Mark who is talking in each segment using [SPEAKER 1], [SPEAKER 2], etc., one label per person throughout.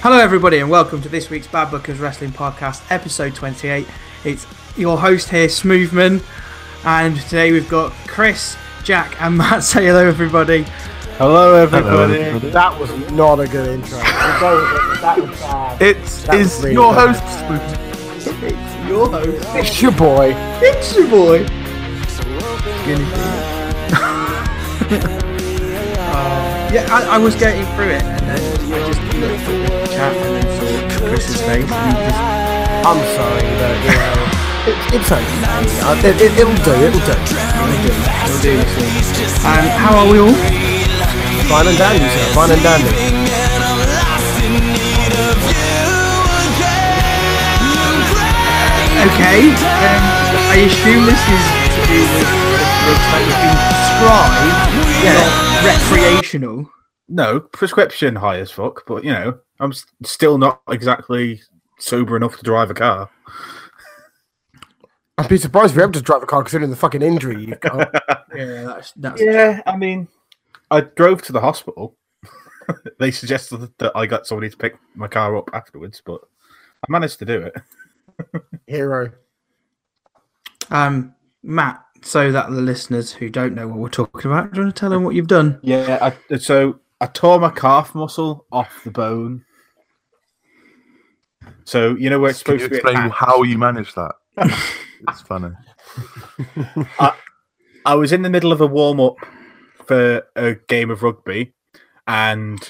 [SPEAKER 1] Hello, everybody, and welcome to this week's Bad Bookers Wrestling Podcast, episode 28. It's your host here, Smoothman, and today we've got Chris, Jack, and Matt. Say hello, everybody.
[SPEAKER 2] Hello, everybody.
[SPEAKER 3] That was not a good intro. We'll go with it. That was bad.
[SPEAKER 2] It's
[SPEAKER 3] That was
[SPEAKER 2] is
[SPEAKER 3] really
[SPEAKER 2] your
[SPEAKER 3] bad.
[SPEAKER 2] host. Spook.
[SPEAKER 1] It's your host.
[SPEAKER 3] It's your boy.
[SPEAKER 1] It's your boy. Guinea pig. Uh, yeah, I, I was getting through it, and then I just looked at the chat and then saw Chris's face, and he just
[SPEAKER 3] I'm sorry, but you know, it, it's okay. Uh, It, it, it'll do. It'll do.
[SPEAKER 1] will do this one. And Um, how are we all?
[SPEAKER 3] Fine and dandy, sir. Fine and dandy.
[SPEAKER 1] Okay. Um, I assume this is to do with the drugs that you've been prescribed, not recreational.
[SPEAKER 2] No prescription high as fuck, but you know I'm s- still not exactly sober enough to drive a car.
[SPEAKER 3] I'd be surprised if you're able to drive a car considering the fucking injury you got.
[SPEAKER 1] Yeah, uh, that's that's.
[SPEAKER 2] Yeah, I mean, I drove to the hospital. they suggested that I got somebody to pick my car up afterwards, but I managed to do it.
[SPEAKER 3] Hero.
[SPEAKER 1] Um, Matt. So that the listeners who don't know what we're talking about, do you want to tell them what you've done?
[SPEAKER 2] Yeah, I, Uh, so I tore my calf muscle off the bone. So you know where it's
[SPEAKER 4] Can
[SPEAKER 2] supposed
[SPEAKER 4] you
[SPEAKER 2] to be.
[SPEAKER 4] explain
[SPEAKER 2] attached?
[SPEAKER 4] how you manage that? it's funny.
[SPEAKER 2] I was in the middle of a warm up for a game of rugby, and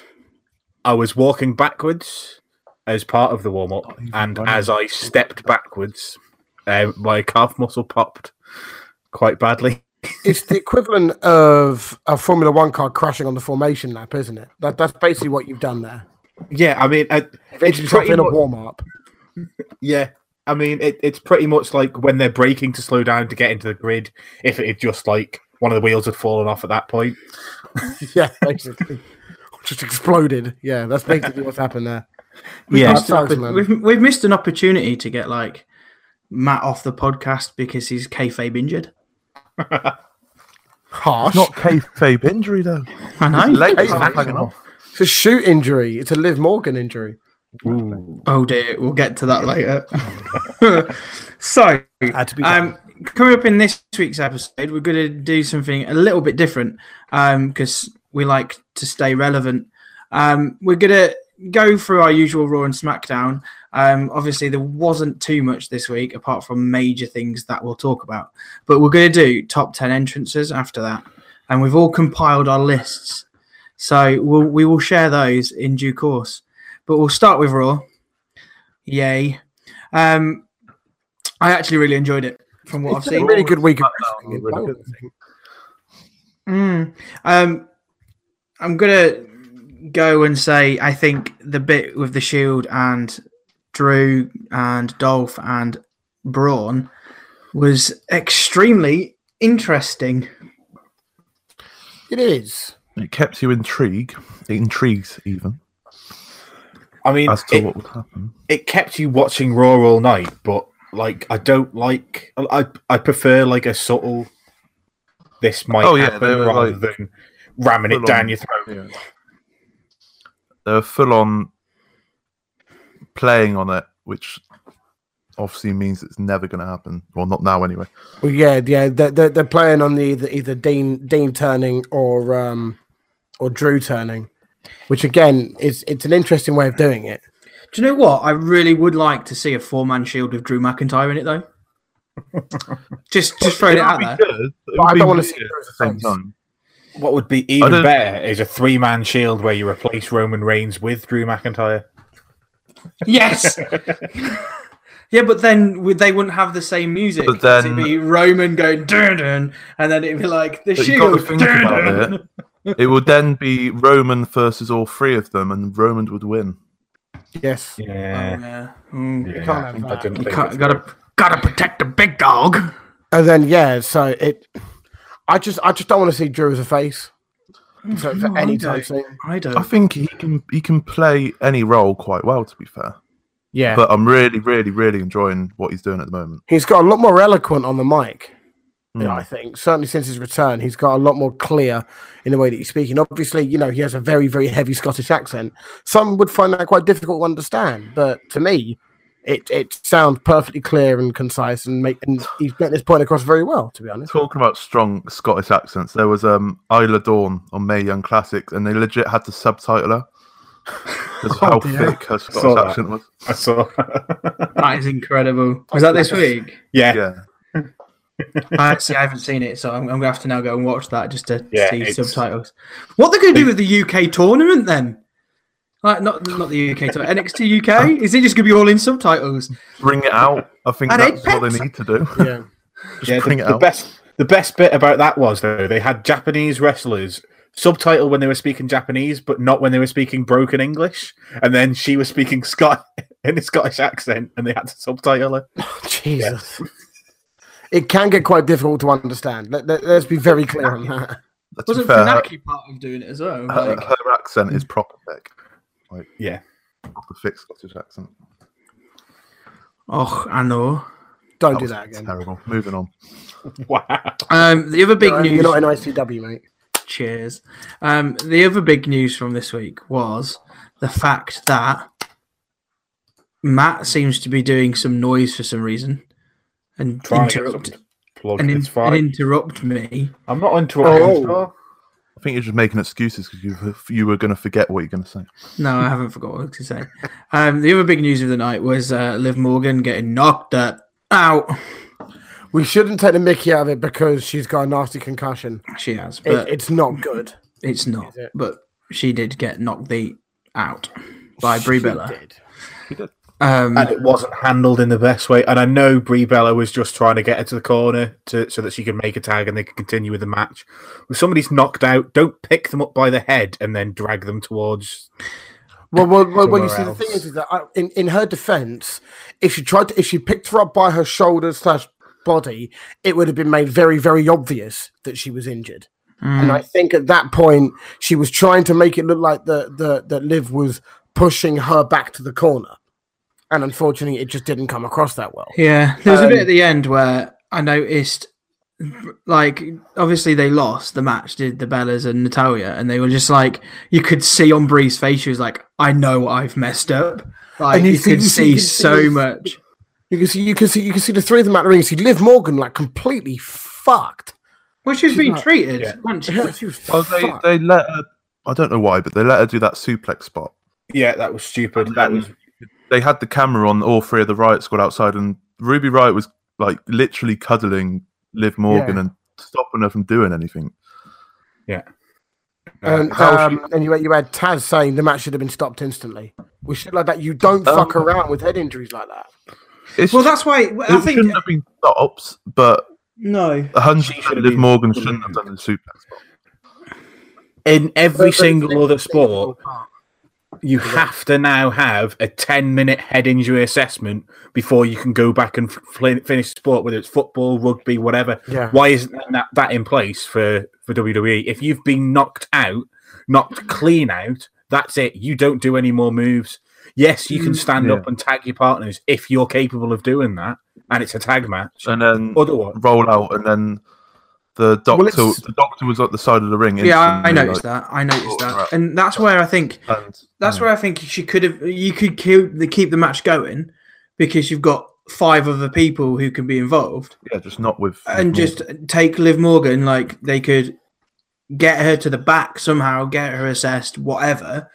[SPEAKER 2] I was walking backwards as part of the warm up,
[SPEAKER 4] even
[SPEAKER 2] and
[SPEAKER 4] funny.
[SPEAKER 2] as I stepped backwards, um, my calf muscle popped quite badly.
[SPEAKER 3] It's the equivalent of a Formula One car crashing on the formation lap, isn't it? That, that's basically what you've done there.
[SPEAKER 2] Yeah, I mean, I, it's
[SPEAKER 3] Eventually, drop
[SPEAKER 2] pretty
[SPEAKER 3] in a
[SPEAKER 2] much,
[SPEAKER 3] warm up.
[SPEAKER 2] yeah. I mean, it, it's pretty much like when they're braking to slow down to get into the grid. If it had just like one of the wheels had fallen off at that point,
[SPEAKER 3] Yeah, basically. Just exploded. Yeah, that's basically what's happened there.
[SPEAKER 2] Yeah.
[SPEAKER 3] That sucks, man.
[SPEAKER 1] We've we've missed an opportunity to get like Matt off the podcast because he's kayfabe injured.
[SPEAKER 3] harsh.
[SPEAKER 4] Not kayfabe injury though.
[SPEAKER 1] I know.
[SPEAKER 4] Legs
[SPEAKER 3] Kayfabe.
[SPEAKER 4] are hanging off.
[SPEAKER 3] It's a shoot injury. It's a Liv Morgan injury.
[SPEAKER 1] Oh dear, we'll get to that later. so,
[SPEAKER 3] Had to be
[SPEAKER 1] um, coming up in this week's episode, we're going to do something a little bit different because um, we like to stay relevant. Um, we're going to go through our usual Raw and SmackDown. Um, obviously, there wasn't too much this week apart from major things that we'll talk about, but we're going to do top 10 entrances after that. And we've all compiled our lists. So we'll, we will share those in due course. But we'll start with Raw. Yay. Um, I actually really enjoyed it from what
[SPEAKER 3] It's
[SPEAKER 1] I've
[SPEAKER 3] been
[SPEAKER 1] seen.
[SPEAKER 3] a really good week of
[SPEAKER 4] Oh,
[SPEAKER 3] wrestling.
[SPEAKER 4] really
[SPEAKER 3] It's been-
[SPEAKER 1] Mm. Um, I'm gonna go and say I think the bit with the Shield and Drew and Dolph and Braun was extremely interesting.
[SPEAKER 3] It is.
[SPEAKER 4] It kept you intrigued. It intrigues even
[SPEAKER 2] I mean,
[SPEAKER 4] as to
[SPEAKER 2] it-
[SPEAKER 4] what would happen.
[SPEAKER 2] it kept you watching Raw all night, but like I don't like I I prefer like a subtle this might
[SPEAKER 4] Oh, yeah,
[SPEAKER 2] happen
[SPEAKER 4] they were,
[SPEAKER 2] rather
[SPEAKER 4] like,
[SPEAKER 2] than ramming it
[SPEAKER 4] full
[SPEAKER 2] down
[SPEAKER 4] on.
[SPEAKER 2] your throat.
[SPEAKER 4] Yeah. They're full on playing on it, which obviously means it's never going to happen. Well, not now anyway.
[SPEAKER 3] Well, yeah, yeah. They're, they're, they're playing on the, the either Dean Dean turning or um or Drew turning, which again is it's an interesting way of doing it.
[SPEAKER 1] Do you know what? I really would like to see a four man Shield with Drew McIntyre in it though. just just throwing it out there.
[SPEAKER 3] But I don't want to see it as a face.
[SPEAKER 2] What would be
[SPEAKER 4] I
[SPEAKER 2] even
[SPEAKER 4] don't-
[SPEAKER 2] better is a three man shield where you replace Roman Reigns with Drew McIntyre.
[SPEAKER 1] Yes. yeah, but then we- they wouldn't have the same music.
[SPEAKER 4] But
[SPEAKER 1] 'cause
[SPEAKER 4] then-
[SPEAKER 1] it'd be Roman going dun dun, and then it'd be like the
[SPEAKER 4] But you got
[SPEAKER 1] Shield.
[SPEAKER 4] to think
[SPEAKER 1] dun,
[SPEAKER 4] about
[SPEAKER 1] dun.
[SPEAKER 4] it. It would then be Roman versus all three of them, and Roman would win.
[SPEAKER 3] Yes,
[SPEAKER 2] Yeah,
[SPEAKER 1] Oh, yeah. Mm.
[SPEAKER 2] yeah.
[SPEAKER 3] can't have
[SPEAKER 2] I
[SPEAKER 3] that.
[SPEAKER 2] didn't
[SPEAKER 1] You
[SPEAKER 2] think
[SPEAKER 1] can't,
[SPEAKER 2] it
[SPEAKER 1] gotta gotta protect the big dog.
[SPEAKER 3] and then yeah. So it, I just I just don't want to see Drew as a face. So for
[SPEAKER 1] No, I
[SPEAKER 3] any time
[SPEAKER 1] don't.
[SPEAKER 3] soon.
[SPEAKER 1] I don't.
[SPEAKER 4] I think he can he can play any role quite well, to be fair.
[SPEAKER 3] Yeah,
[SPEAKER 4] But I'm really, really, really enjoying what he's doing at the moment.
[SPEAKER 3] he's got a lot more eloquent on the mic. Yeah,
[SPEAKER 4] Hmm.
[SPEAKER 3] I think certainly since his return, he's got a lot more clear in the way that he's speaking. Obviously, you know, he has a very, very heavy Scottish accent. Some would find that quite difficult to understand, but to me, it, it sounds perfectly clear and concise, and, make, and he's getting his point across very well. To be honest,
[SPEAKER 4] Talking about strong Scottish accents, there was um Isla Dawn on May Young Classics, and they legit had to subtitle her. That's how
[SPEAKER 2] Oh, dear.
[SPEAKER 4] thick her
[SPEAKER 2] Saw
[SPEAKER 4] Scottish
[SPEAKER 2] that.
[SPEAKER 4] accent was.
[SPEAKER 2] I saw.
[SPEAKER 1] Oh, That is incredible. Was that this week?
[SPEAKER 2] yeah,
[SPEAKER 4] Yeah,
[SPEAKER 1] I actually I haven't seen it, so I'm, I'm gonna have to now go and watch that just to
[SPEAKER 2] Yeah,
[SPEAKER 1] see
[SPEAKER 2] it's-
[SPEAKER 1] subtitles. What they're gonna do with the UK tournament then? Like not not the UK tournament, NXT UK? Is it just gonna be all in subtitles?
[SPEAKER 4] bring it out. I think
[SPEAKER 1] Are they
[SPEAKER 4] that's what
[SPEAKER 1] pets?
[SPEAKER 4] they need to do.
[SPEAKER 3] yeah,
[SPEAKER 4] Just
[SPEAKER 2] yeah. The,
[SPEAKER 4] bring it
[SPEAKER 2] the
[SPEAKER 4] out.
[SPEAKER 2] best, the best bit about that was though they had Japanese wrestlers subtitle when they were speaking Japanese, but not when they were speaking broken English. And then she was speaking Scot in a Scottish accent, and they had to subtitle her.
[SPEAKER 3] Jesus, it can get quite difficult to understand. Let, let, us be very clear on that.
[SPEAKER 4] To be
[SPEAKER 1] Wasn't
[SPEAKER 4] fair, her,
[SPEAKER 1] Funaki part of doing it as well?
[SPEAKER 4] her-
[SPEAKER 1] Like,
[SPEAKER 4] her accent is proper thick,
[SPEAKER 2] Yeah,
[SPEAKER 4] proper thick Scottish accent.
[SPEAKER 1] oh, I know.
[SPEAKER 3] Don't
[SPEAKER 4] That
[SPEAKER 3] do
[SPEAKER 4] was
[SPEAKER 3] that again.
[SPEAKER 4] Terrible. Moving on.
[SPEAKER 2] wow.
[SPEAKER 1] Um, the other big
[SPEAKER 3] You're,
[SPEAKER 1] news.
[SPEAKER 3] you're not in ICW, mate.
[SPEAKER 1] Cheers. Um, the other big news from this week was the fact that Matt seems to be doing some noise for some reason and
[SPEAKER 2] Try and get
[SPEAKER 1] interrupt
[SPEAKER 2] something plugged.
[SPEAKER 1] and, in-
[SPEAKER 2] it's fine.
[SPEAKER 1] and interrupt me.
[SPEAKER 2] I'm not interrupting.
[SPEAKER 3] Oh.
[SPEAKER 4] I think you're just making excuses because you, you were going to forget what you're going to say.
[SPEAKER 1] No, I haven't forgot what I was to say. Um, the other big news of the night was uh, Liv Morgan getting knocked the- out.
[SPEAKER 3] We shouldn't take the Mickey out of it because she's got a nasty concussion.
[SPEAKER 1] She has,
[SPEAKER 3] It,
[SPEAKER 1] but
[SPEAKER 3] it's not good.
[SPEAKER 1] it's not.
[SPEAKER 3] Is it?
[SPEAKER 1] But she did get knocked the out by Brie
[SPEAKER 3] She
[SPEAKER 1] Bella.
[SPEAKER 3] did.
[SPEAKER 1] Um,
[SPEAKER 2] and it wasn't handled in the best way. And I know Brie Bella was just trying to get her to the corner to so that she could make a tag and they could continue with the match. If somebody's knocked out, don't pick them up by the head and then drag them towards.
[SPEAKER 3] Well, well, well, well you see,
[SPEAKER 2] somewhere
[SPEAKER 3] the thing
[SPEAKER 2] else.
[SPEAKER 3] is, is that I, in, in her defense, if she tried to, if she picked her up by her shoulders slash body, it would have been made very, very obvious that she was injured. And
[SPEAKER 2] Mm.
[SPEAKER 3] I think at that point, she was trying to make it look like the, the that Liv was pushing her back to the corner. And unfortunately, it just didn't come across that well.
[SPEAKER 1] Yeah, there was a bit
[SPEAKER 3] Um,
[SPEAKER 1] at the end where I noticed, like, obviously they lost the match, did the Bellas and Natalia, and they were just like, you could see on Bree's face, she was like, I know I've messed up. Like,
[SPEAKER 3] And
[SPEAKER 1] you,
[SPEAKER 3] you see-
[SPEAKER 1] could
[SPEAKER 3] you see-
[SPEAKER 1] see
[SPEAKER 3] you see
[SPEAKER 1] so
[SPEAKER 3] his-
[SPEAKER 1] much.
[SPEAKER 3] You can see, you can see, you can see the three of them at the ring. You see Liv Morgan like completely fucked.
[SPEAKER 1] Well, she was
[SPEAKER 3] she's
[SPEAKER 1] being
[SPEAKER 3] not-
[SPEAKER 1] treated.
[SPEAKER 2] yeah.
[SPEAKER 1] wasn't she?
[SPEAKER 3] She was
[SPEAKER 4] Well, they,
[SPEAKER 3] fucked.
[SPEAKER 4] they let her, I don't know why, but they let her do that suplex spot.
[SPEAKER 2] Yeah, that was stupid. That was
[SPEAKER 4] They had the camera on all three of the Riot Squad outside, and Ruby Riot was like literally cuddling Liv Morgan
[SPEAKER 3] Yeah.
[SPEAKER 4] and stopping her from doing anything.
[SPEAKER 3] And,
[SPEAKER 2] how she-
[SPEAKER 3] um, and you, had- you had Taz saying the match should have been stopped instantly. With shit like that, you don't
[SPEAKER 4] Um,
[SPEAKER 3] fuck around with head injuries like that.
[SPEAKER 4] It's
[SPEAKER 1] Well, that's why
[SPEAKER 4] it
[SPEAKER 1] I think
[SPEAKER 4] shouldn't have been stopped, but
[SPEAKER 1] no.
[SPEAKER 4] 100
[SPEAKER 2] She should have
[SPEAKER 4] Liv
[SPEAKER 2] been-
[SPEAKER 4] Morgan shouldn't have done the suplex spot.
[SPEAKER 2] in every
[SPEAKER 3] But- but it's-
[SPEAKER 2] single other
[SPEAKER 3] it's-
[SPEAKER 2] sport. You have to now have a 10 minute head injury assessment before you can go back and f- fli- finish sport, whether it's football, rugby, whatever.
[SPEAKER 3] Yeah.
[SPEAKER 2] Why isn't that- that, that in place for, for WWE? If you've been knocked out, knocked clean out, that's it. You don't do any more moves. Yes, you can stand
[SPEAKER 4] Yeah.
[SPEAKER 2] up and tag your partners if you're capable of doing that, and it's a tag match.
[SPEAKER 4] And then
[SPEAKER 2] Otherwise,
[SPEAKER 4] roll out, and then the doctor
[SPEAKER 3] it's-
[SPEAKER 4] the doctor was at the side of the ring.
[SPEAKER 1] Yeah, I
[SPEAKER 4] instantly,
[SPEAKER 1] noticed
[SPEAKER 4] like,
[SPEAKER 1] that. I noticed
[SPEAKER 4] Oh,
[SPEAKER 1] that,
[SPEAKER 4] right.
[SPEAKER 1] and that's where I think
[SPEAKER 4] and-
[SPEAKER 1] that's
[SPEAKER 4] yeah.
[SPEAKER 1] where I think she could have. You could keep the keep the match going because you've got five other people who can be involved.
[SPEAKER 4] yeah, just not with Liv
[SPEAKER 1] and
[SPEAKER 4] Morgan.
[SPEAKER 1] just take Liv Morgan. Like they could get her to the back somehow, get her assessed, whatever,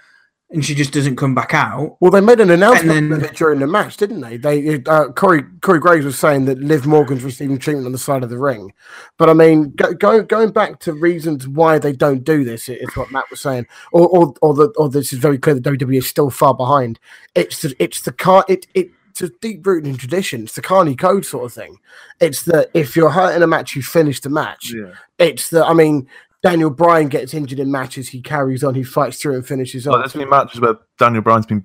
[SPEAKER 1] and she just doesn't come back out.
[SPEAKER 3] Well, they made an announcement
[SPEAKER 1] And then-
[SPEAKER 3] of it during the match, didn't they? They uh, Corey Corey Graves was saying that Liv Morgan's receiving treatment on the side of the ring, but I mean, go, go, going back to reasons why they don't do this, it- it's what Matt was saying, or or or, the, or this is very clear that WWE is still far behind. It's the, it's the car it it. It's a deep rooted in tradition. It's the Carney Code sort of thing. It's that if you're hurt in a match, you finish the match.
[SPEAKER 4] Yeah.
[SPEAKER 3] It's that I mean, Daniel Bryan gets injured in matches. He carries on. He fights through and finishes
[SPEAKER 4] Like,
[SPEAKER 3] on.
[SPEAKER 4] there's been matches where Daniel Bryan's been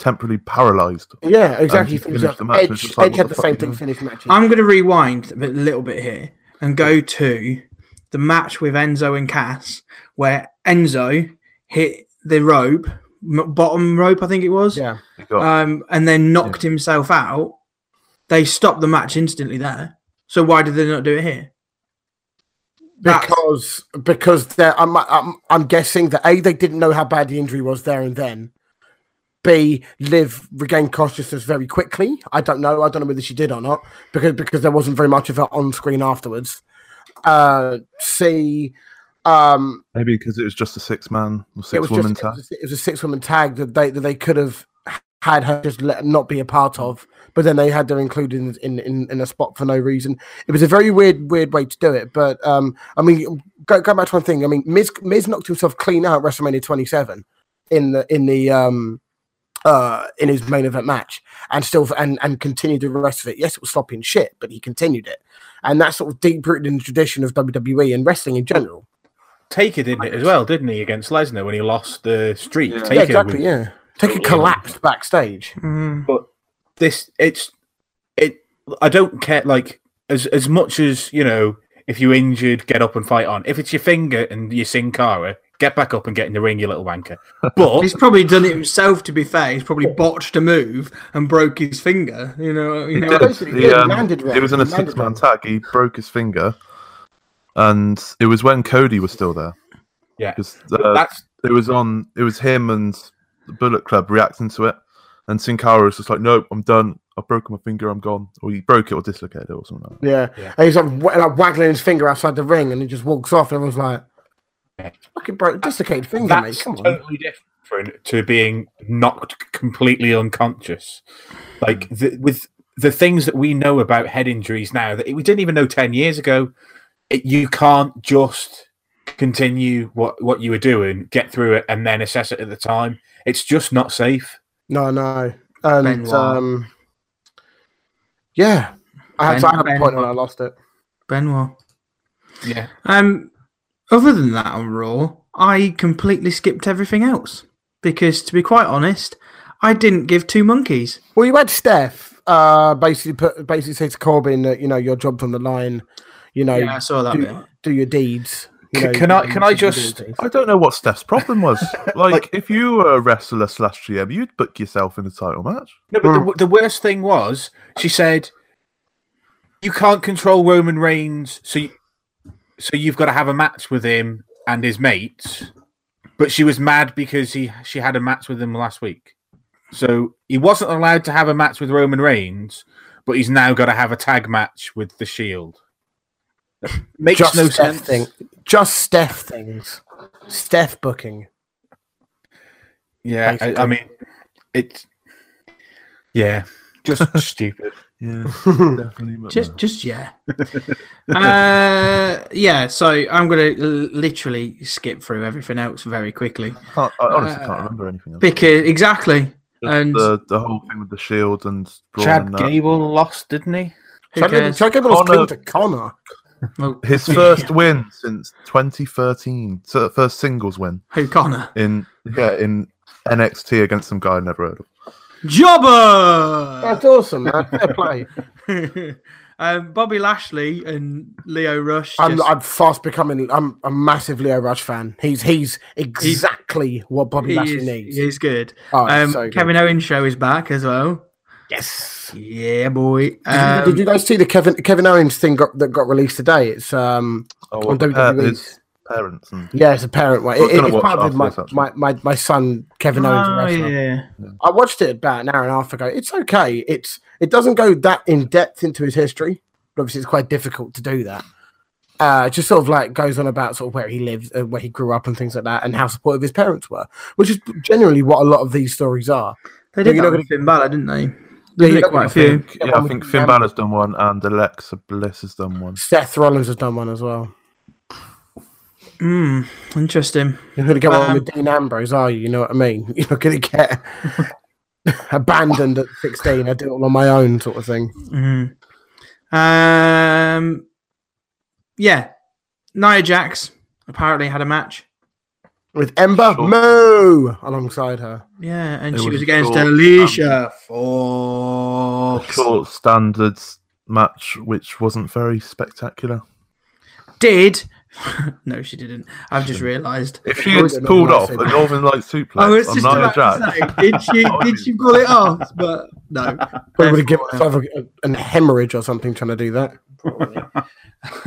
[SPEAKER 4] temporarily paralysed.
[SPEAKER 3] Yeah, exactly.
[SPEAKER 4] he
[SPEAKER 3] Things
[SPEAKER 4] finished
[SPEAKER 3] like
[SPEAKER 4] the match, it was
[SPEAKER 3] Edge,
[SPEAKER 4] just like,
[SPEAKER 3] Edge
[SPEAKER 4] what
[SPEAKER 3] had
[SPEAKER 4] the
[SPEAKER 3] the
[SPEAKER 4] fuck
[SPEAKER 3] same
[SPEAKER 4] you
[SPEAKER 3] thing
[SPEAKER 4] doing?
[SPEAKER 3] finish matches.
[SPEAKER 1] I'm going to rewind a bit- little bit here and go to the match with Enzo and Cass, where Enzo hit the rope, m- bottom rope, I think it was,
[SPEAKER 3] yeah,
[SPEAKER 4] He got
[SPEAKER 1] um, and then knocked himself out. They stopped the match instantly there. So why did they not do it here? That's-
[SPEAKER 3] because because they're, I'm, I'm I'm guessing that a they didn't know how bad the injury was there and then. B live regained consciousness very quickly. I don't know. I don't know whether she did or not because because there wasn't very much of her on screen afterwards. Uh, C, um,
[SPEAKER 4] Maybe because it was just a six man or six
[SPEAKER 3] it was
[SPEAKER 4] woman
[SPEAKER 3] just,
[SPEAKER 4] tag.
[SPEAKER 3] It was, a- it was a six woman tag that they that they could have had her just let, not be a part of, but then they had her included in, in in in a spot for no reason. It was a very weird weird way to do it. But um, I mean, go, go back to one thing. I mean, Miz Miz knocked himself clean out at WrestleMania 27 in the in the um uh in his main event match and still and and continued the rest of it yes it was sloppy and shit but he continued it and that's sort of deep rooted in the tradition of wwe and wrestling in general
[SPEAKER 2] Taker didn't it as well, didn't he, against Lesnar when he lost the streak?
[SPEAKER 5] Yeah.
[SPEAKER 2] Taker
[SPEAKER 3] yeah,
[SPEAKER 2] was-
[SPEAKER 3] exactly yeah take a collapsed backstage
[SPEAKER 1] Mm.
[SPEAKER 2] this it's it i don't care like as as much as you know if you're injured get up and fight on if it's your finger and your sin cara get back up and get in the ring you little wanker but
[SPEAKER 1] He's probably done it himself. To be fair, he's probably botched a move and broke his finger. You know, you
[SPEAKER 4] He
[SPEAKER 1] know.
[SPEAKER 4] did.
[SPEAKER 3] basically
[SPEAKER 4] He,
[SPEAKER 3] did.
[SPEAKER 4] um,
[SPEAKER 3] Landed
[SPEAKER 4] it was in a
[SPEAKER 3] wrong. Landed
[SPEAKER 4] six man
[SPEAKER 3] wrong.
[SPEAKER 4] tag. He broke his finger, and it was when Cody was still there.
[SPEAKER 2] Yeah.
[SPEAKER 4] 'Cause, uh,
[SPEAKER 2] that's
[SPEAKER 4] it was on. It was him and the Bullet Club reacting to it, and Sin Cara was just like, "Nope, I'm done. I've broken my finger. I'm gone." Or he broke it or dislocated it or something. Like
[SPEAKER 3] Yeah.
[SPEAKER 2] Yeah.
[SPEAKER 3] And he's like, wa- like waggling his finger outside the ring and he just walks off. And everyone's like, fucking broke, dislocated finger, mate.
[SPEAKER 2] that's
[SPEAKER 3] Come on.
[SPEAKER 2] totally different to being knocked completely unconscious like
[SPEAKER 3] Hmm.
[SPEAKER 2] the, with the things that we know about head injuries now that we didn't even know 10 years ago it, you can't just continue what what you were doing get through it and then assess it at the time it's just not safe
[SPEAKER 3] No, no.
[SPEAKER 1] Ben
[SPEAKER 3] And
[SPEAKER 1] Wong.
[SPEAKER 3] um, yeah. I had,
[SPEAKER 1] Ben-
[SPEAKER 3] so I had a
[SPEAKER 1] Ben
[SPEAKER 3] point when I
[SPEAKER 1] Wong.
[SPEAKER 3] lost it.
[SPEAKER 1] Benoit.
[SPEAKER 2] yeah
[SPEAKER 1] Um, other than that, on Raw, I completely skipped everything else because, to be quite honest, I didn't give two monkeys.
[SPEAKER 3] Well, you had Steph uh, basically put, basically say to Corbin that, you know, your job's on the line. You know,
[SPEAKER 1] Yeah, I saw that bit.
[SPEAKER 3] do, do your deeds. you
[SPEAKER 2] C-
[SPEAKER 3] know,
[SPEAKER 2] can
[SPEAKER 3] you
[SPEAKER 2] I-
[SPEAKER 3] do
[SPEAKER 2] can I
[SPEAKER 3] your
[SPEAKER 2] just-
[SPEAKER 3] duties.
[SPEAKER 4] that. I don't know what Steph's problem was. Like, if you were a wrestler slash GM, you'd book yourself in a title match.
[SPEAKER 2] No, but the,
[SPEAKER 3] Hmm.
[SPEAKER 2] w- the worst thing was she said, "You can't control Roman Reigns, so you, so you've got to have a match with him and his mates." But she was mad because he she had a match with him last week, so he wasn't allowed to have a match with Roman Reigns, but he's now got to have a tag match with the Shield. Makes
[SPEAKER 3] just
[SPEAKER 2] no
[SPEAKER 3] Steph
[SPEAKER 2] sense.
[SPEAKER 3] thing. Just Steph things. Steph booking.
[SPEAKER 2] Yeah, I, I
[SPEAKER 3] Basically.
[SPEAKER 2] mean, it's yeah, just stupid.
[SPEAKER 4] Yeah, definitely. but
[SPEAKER 1] Just,
[SPEAKER 4] no.
[SPEAKER 1] just yeah. uh, yeah. So I'm gonna l- literally skip through everything else very quickly
[SPEAKER 4] Can't- I honestly
[SPEAKER 1] uh,
[SPEAKER 4] can't remember anything. Else.
[SPEAKER 1] because exactly.
[SPEAKER 4] Just uh,
[SPEAKER 1] and-
[SPEAKER 4] the, the whole thing with the shield and Braun
[SPEAKER 2] Chad
[SPEAKER 4] and that.
[SPEAKER 2] Gable lost, didn't he?
[SPEAKER 1] Who
[SPEAKER 3] Should I give-
[SPEAKER 1] cares?
[SPEAKER 3] should I give it all
[SPEAKER 4] Connor-
[SPEAKER 3] to Connor?
[SPEAKER 1] Well,
[SPEAKER 4] His first win since 2013, so first singles win
[SPEAKER 1] who Connor?
[SPEAKER 4] in yeah in NXT against some guy I never heard of.
[SPEAKER 1] Jobber.
[SPEAKER 3] That's awesome, man. Fair play.
[SPEAKER 1] um, Bobby Lashley and Leo Rush.
[SPEAKER 3] I'm,
[SPEAKER 1] just-
[SPEAKER 3] I'm fast becoming. I'm a massive Leo Rush fan. He's he's exactly what Bobby
[SPEAKER 1] he
[SPEAKER 3] Lashley
[SPEAKER 1] is,
[SPEAKER 3] needs.
[SPEAKER 1] he is good.
[SPEAKER 3] Oh,
[SPEAKER 1] Um,
[SPEAKER 3] so good.
[SPEAKER 1] Kevin Owens show is back as well.
[SPEAKER 3] yes.
[SPEAKER 1] Yeah, boy.
[SPEAKER 3] Did you,
[SPEAKER 1] Um,
[SPEAKER 3] did you guys see the Kevin Kevin Owens thing got, that got released today? It's um
[SPEAKER 4] Oh,
[SPEAKER 3] on
[SPEAKER 4] well,
[SPEAKER 3] WWE's.
[SPEAKER 4] pa-
[SPEAKER 1] E.
[SPEAKER 4] his parents and
[SPEAKER 3] yeah, it's a parent one. It,
[SPEAKER 4] We're gonna
[SPEAKER 3] it's
[SPEAKER 4] watch
[SPEAKER 3] part of
[SPEAKER 4] after
[SPEAKER 3] my,
[SPEAKER 4] this, actually.
[SPEAKER 3] my, my my son Kevin Owens.
[SPEAKER 1] oh,
[SPEAKER 3] wrestler.
[SPEAKER 1] yeah.
[SPEAKER 3] I watched it about an hour and a half ago. It's okay. It's it doesn't go that in depth into his history. But obviously, it's quite difficult to do that. Uh, it just sort of like goes on about sort of where he lives, uh, where he grew up, and things like that, and how supportive his parents were, which is generally what a lot of these stories are.
[SPEAKER 1] They
[SPEAKER 3] But
[SPEAKER 1] did
[SPEAKER 3] you're
[SPEAKER 1] that
[SPEAKER 3] not
[SPEAKER 1] with Finn Balor, didn't they?
[SPEAKER 3] Yeah,
[SPEAKER 1] They
[SPEAKER 3] you
[SPEAKER 1] did
[SPEAKER 3] don't
[SPEAKER 1] quite a
[SPEAKER 4] I
[SPEAKER 1] few.
[SPEAKER 4] think,
[SPEAKER 3] Yeah,
[SPEAKER 4] yeah,
[SPEAKER 3] one
[SPEAKER 4] I
[SPEAKER 3] with
[SPEAKER 4] think Finn
[SPEAKER 3] Cam-
[SPEAKER 4] Balor's done one and Alexa Bliss has done one.
[SPEAKER 3] Seth Rollins has done one as well.
[SPEAKER 1] Mm, interesting.
[SPEAKER 3] You're going to go on
[SPEAKER 1] Um,
[SPEAKER 3] with Dean Ambrose, are you? You know what I mean? You're not going to get abandoned at 16. I did it all on my own, sort of thing.
[SPEAKER 1] Mm. Um, yeah. Nia Jax apparently had a match.
[SPEAKER 3] With Ember
[SPEAKER 4] Sure.
[SPEAKER 3] Moo alongside her.
[SPEAKER 1] Yeah, and
[SPEAKER 4] It
[SPEAKER 1] she
[SPEAKER 4] was
[SPEAKER 1] was against
[SPEAKER 4] short,
[SPEAKER 1] Alicia
[SPEAKER 4] A
[SPEAKER 1] Fox.
[SPEAKER 4] short standards match, which wasn't very spectacular.
[SPEAKER 1] Did. no, she didn't. I've just realised.
[SPEAKER 4] If she
[SPEAKER 3] Oh,
[SPEAKER 4] had
[SPEAKER 3] yeah, no,
[SPEAKER 4] pulled
[SPEAKER 3] no,
[SPEAKER 4] off
[SPEAKER 3] so-
[SPEAKER 4] a Northern Light
[SPEAKER 1] I was
[SPEAKER 4] suplex
[SPEAKER 1] Oh, just
[SPEAKER 4] on Nia
[SPEAKER 1] about
[SPEAKER 4] Jax,
[SPEAKER 1] to say, did she, did she pull it off? But no.
[SPEAKER 3] Probably would have given
[SPEAKER 1] Therefore,
[SPEAKER 3] myself a, a- an hemorrhage or something trying to do that.
[SPEAKER 1] probably.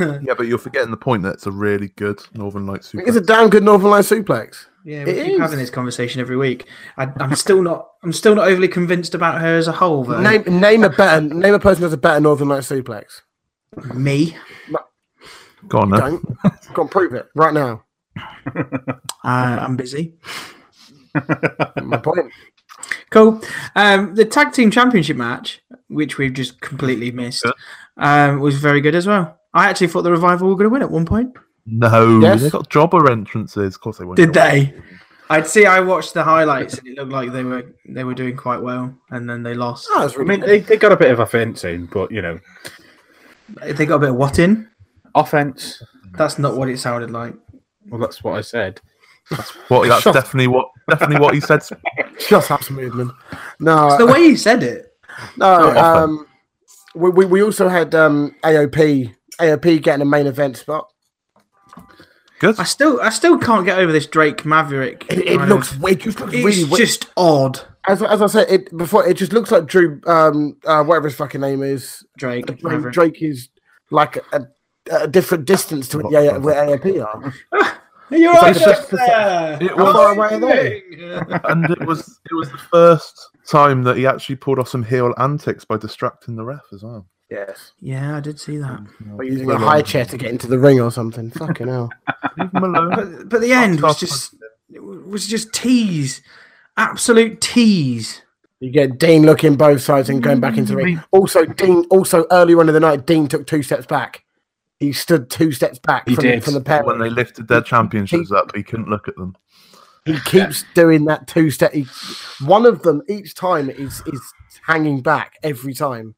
[SPEAKER 4] Yeah, but you're forgetting the point that it's a really good Northern Light super.
[SPEAKER 3] It's a damn good Northern Light suplex.
[SPEAKER 1] Yeah,
[SPEAKER 3] It
[SPEAKER 1] we keep
[SPEAKER 3] is.
[SPEAKER 1] having this conversation every week. I, I'm still not. I'm still not overly convinced about her as a whole, though.
[SPEAKER 3] Name name a better name a person who has a better Northern Light suplex.
[SPEAKER 1] Me,
[SPEAKER 4] Go on, then.
[SPEAKER 3] Don't go on, prove it right now.
[SPEAKER 1] uh, I'm busy.
[SPEAKER 3] My point.
[SPEAKER 1] Cool. Um, the tag team championship match, which we've just completely missed, um, was very good as well. I actually thought the revival were going to win at one point.
[SPEAKER 4] No,
[SPEAKER 3] Yes.
[SPEAKER 4] they got jobber entrances. Of course they won't.
[SPEAKER 1] Did
[SPEAKER 4] get
[SPEAKER 1] they? I'd see. I watched the highlights, and it looked like they were they were doing quite well, and then they lost.
[SPEAKER 3] Oh, that's
[SPEAKER 2] I
[SPEAKER 3] really
[SPEAKER 2] mean, they, they got a bit of offense in, but you know,
[SPEAKER 1] They got a bit of what in.
[SPEAKER 2] offense.
[SPEAKER 1] That's not what it sounded like.
[SPEAKER 2] Well, that's what I said.
[SPEAKER 4] What? That's
[SPEAKER 3] Shut-
[SPEAKER 4] definitely what. Definitely what he said.
[SPEAKER 3] just have some movement. No,
[SPEAKER 1] It's the way you said it.
[SPEAKER 3] No,
[SPEAKER 4] Not often.
[SPEAKER 3] um, we, we we also had um, AOP AOP getting a main event spot.
[SPEAKER 4] Good.
[SPEAKER 1] I still, I still can't get over this Drake Maverick.
[SPEAKER 3] It, it
[SPEAKER 1] kind
[SPEAKER 3] looks
[SPEAKER 1] of-
[SPEAKER 3] weird. Just looks
[SPEAKER 1] it's
[SPEAKER 3] really weird.
[SPEAKER 1] just odd,
[SPEAKER 3] as, as I said it before, it just looks like Drew, um, uh, whatever his fucking name is.
[SPEAKER 1] Drake.
[SPEAKER 3] Drake,
[SPEAKER 1] Maverick.
[SPEAKER 3] Drake is like a, a different distance to what yeah, where AOP are.
[SPEAKER 1] You're
[SPEAKER 4] It's
[SPEAKER 1] right
[SPEAKER 4] like just-
[SPEAKER 1] there.
[SPEAKER 4] It
[SPEAKER 3] How
[SPEAKER 4] was,
[SPEAKER 3] far away are they?
[SPEAKER 4] and it was. It was the first time that he actually pulled off some heel antics by distracting the ref as well.
[SPEAKER 3] Yes,
[SPEAKER 1] Yeah, I did see that.
[SPEAKER 3] or using a high chair to get into the ring or something. Fucking hell.
[SPEAKER 4] Leave him alone.
[SPEAKER 1] But, but the end was just it was just tease, absolute tease.
[SPEAKER 3] You get Dean looking both sides and going back into the ring. Also, Dean. Also, earlier on in the night, Dean took two steps back. He stood two steps back
[SPEAKER 2] He
[SPEAKER 3] from, the
[SPEAKER 2] did.
[SPEAKER 3] from the pair.
[SPEAKER 4] when they lifted their championships up, he couldn't look at them.
[SPEAKER 3] He keeps doing that two step. He, one of them each time is is hanging back every time,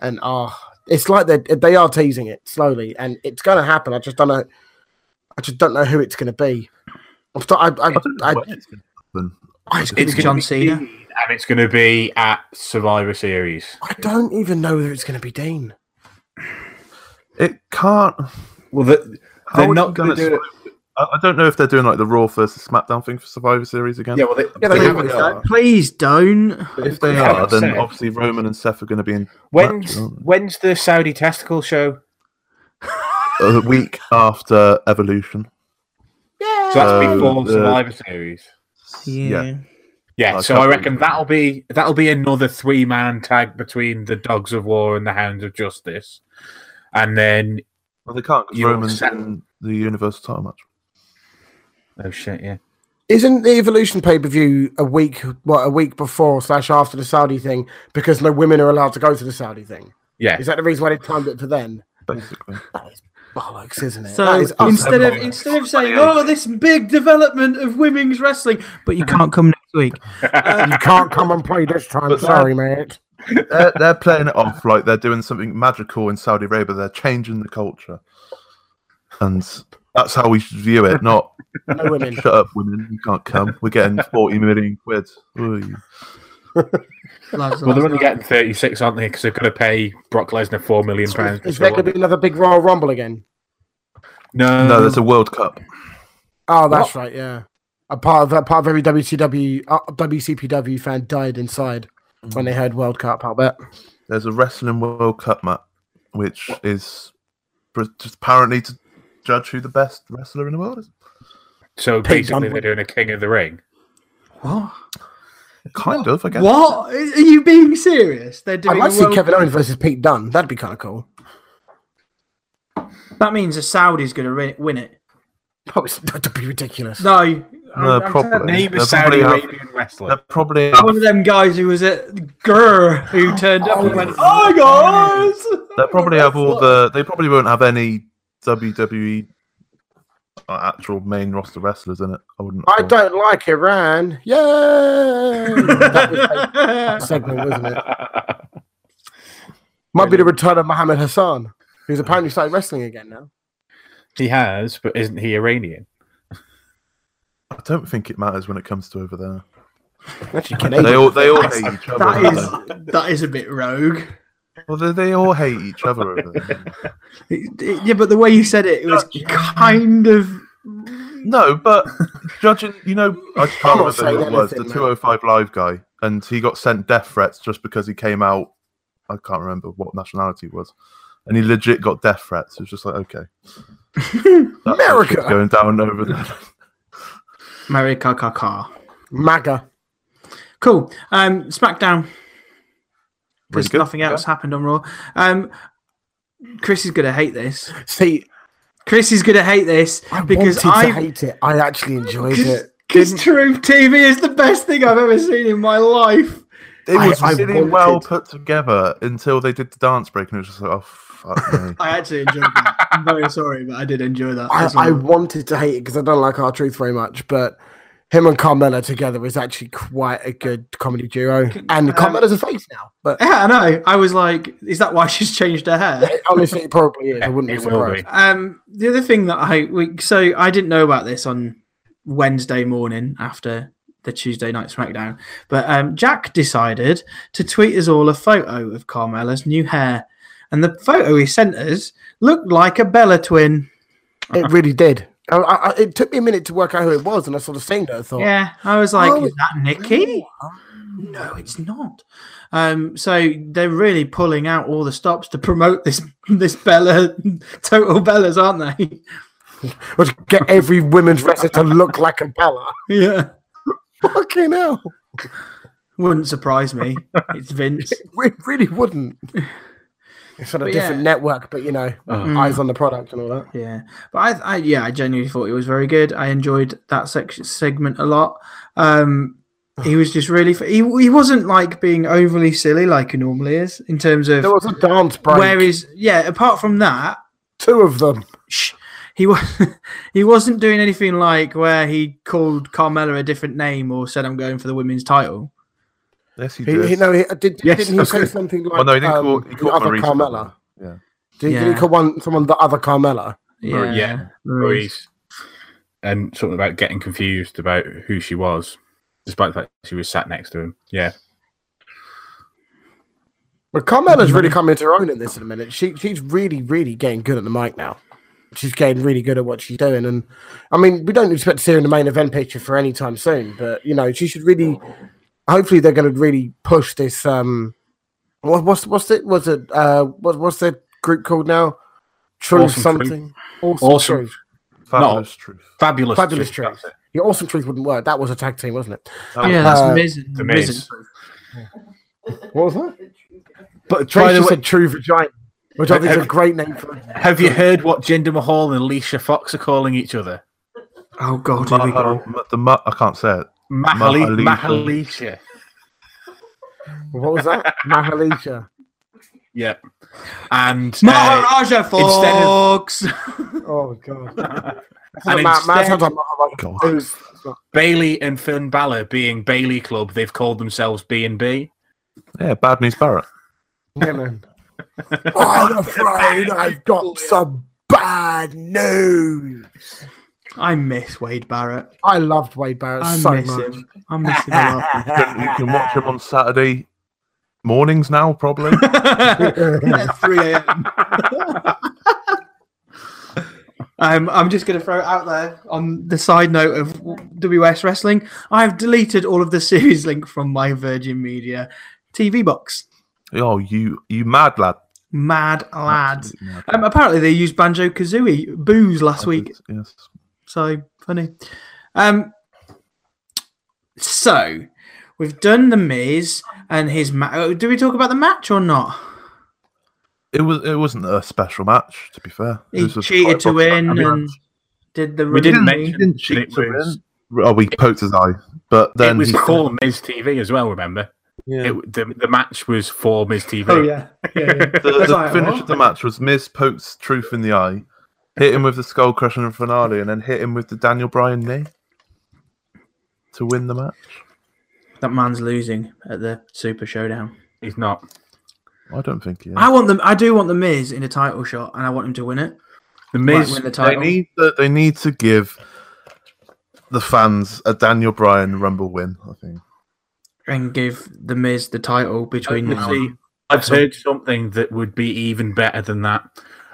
[SPEAKER 3] and ah, it's like they they are teasing it slowly, and it's going to happen. I just don't know. I just don't know who it's going to be. I'm st- I, I,
[SPEAKER 4] I don't know
[SPEAKER 3] I,
[SPEAKER 4] when it's going to happen.
[SPEAKER 3] I,
[SPEAKER 1] It's
[SPEAKER 2] gonna
[SPEAKER 1] John
[SPEAKER 2] be
[SPEAKER 1] Cena.
[SPEAKER 2] Dean, and it's going to be at Survivor Series.
[SPEAKER 3] I don't even know whether it's going to be Dean.
[SPEAKER 4] It can't.
[SPEAKER 2] Well, the,
[SPEAKER 4] how
[SPEAKER 2] they're
[SPEAKER 4] are you
[SPEAKER 2] not
[SPEAKER 4] gonna
[SPEAKER 2] going to do it.
[SPEAKER 4] I I don't know if they're doing like the Raw versus SmackDown thing for Survivor Series again.
[SPEAKER 2] Yeah, well, they,
[SPEAKER 3] Yeah,
[SPEAKER 2] they
[SPEAKER 3] they
[SPEAKER 2] haven't
[SPEAKER 3] always
[SPEAKER 2] done-
[SPEAKER 3] are.
[SPEAKER 1] Please don't.
[SPEAKER 4] But if they
[SPEAKER 2] They
[SPEAKER 4] are,
[SPEAKER 2] haven't
[SPEAKER 4] then
[SPEAKER 2] said.
[SPEAKER 4] obviously Roman and Seth are going to be in
[SPEAKER 2] When's
[SPEAKER 4] match, aren't
[SPEAKER 2] when's the Saudi testicle show?
[SPEAKER 4] they? a week after Evolution.
[SPEAKER 2] So that's
[SPEAKER 4] Uh,
[SPEAKER 2] before
[SPEAKER 4] the-
[SPEAKER 2] Survivor Series.
[SPEAKER 1] Yeah.
[SPEAKER 2] Yeah,
[SPEAKER 4] Like
[SPEAKER 2] so I
[SPEAKER 4] that
[SPEAKER 2] reckon
[SPEAKER 4] week.
[SPEAKER 2] that'll be that'll be another three man tag between the Dogs of War and the Hounds of Justice, and then
[SPEAKER 4] Well, they can't because
[SPEAKER 2] You're
[SPEAKER 4] Roman's
[SPEAKER 2] set.
[SPEAKER 4] in the Universal title match.
[SPEAKER 2] oh shit, yeah,
[SPEAKER 3] Isn't the Evolution pay per view a week? What a week before slash after the Saudi thing because no women are allowed to go to the Saudi thing.
[SPEAKER 2] yeah,
[SPEAKER 3] Is that the reason why they timed it for then?
[SPEAKER 4] Basically,
[SPEAKER 3] That is bollocks, isn't it?
[SPEAKER 1] So
[SPEAKER 3] That is utter
[SPEAKER 1] instead of
[SPEAKER 3] bollocks.
[SPEAKER 1] instead of saying, "Oh, this big development of women's wrestling," but you can't come next week.
[SPEAKER 3] you can't come and play this time.
[SPEAKER 4] But that-
[SPEAKER 3] Sorry, mate.
[SPEAKER 4] they're, they're playing it off like they're doing something magical in Saudi Arabia. They're changing the culture, and that's how we should view it. Not
[SPEAKER 3] No women.
[SPEAKER 4] shut up, women. You can't come. We're getting forty million quid. Ooh.
[SPEAKER 1] Lads,
[SPEAKER 2] Well,
[SPEAKER 1] lads,
[SPEAKER 2] they're only
[SPEAKER 1] lads.
[SPEAKER 2] getting thirty six, aren't they? Because they've got to pay Brock Lesnar four million
[SPEAKER 3] Is,
[SPEAKER 2] pounds.
[SPEAKER 3] is
[SPEAKER 2] for
[SPEAKER 3] there going to
[SPEAKER 2] one.
[SPEAKER 3] be another big Royal Rumble again?
[SPEAKER 2] No,
[SPEAKER 4] No, there's a World Cup.
[SPEAKER 3] Oh, that's right. Yeah, a part of a part of every WCW uh, WCPW fan died inside when they heard World Cup. I'll bet.
[SPEAKER 4] There's a Wrestling World Cup match, which is pr- just apparently to judge who the best wrestler in the world is.
[SPEAKER 2] so
[SPEAKER 3] Pete
[SPEAKER 2] basically
[SPEAKER 3] Dunne.
[SPEAKER 2] they're doing a King of the Ring.
[SPEAKER 1] what?
[SPEAKER 4] Kind of, I guess.
[SPEAKER 1] What? Are you being serious? They're
[SPEAKER 3] I'd
[SPEAKER 1] doing.
[SPEAKER 3] like
[SPEAKER 1] a
[SPEAKER 3] to see
[SPEAKER 1] world-
[SPEAKER 3] Kevin Owens versus Pete Dunne. That'd be kind of cool.
[SPEAKER 1] That means the Saudi's going to ri- win it.
[SPEAKER 3] Oh, it's, that'd be ridiculous.
[SPEAKER 1] No, I'm- I'm telling
[SPEAKER 4] probably.
[SPEAKER 1] you.
[SPEAKER 2] Name a
[SPEAKER 4] They'll
[SPEAKER 2] Saudi
[SPEAKER 4] probably have-
[SPEAKER 2] Arabian wrestler.
[SPEAKER 4] They're probably
[SPEAKER 1] one of them guys who was at Gurr who turned up and went, "Oh guys!"
[SPEAKER 4] They probably have all the. They probably won't have any WWE uh, actual main roster wrestlers in it. I wouldn't. have
[SPEAKER 3] I
[SPEAKER 4] thought.
[SPEAKER 3] don't like Iran. Yay! that was like a segment, wasn't it? Might be the return of Muhammad Hassan, who's apparently started wrestling again now.
[SPEAKER 2] he has, but isn't he Iranian?
[SPEAKER 4] I don't think it matters when it comes to over there.
[SPEAKER 3] Actually,
[SPEAKER 4] They
[SPEAKER 3] Canadian.
[SPEAKER 4] all. They all hate each other.
[SPEAKER 1] That
[SPEAKER 4] don't they?
[SPEAKER 1] is that is a bit rogue.
[SPEAKER 4] Well, they, they all hate each other over there.
[SPEAKER 1] It- it- yeah, but the way you said it, it was kind of.
[SPEAKER 4] No, but judging, you know, I
[SPEAKER 3] I'm
[SPEAKER 4] can't
[SPEAKER 3] not
[SPEAKER 4] remember who
[SPEAKER 3] saying
[SPEAKER 4] it was. The
[SPEAKER 3] anything, man.
[SPEAKER 4] 205 Live guy, and he got sent death threats just because he came out. I can't remember what nationality it was. and he legit got death threats. It was just like, okay, That- that
[SPEAKER 3] America!
[SPEAKER 4] shit's going down over there.
[SPEAKER 1] Mary car car car.
[SPEAKER 3] MAGA.
[SPEAKER 1] Cool. Um, SmackDown.
[SPEAKER 4] Really
[SPEAKER 1] Because
[SPEAKER 4] good.
[SPEAKER 1] nothing else happened on Raw. Um, Chris is gonna hate this.
[SPEAKER 3] See,
[SPEAKER 1] Chris is gonna hate this
[SPEAKER 3] I
[SPEAKER 1] because
[SPEAKER 3] wanted to
[SPEAKER 1] I
[SPEAKER 3] hate it. I actually enjoyed it.
[SPEAKER 1] because True TV is the best thing I've ever seen in my life.
[SPEAKER 4] It
[SPEAKER 3] I-
[SPEAKER 4] was
[SPEAKER 3] I
[SPEAKER 4] really
[SPEAKER 3] wanted-
[SPEAKER 4] well put together until they did the dance break, and it was just like, oh fuck me.
[SPEAKER 1] I actually enjoyed that. I'm very sorry, but I did enjoy that.
[SPEAKER 3] I,
[SPEAKER 1] That's
[SPEAKER 3] I
[SPEAKER 1] all.
[SPEAKER 3] wanted to hate it because I don't like our truth very much, but him and Carmella together is actually quite a good comedy duo. And
[SPEAKER 1] um,
[SPEAKER 3] Carmella's a face now, but
[SPEAKER 1] yeah, I know. I was like, is that why she's changed her hair?
[SPEAKER 3] honestly, it probably is. I wouldn't be
[SPEAKER 2] It will
[SPEAKER 3] surprised.
[SPEAKER 2] be.
[SPEAKER 1] Um, the other thing that I we, so I didn't know about this on Wednesday morning after the Tuesday night SmackDown, but um, Jack decided to tweet us all a photo of Carmella's new hair, and the photo he sent us looked like a Bella twin.
[SPEAKER 3] It really did. I, I, I- it took me a minute to work out who it was, and I sort of seen it. I thought,
[SPEAKER 1] Yeah, I was like,
[SPEAKER 3] Oh,
[SPEAKER 1] is that Nikki? oh, No, it's not. Um, so they're really pulling out all the stops to promote this this Bella total Bellas, aren't they?
[SPEAKER 3] let's get every women's wrestler to look like a Bella.
[SPEAKER 1] yeah,
[SPEAKER 3] Fucking hell.
[SPEAKER 1] wouldn't surprise me. It's Vince.
[SPEAKER 3] We really wouldn't. It's on a
[SPEAKER 1] But
[SPEAKER 3] different
[SPEAKER 1] yeah.
[SPEAKER 3] network, but you know,
[SPEAKER 2] Oh.
[SPEAKER 3] eyes on the product and all that.
[SPEAKER 1] Mm, Yeah, but I, I yeah, I genuinely thought he was very good. I enjoyed that section segment a lot. Um, he was just really f- he he wasn't like being overly silly like he normally is in terms of
[SPEAKER 3] There was a dance break.
[SPEAKER 1] where is yeah. Apart from that,
[SPEAKER 3] two of them?
[SPEAKER 1] shh, he was he wasn't doing anything like where he called Carmella a different name or said I'm going for the women's title.
[SPEAKER 4] yes, he
[SPEAKER 3] He,
[SPEAKER 4] did.
[SPEAKER 3] he, no, he, did,
[SPEAKER 2] Yes,
[SPEAKER 3] didn't he
[SPEAKER 2] that's
[SPEAKER 3] say
[SPEAKER 2] good.
[SPEAKER 3] something like
[SPEAKER 4] oh no, he didn't
[SPEAKER 3] um,
[SPEAKER 4] call. He
[SPEAKER 3] the
[SPEAKER 4] called
[SPEAKER 3] other
[SPEAKER 4] Maurice
[SPEAKER 3] Carmella?
[SPEAKER 4] Yeah,
[SPEAKER 3] Did, did
[SPEAKER 1] Yeah.
[SPEAKER 3] he call one someone the other Carmella?
[SPEAKER 1] Yeah,
[SPEAKER 2] Maurice. Yeah,
[SPEAKER 1] Maurice.
[SPEAKER 2] And something about getting confused about who she was, despite the fact she was sat next to him. Yeah.
[SPEAKER 3] But Carmella's
[SPEAKER 2] Mm-hmm.
[SPEAKER 3] really come into her own in this in a minute. She she's really really getting good at the mic now. She's getting really good at what she's doing, and I mean we don't expect to see her in the main event picture for any time soon. But you know she should really. Hopefully they're going to really push this. Um, what, what's what's it? Was it uh what, what's their group called now? True
[SPEAKER 2] Awesome Truth.
[SPEAKER 3] something. Awesome.
[SPEAKER 2] Awesome.
[SPEAKER 3] Truth.
[SPEAKER 4] fabulous truth.
[SPEAKER 2] Fabulous.
[SPEAKER 3] Fabulous
[SPEAKER 2] Chief,
[SPEAKER 3] Truth.
[SPEAKER 2] that's it.
[SPEAKER 3] Yeah, awesome truth wouldn't work. That was a tag team, wasn't it?
[SPEAKER 4] That was-
[SPEAKER 1] yeah, that's
[SPEAKER 3] Uh,
[SPEAKER 1] Miz and-
[SPEAKER 2] the
[SPEAKER 1] Miz
[SPEAKER 2] Miz.
[SPEAKER 1] and-
[SPEAKER 3] What was that?
[SPEAKER 2] But
[SPEAKER 3] Tracy
[SPEAKER 2] by the way,
[SPEAKER 3] said true vagina, which I think is a great name for it.
[SPEAKER 2] have you heard what Jinder Mahal and Alicia Fox are calling each other?
[SPEAKER 1] Oh god, here we go.
[SPEAKER 4] Mahal- Ma- the Ma- I can't say it.
[SPEAKER 2] Mahali-
[SPEAKER 4] Mahalisha.
[SPEAKER 2] Mahalisha.
[SPEAKER 3] What was that? Mahalisha.
[SPEAKER 2] Yep. And uh,
[SPEAKER 1] Maharaja folks.
[SPEAKER 3] Oh god.
[SPEAKER 2] and
[SPEAKER 3] Ma- Ma-
[SPEAKER 2] instead-
[SPEAKER 3] sounds like Maharaja.
[SPEAKER 4] God.
[SPEAKER 3] It was-
[SPEAKER 2] Bailey and Finn Balor being Bailey Club, they've called themselves B and B.
[SPEAKER 4] Yeah, bad news, Barrett.
[SPEAKER 3] yeah, man. I'm afraid I've got some bad news.
[SPEAKER 1] I miss Wade Barrett.
[SPEAKER 3] I loved Wade Barrett
[SPEAKER 1] I
[SPEAKER 3] so
[SPEAKER 1] miss
[SPEAKER 3] much.
[SPEAKER 1] him. I miss him a lot.
[SPEAKER 4] You can, you can watch him on Saturday mornings now, probably.
[SPEAKER 1] At 3 a.m. um, I'm just going to throw it out there on the side note of WS Wrestling. I've deleted all of the series link from my Virgin Media TV box.
[SPEAKER 4] oh, you you mad lad.
[SPEAKER 1] Mad lads.
[SPEAKER 4] Absolute mad.
[SPEAKER 1] Um, apparently, they used Banjo Kazooie booze last week.
[SPEAKER 4] Yes.
[SPEAKER 1] So funny. Um, so we've done the Miz and his match. Do we talk about the match or not?
[SPEAKER 4] It was it wasn't a special match, to be fair. It
[SPEAKER 1] He
[SPEAKER 4] was a
[SPEAKER 1] cheated
[SPEAKER 4] quite
[SPEAKER 1] to win
[SPEAKER 4] popular match.
[SPEAKER 1] and did the.
[SPEAKER 2] We didn't
[SPEAKER 1] running-
[SPEAKER 2] mention
[SPEAKER 4] didn't
[SPEAKER 2] that
[SPEAKER 4] cheat
[SPEAKER 2] it
[SPEAKER 4] to
[SPEAKER 2] was-
[SPEAKER 4] Oh, we poked his eye, but then
[SPEAKER 2] it was
[SPEAKER 4] he-
[SPEAKER 2] for Miz TV as well. Remember,
[SPEAKER 3] Yeah.
[SPEAKER 2] it, the the match was for Miz TV.
[SPEAKER 1] Oh yeah, yeah, yeah.
[SPEAKER 4] the,
[SPEAKER 1] That's
[SPEAKER 4] the
[SPEAKER 1] like,
[SPEAKER 4] finish
[SPEAKER 1] what?
[SPEAKER 4] of the match was Miz pokes Truth in the eye, hit him with the skull crushing and finale, and then hit him with the Daniel Bryan knee to win the match.
[SPEAKER 1] that man's losing at the Super Showdown.
[SPEAKER 2] He's not.
[SPEAKER 4] I don't think he is.
[SPEAKER 1] I want them. I do want the Miz in a title shot, and I want him to win it.
[SPEAKER 2] The
[SPEAKER 1] Might
[SPEAKER 2] Miz.
[SPEAKER 1] win the
[SPEAKER 4] They
[SPEAKER 1] title.
[SPEAKER 4] need to, they need to give the fans a Daniel Bryan Rumble win. I think.
[SPEAKER 1] and give the Miz the title between
[SPEAKER 2] You
[SPEAKER 1] now.
[SPEAKER 2] see,
[SPEAKER 1] and-
[SPEAKER 2] I've heard something that would be even better than that,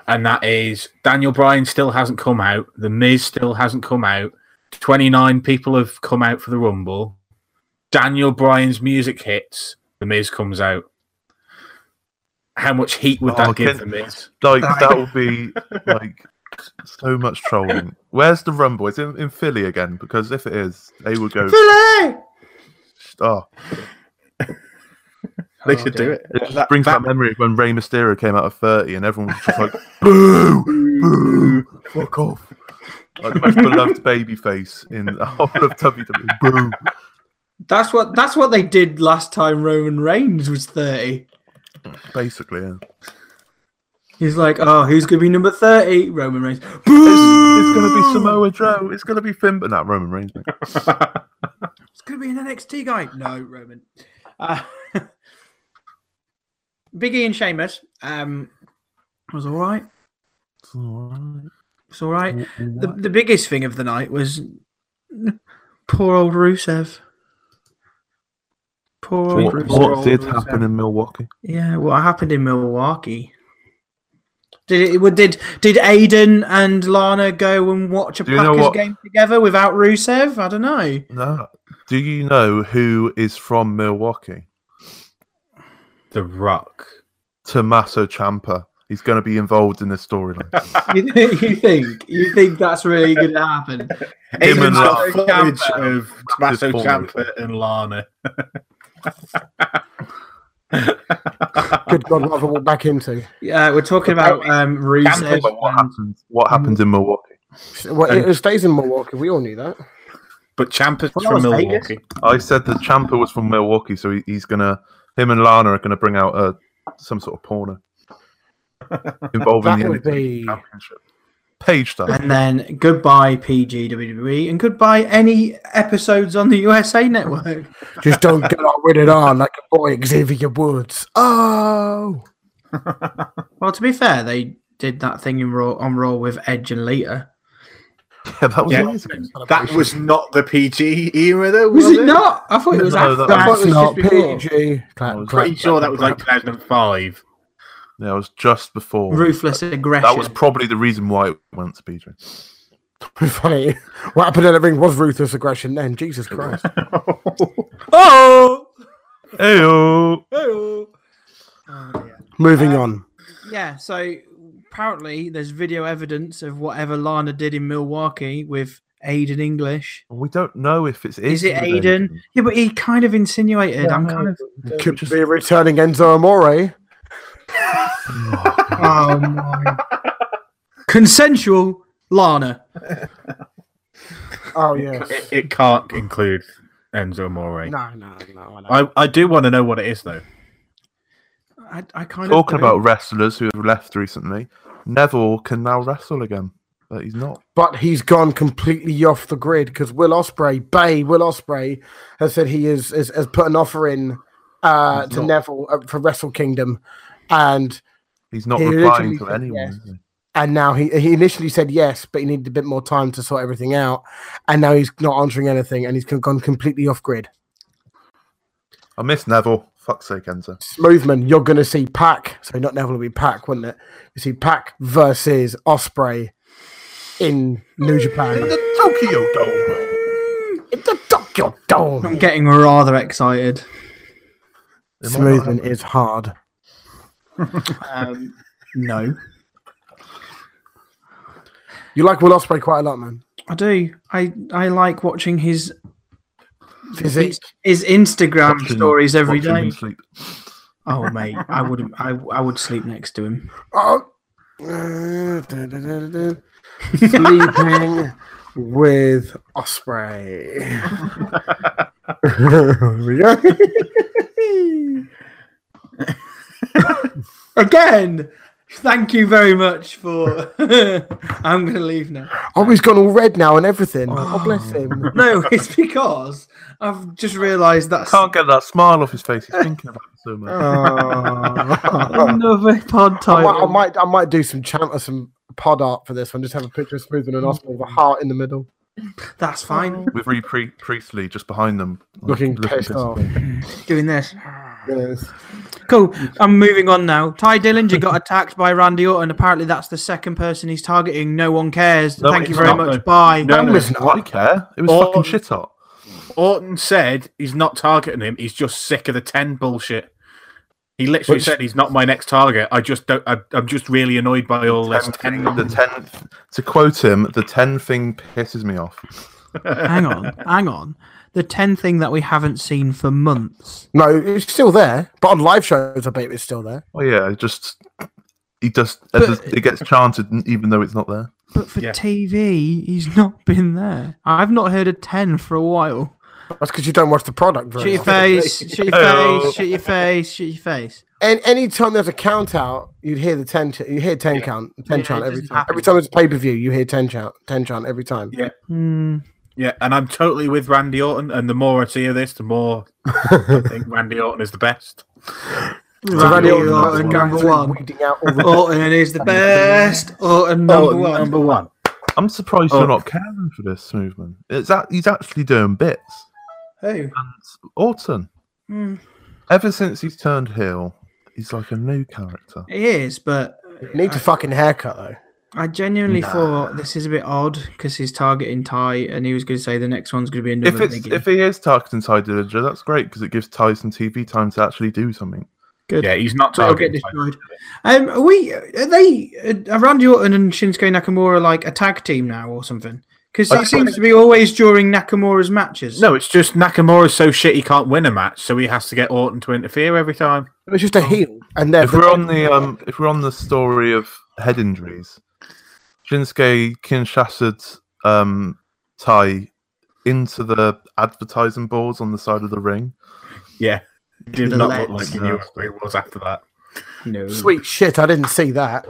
[SPEAKER 2] and that is Daniel Bryan still hasn't come out. The Miz still hasn't come out. Twenty nine people have come out for the Rumble. Daniel Bryan's music hits. The Miz comes out. how much heat would
[SPEAKER 4] Oh,
[SPEAKER 2] that
[SPEAKER 4] okay.
[SPEAKER 2] give the Miz?
[SPEAKER 4] Like
[SPEAKER 1] Like-
[SPEAKER 4] that would be like so much trolling. Where's the Rumble? Is it in Philly again? Because if it is, they will go.
[SPEAKER 1] Philly!
[SPEAKER 4] Oh,
[SPEAKER 2] They should do it.
[SPEAKER 4] it just
[SPEAKER 2] That-
[SPEAKER 4] brings
[SPEAKER 2] that-
[SPEAKER 4] that memory of when Rey Mysterio came out of thirty, and everyone was just like, "Boo, boo, fuck off!" Like the most beloved baby face in the whole of WWE. Boo.
[SPEAKER 1] That's what that's what they did last time Roman Reigns was thirty.
[SPEAKER 4] Basically, yeah.
[SPEAKER 1] He's like, oh, who's gonna be number thirty? Roman Reigns.
[SPEAKER 4] it's,
[SPEAKER 1] Boo!
[SPEAKER 4] it's going to be Samoa Joe. It's going to be Finn, but not Roman Reigns. mate.
[SPEAKER 1] It's gonna be an NXT guy. No, Roman. Uh, Biggie and Sheamus um, was all right.
[SPEAKER 4] It's all right.
[SPEAKER 1] It's all right. The, the biggest thing of the night was poor old Rusev. Poor old
[SPEAKER 4] What,
[SPEAKER 1] Rusev.
[SPEAKER 4] what did happen in Milwaukee?
[SPEAKER 1] Yeah, what happened in Milwaukee? Did it? well, Did did Aiden and Lana go and watch a
[SPEAKER 4] Do you know
[SPEAKER 1] Packers
[SPEAKER 4] what-
[SPEAKER 1] game together without Rusev? I don't know.
[SPEAKER 4] No. Do you know who is from Milwaukee?
[SPEAKER 2] the Rock.
[SPEAKER 4] Tommaso Champa. He's going to be involved in this storyline.
[SPEAKER 1] you, think- you think you think that's really going to happen?
[SPEAKER 4] Him
[SPEAKER 2] Aiden's
[SPEAKER 4] and
[SPEAKER 2] got
[SPEAKER 1] Lana.
[SPEAKER 2] footage of Tommaso
[SPEAKER 4] Raptors
[SPEAKER 2] Ciampa and Lana.
[SPEAKER 3] Good God, what have I walked back into?
[SPEAKER 1] Yeah, we're talking about um, Rusev.
[SPEAKER 4] But what
[SPEAKER 1] and-
[SPEAKER 4] happens? What happens in Milwaukee?
[SPEAKER 3] Well, it, it stays in Milwaukee. We all knew that.
[SPEAKER 2] But Ciampa's
[SPEAKER 1] Well,
[SPEAKER 2] from
[SPEAKER 1] that was Vegas.
[SPEAKER 2] Milwaukee.
[SPEAKER 4] I said that Champa was from Milwaukee, so he, he's gonna. Him and Lana are gonna bring out uh, some sort of porno involving
[SPEAKER 3] That
[SPEAKER 4] the
[SPEAKER 3] would
[SPEAKER 4] NXT
[SPEAKER 3] be-
[SPEAKER 4] championship. Page stuff.
[SPEAKER 1] and then goodbye PG WWE E, and goodbye any episodes on the USA Network.
[SPEAKER 3] Just don't get on with it on like a boy Xavier Woods. Oh,
[SPEAKER 1] Well, to be fair, they did that thing in Raw on Raw with Edge and Lita.
[SPEAKER 4] Yeah, that was
[SPEAKER 2] Yeah.
[SPEAKER 4] amazing.
[SPEAKER 2] That was not the PG era, though, was,
[SPEAKER 1] Was it not? I thought it was
[SPEAKER 4] No,
[SPEAKER 1] after.
[SPEAKER 4] that
[SPEAKER 1] I thought
[SPEAKER 3] that's
[SPEAKER 1] it was
[SPEAKER 3] not
[SPEAKER 1] just before.
[SPEAKER 3] PG.
[SPEAKER 4] That
[SPEAKER 3] Clap,
[SPEAKER 4] was
[SPEAKER 3] clap.
[SPEAKER 2] Pretty sure that was like 2005.
[SPEAKER 4] Yeah, it was just before.
[SPEAKER 1] Ruthless aggression.
[SPEAKER 4] That was probably the reason why it went to PJ.
[SPEAKER 3] Funny. What happened in the ring was ruthless aggression then. Jesus Christ.
[SPEAKER 1] oh,
[SPEAKER 4] Heyo.
[SPEAKER 1] oh. dear.
[SPEAKER 3] Moving on.
[SPEAKER 1] Yeah. So apparently, there's video evidence of whatever Lana did in Milwaukee with Aiden English.
[SPEAKER 4] We don't know if it's
[SPEAKER 1] Is it
[SPEAKER 4] with
[SPEAKER 1] Aiden? Yeah, but he kind of insinuated. I'm kind of.
[SPEAKER 3] Could be returning Enzo Amore.
[SPEAKER 1] Oh my. Consensual Lana.
[SPEAKER 3] Oh yes.
[SPEAKER 2] It, it can't include Enzo More.
[SPEAKER 3] No, no, no. I,
[SPEAKER 2] I, I do want to know what it is, though.
[SPEAKER 1] I, I kind
[SPEAKER 4] Talking
[SPEAKER 1] of do.
[SPEAKER 4] about wrestlers who have left recently, Neville can now wrestle again, but he's not.
[SPEAKER 3] but he's gone completely off the grid because Will Osprey, Bay Will Osprey, has said he is has, has put an offer in uh, to Neville uh, for Wrestle Kingdom, and
[SPEAKER 4] He's not
[SPEAKER 3] He
[SPEAKER 4] replying
[SPEAKER 3] literally
[SPEAKER 4] to
[SPEAKER 3] said
[SPEAKER 4] anyone.
[SPEAKER 3] yes.
[SPEAKER 4] is he?
[SPEAKER 3] and now he he initially said yes, but he needed a bit more time to sort everything out, and now he's not answering anything, and he's gone- gone completely off grid.
[SPEAKER 4] I miss Neville. Fuck's sake, Enzo.
[SPEAKER 3] Smoothman, you're going to see Pack. So not Neville will be Pack, wouldn't it? You see Pack versus Osprey in New Japan.
[SPEAKER 4] Tokyo Dome.
[SPEAKER 3] It's the Tokyo
[SPEAKER 1] I'm
[SPEAKER 3] Dome.
[SPEAKER 1] getting rather excited.
[SPEAKER 4] It might not
[SPEAKER 3] Smoothman is hard.
[SPEAKER 1] Um, no.
[SPEAKER 3] You like Will Osprey quite a lot, man.
[SPEAKER 1] I do. I, I like watching his
[SPEAKER 3] Physique.
[SPEAKER 1] his Instagram
[SPEAKER 4] Watching-
[SPEAKER 1] stories every
[SPEAKER 4] watching him
[SPEAKER 1] day.
[SPEAKER 4] sleep.
[SPEAKER 1] Oh mate, I would I, I would sleep next to him.
[SPEAKER 3] Oh. Uh, da, da, da, da, da. Sleeping with Osprey.
[SPEAKER 1] Again, thank you very much for. I'm gonna leave now.
[SPEAKER 3] oh, he's gone all red now and everything. Oh, bless him.
[SPEAKER 1] No, it's because I've just realised that's
[SPEAKER 4] Can't get that smile off his face. He's thinking about it so much.
[SPEAKER 3] Oh.
[SPEAKER 1] another pod
[SPEAKER 3] I might, I
[SPEAKER 1] title.
[SPEAKER 3] might, I might do some chant or some pod art for this one. Just have a picture of Smooth and an Osprey with a heart in the middle,
[SPEAKER 1] That's fine.
[SPEAKER 4] With Ree Pri- Priestley just behind them.
[SPEAKER 3] looking pissed Oh. off.
[SPEAKER 1] Doing this.
[SPEAKER 3] Yes.
[SPEAKER 1] Cool. I'm moving on now. Ty Dillinger got attacked by Randy Orton. Apparently, that's the second person he's targeting. No one cares.
[SPEAKER 4] No,
[SPEAKER 1] Thank you
[SPEAKER 2] it's
[SPEAKER 1] very
[SPEAKER 2] not,
[SPEAKER 1] much.
[SPEAKER 2] though.
[SPEAKER 1] Bye.
[SPEAKER 2] No,
[SPEAKER 3] That
[SPEAKER 2] no.
[SPEAKER 3] was
[SPEAKER 4] I
[SPEAKER 3] not.
[SPEAKER 4] care. It was
[SPEAKER 2] Or-
[SPEAKER 4] fucking shit hot.
[SPEAKER 2] Orton said he's not targeting him. He's just sick of the 10 bullshit. He literally
[SPEAKER 4] Which-
[SPEAKER 2] said he's not my next target. I just don't. I, I'm just really annoyed by all this.
[SPEAKER 4] Ten- the ten, to quote him, the ten thing pisses me off.
[SPEAKER 1] Hang on, hang on. The ten thing that we haven't seen for months.
[SPEAKER 3] No, it's still there, but on live shows, I bet it's still there.
[SPEAKER 4] Oh yeah, it just he just it,
[SPEAKER 1] But-
[SPEAKER 4] just- it gets chanted even though it's not there.
[SPEAKER 1] But for
[SPEAKER 2] Yeah.
[SPEAKER 1] TV, he's not been there. I've not heard a ten for a while.
[SPEAKER 3] That's because you don't watch the product.
[SPEAKER 1] Shoot
[SPEAKER 3] Very
[SPEAKER 1] your
[SPEAKER 3] well.
[SPEAKER 1] face, shoot your
[SPEAKER 4] Oh.
[SPEAKER 1] face, shoot your face, shoot your face.
[SPEAKER 3] And any time there's a count out, you'd hear the ten. Ch- you hear ten count, ten
[SPEAKER 1] Yeah,
[SPEAKER 3] chant
[SPEAKER 1] it
[SPEAKER 3] every
[SPEAKER 1] doesn't
[SPEAKER 3] time.
[SPEAKER 1] happen.
[SPEAKER 3] Every time there's a pay per view, you hear ten chant, ten chant every time.
[SPEAKER 2] Yeah.
[SPEAKER 1] Hmm.
[SPEAKER 2] yeah, and I'm totally with Randy Orton. And the more I see of this, the more I think Randy Orton is the best.
[SPEAKER 3] So Randy
[SPEAKER 4] Orton
[SPEAKER 3] Orton's
[SPEAKER 4] number
[SPEAKER 3] going
[SPEAKER 1] number
[SPEAKER 3] through
[SPEAKER 1] one.
[SPEAKER 3] weeding out all the-
[SPEAKER 1] Orton is the best. Orton Oh, number
[SPEAKER 2] Orton,
[SPEAKER 1] one.
[SPEAKER 2] number one.
[SPEAKER 4] I'm surprised
[SPEAKER 2] Oh.
[SPEAKER 4] you're not caring for this movement. It's that he's actually doing bits.
[SPEAKER 1] Who?
[SPEAKER 4] Orton,
[SPEAKER 1] Hmm.
[SPEAKER 4] ever since he's turned heel, he's like a new character.
[SPEAKER 1] It is, but
[SPEAKER 3] You need to fucking haircut though.
[SPEAKER 1] I genuinely
[SPEAKER 4] Nah.
[SPEAKER 1] thought this is a bit odd because he's targeting Ty, and he was going to say the next one's going to be
[SPEAKER 4] If
[SPEAKER 1] another
[SPEAKER 4] it's
[SPEAKER 1] biggie.
[SPEAKER 4] if he is targeting Ty Dillinger, that's great because it gives Ty some TV time to actually do something.
[SPEAKER 2] Yeah, he's not
[SPEAKER 1] So I'll get
[SPEAKER 2] targeting.
[SPEAKER 1] destroyed. Um, are we? Are they? Are Randy Orton and Shinsuke Nakamura like a tag team now or something? Because
[SPEAKER 4] I
[SPEAKER 1] it
[SPEAKER 4] think-
[SPEAKER 1] seems to be always during Nakamura's matches.
[SPEAKER 2] No, it's just Nakamura's so shit he can't win a match, so he has to get Orton to interfere every time.
[SPEAKER 3] It was just a heel, and then
[SPEAKER 4] if we're on the um, if we're on the story of head injuries, Shinsuke Kinshasa'd um, Tai into the advertising boards on the side of the ring.
[SPEAKER 2] Yeah, he did
[SPEAKER 1] The
[SPEAKER 2] not look like
[SPEAKER 1] legs.
[SPEAKER 2] he knew where he was after that.
[SPEAKER 1] no.
[SPEAKER 3] sweet shit, I didn't see that.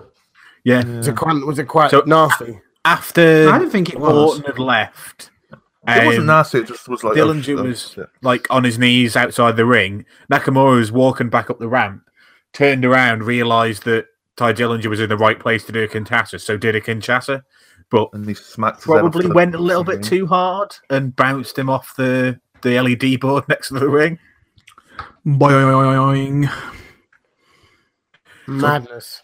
[SPEAKER 2] Yeah,
[SPEAKER 3] Was it quite? Was it quite
[SPEAKER 2] So-
[SPEAKER 3] nasty?
[SPEAKER 2] after
[SPEAKER 1] I don't think it was.
[SPEAKER 2] Orton had left.
[SPEAKER 4] It wasn't
[SPEAKER 2] um,
[SPEAKER 4] nasty. It just was like oh,
[SPEAKER 2] Dillinger
[SPEAKER 4] oh,
[SPEAKER 2] was-
[SPEAKER 4] shit.
[SPEAKER 2] like on his knees outside the ring. Nakamura was walking back up the ramp, turned around, realized that Ty Dillinger was in the right place to do a Kinshasa, so did a Kinshasa, but
[SPEAKER 4] and he smacked. his head off
[SPEAKER 2] probably
[SPEAKER 4] the-
[SPEAKER 2] went a little bit
[SPEAKER 4] something.
[SPEAKER 2] too hard and bounced him off the, the LED board next to the ring.
[SPEAKER 1] Boing.
[SPEAKER 3] Madness.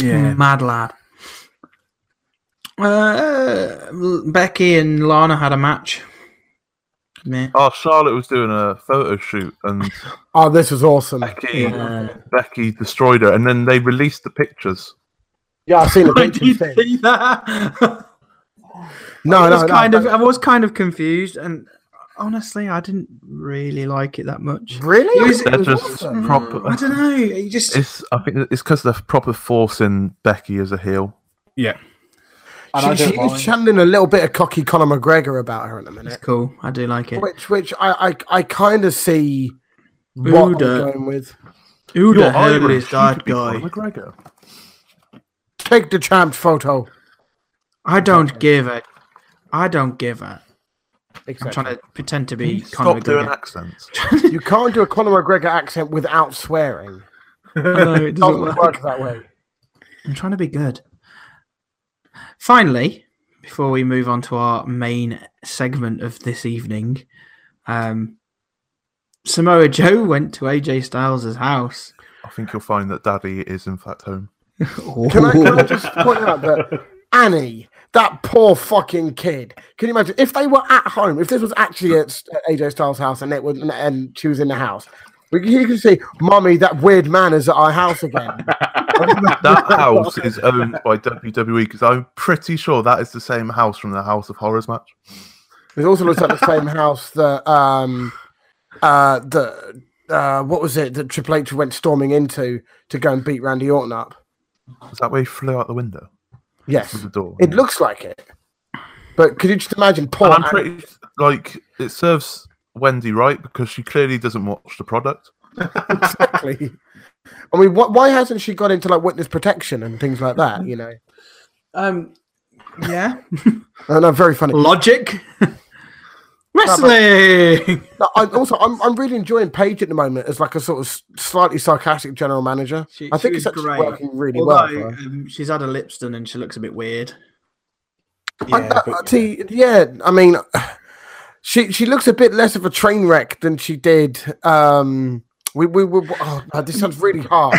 [SPEAKER 2] Hmm.
[SPEAKER 1] Mad lad. Uh, L- Becky and Lana had a match. Meh.
[SPEAKER 4] Oh, Charlotte was doing a photo shoot and
[SPEAKER 3] Oh, this was awesome.
[SPEAKER 4] Becky, Becky destroyed her, and then they released the pictures.
[SPEAKER 3] Yeah, I've seen the
[SPEAKER 1] I did
[SPEAKER 3] pictures. since.
[SPEAKER 1] see that.
[SPEAKER 3] No,
[SPEAKER 1] I
[SPEAKER 3] no,
[SPEAKER 1] was
[SPEAKER 3] no.
[SPEAKER 1] kind of,
[SPEAKER 3] no.
[SPEAKER 1] I was kind of confused, and honestly, I didn't really like it that much.
[SPEAKER 3] Really?
[SPEAKER 1] It was-
[SPEAKER 3] I
[SPEAKER 4] They're
[SPEAKER 3] think it was
[SPEAKER 4] just
[SPEAKER 3] awesome.
[SPEAKER 4] proper.
[SPEAKER 1] I don't know. You just
[SPEAKER 4] It's I think it's because they're proper forcing Becky as a heel.
[SPEAKER 2] Yeah.
[SPEAKER 3] She, she is channeling a little bit of cocky Conor McGregor about her in a minute,
[SPEAKER 1] it's cool. I do like it.
[SPEAKER 3] which which I I, I kind of see what
[SPEAKER 1] Ooh,
[SPEAKER 3] I'm
[SPEAKER 1] duh.
[SPEAKER 3] going with.
[SPEAKER 1] Who the
[SPEAKER 4] You're
[SPEAKER 1] hell is
[SPEAKER 4] Irish, you
[SPEAKER 1] that
[SPEAKER 4] could be Conor
[SPEAKER 1] guy?
[SPEAKER 4] McGregor.
[SPEAKER 3] Take the champ photo.
[SPEAKER 1] I don't give it. I don't give it. I'm
[SPEAKER 3] Exactly.
[SPEAKER 1] trying to pretend to
[SPEAKER 4] Can
[SPEAKER 1] be
[SPEAKER 4] you
[SPEAKER 1] Conor
[SPEAKER 4] Stop doing
[SPEAKER 1] McGregor.
[SPEAKER 4] accents.
[SPEAKER 3] You can't do a Conor McGregor accent without swearing.
[SPEAKER 1] No, it
[SPEAKER 3] It
[SPEAKER 1] doesn't
[SPEAKER 3] doesn't
[SPEAKER 1] work.
[SPEAKER 3] work that way.
[SPEAKER 1] I'm trying to be good. Finally, before we move on to our main segment of this evening, um, Samoa Joe went to AJ Styles' house.
[SPEAKER 4] I think you'll find that Daddy is in fact home.
[SPEAKER 3] Can I, can I just point out that Annie, that poor fucking kid. Can you imagine if they were at home? If this was actually at, S- at AJ Styles' house and it was and she was in the house, we can, you can see, "Mummy, that weird man is at our house again."
[SPEAKER 4] That house is owned by WWE because I'm pretty sure that is the same house from the House of Horrors match.
[SPEAKER 3] it also looks like the same house that um, uh, the uh, what was it that Triple H went storming into to go and beat Randy Orton up?
[SPEAKER 4] Is that where he flew out the window?
[SPEAKER 3] Yes,
[SPEAKER 4] Through the door.
[SPEAKER 3] it looks like it. But could you just imagine, poor
[SPEAKER 4] And I'm
[SPEAKER 3] Annie-
[SPEAKER 4] pretty like it serves Wendy right because she clearly doesn't watch the product.
[SPEAKER 3] exactly. I mean, wh- why hasn't she got into like witness protection and things like that? You know,
[SPEAKER 1] um, yeah.
[SPEAKER 3] no, no, very funny.
[SPEAKER 1] Logic. Wrestling.
[SPEAKER 3] No, I, also, I'm, I'm really enjoying Paige at the moment as like a sort of s- slightly sarcastic general manager.
[SPEAKER 1] She-
[SPEAKER 3] I think
[SPEAKER 1] she
[SPEAKER 3] it's
[SPEAKER 1] was
[SPEAKER 3] actually
[SPEAKER 1] great.
[SPEAKER 3] working really well.
[SPEAKER 1] Although
[SPEAKER 3] For her.
[SPEAKER 1] um, she's had a lips done and she looks a bit weird.
[SPEAKER 3] I- I, I tell you- yeah, I mean, she she looks a bit less of a train wreck than she did. Um, we we were. Oh, God, this sounds really hard.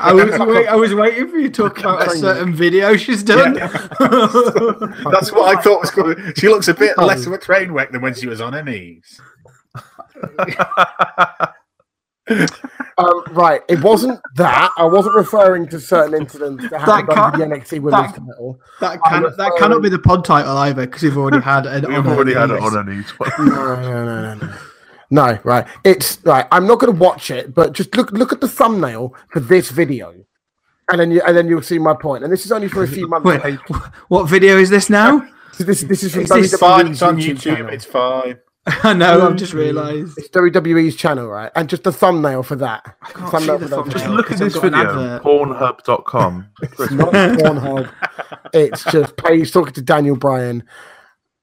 [SPEAKER 1] I was, wait, I was waiting for you to talk about a
[SPEAKER 3] Train
[SPEAKER 1] certain video she's done.
[SPEAKER 2] That's what I thought was going She looks a bit less of a train wreck than when she was on her knees.
[SPEAKER 3] Um, right, it wasn't that. I wasn't referring to certain incidents that happened
[SPEAKER 1] That
[SPEAKER 3] under the
[SPEAKER 1] can't-
[SPEAKER 3] NXT Women's
[SPEAKER 1] that-
[SPEAKER 3] title.
[SPEAKER 1] That can
[SPEAKER 3] was
[SPEAKER 1] that
[SPEAKER 3] so-
[SPEAKER 1] cannot be the pod title either because we've already had an.
[SPEAKER 4] We've
[SPEAKER 1] honour
[SPEAKER 4] already had it
[SPEAKER 1] list.
[SPEAKER 4] on an E12.
[SPEAKER 3] No, no, no, no, no. No, right. It's right. I'm not going to watch it, but just look look at the thumbnail for this video, and then you and then you'll see my point. And this is only for a few months.
[SPEAKER 1] Wait, wh- what video is this now?
[SPEAKER 3] So this this is from
[SPEAKER 1] Is this
[SPEAKER 2] It's
[SPEAKER 3] WWE's
[SPEAKER 2] fine. It's on
[SPEAKER 3] YouTube
[SPEAKER 2] YouTube.
[SPEAKER 3] channel.
[SPEAKER 2] It's fine.
[SPEAKER 1] I know. I've just realised.
[SPEAKER 3] It's WWE's channel, right? And just the thumbnail for that.
[SPEAKER 1] can't
[SPEAKER 3] Thumbnail
[SPEAKER 1] see
[SPEAKER 3] for
[SPEAKER 1] the
[SPEAKER 3] that.
[SPEAKER 4] Just
[SPEAKER 1] thumbnail.
[SPEAKER 4] look
[SPEAKER 1] Because
[SPEAKER 4] at this
[SPEAKER 1] I've got an
[SPEAKER 4] video,
[SPEAKER 1] advert.
[SPEAKER 4] pornhub.com.
[SPEAKER 3] It's not Pornhub. It's just Paige talking to Daniel Bryan.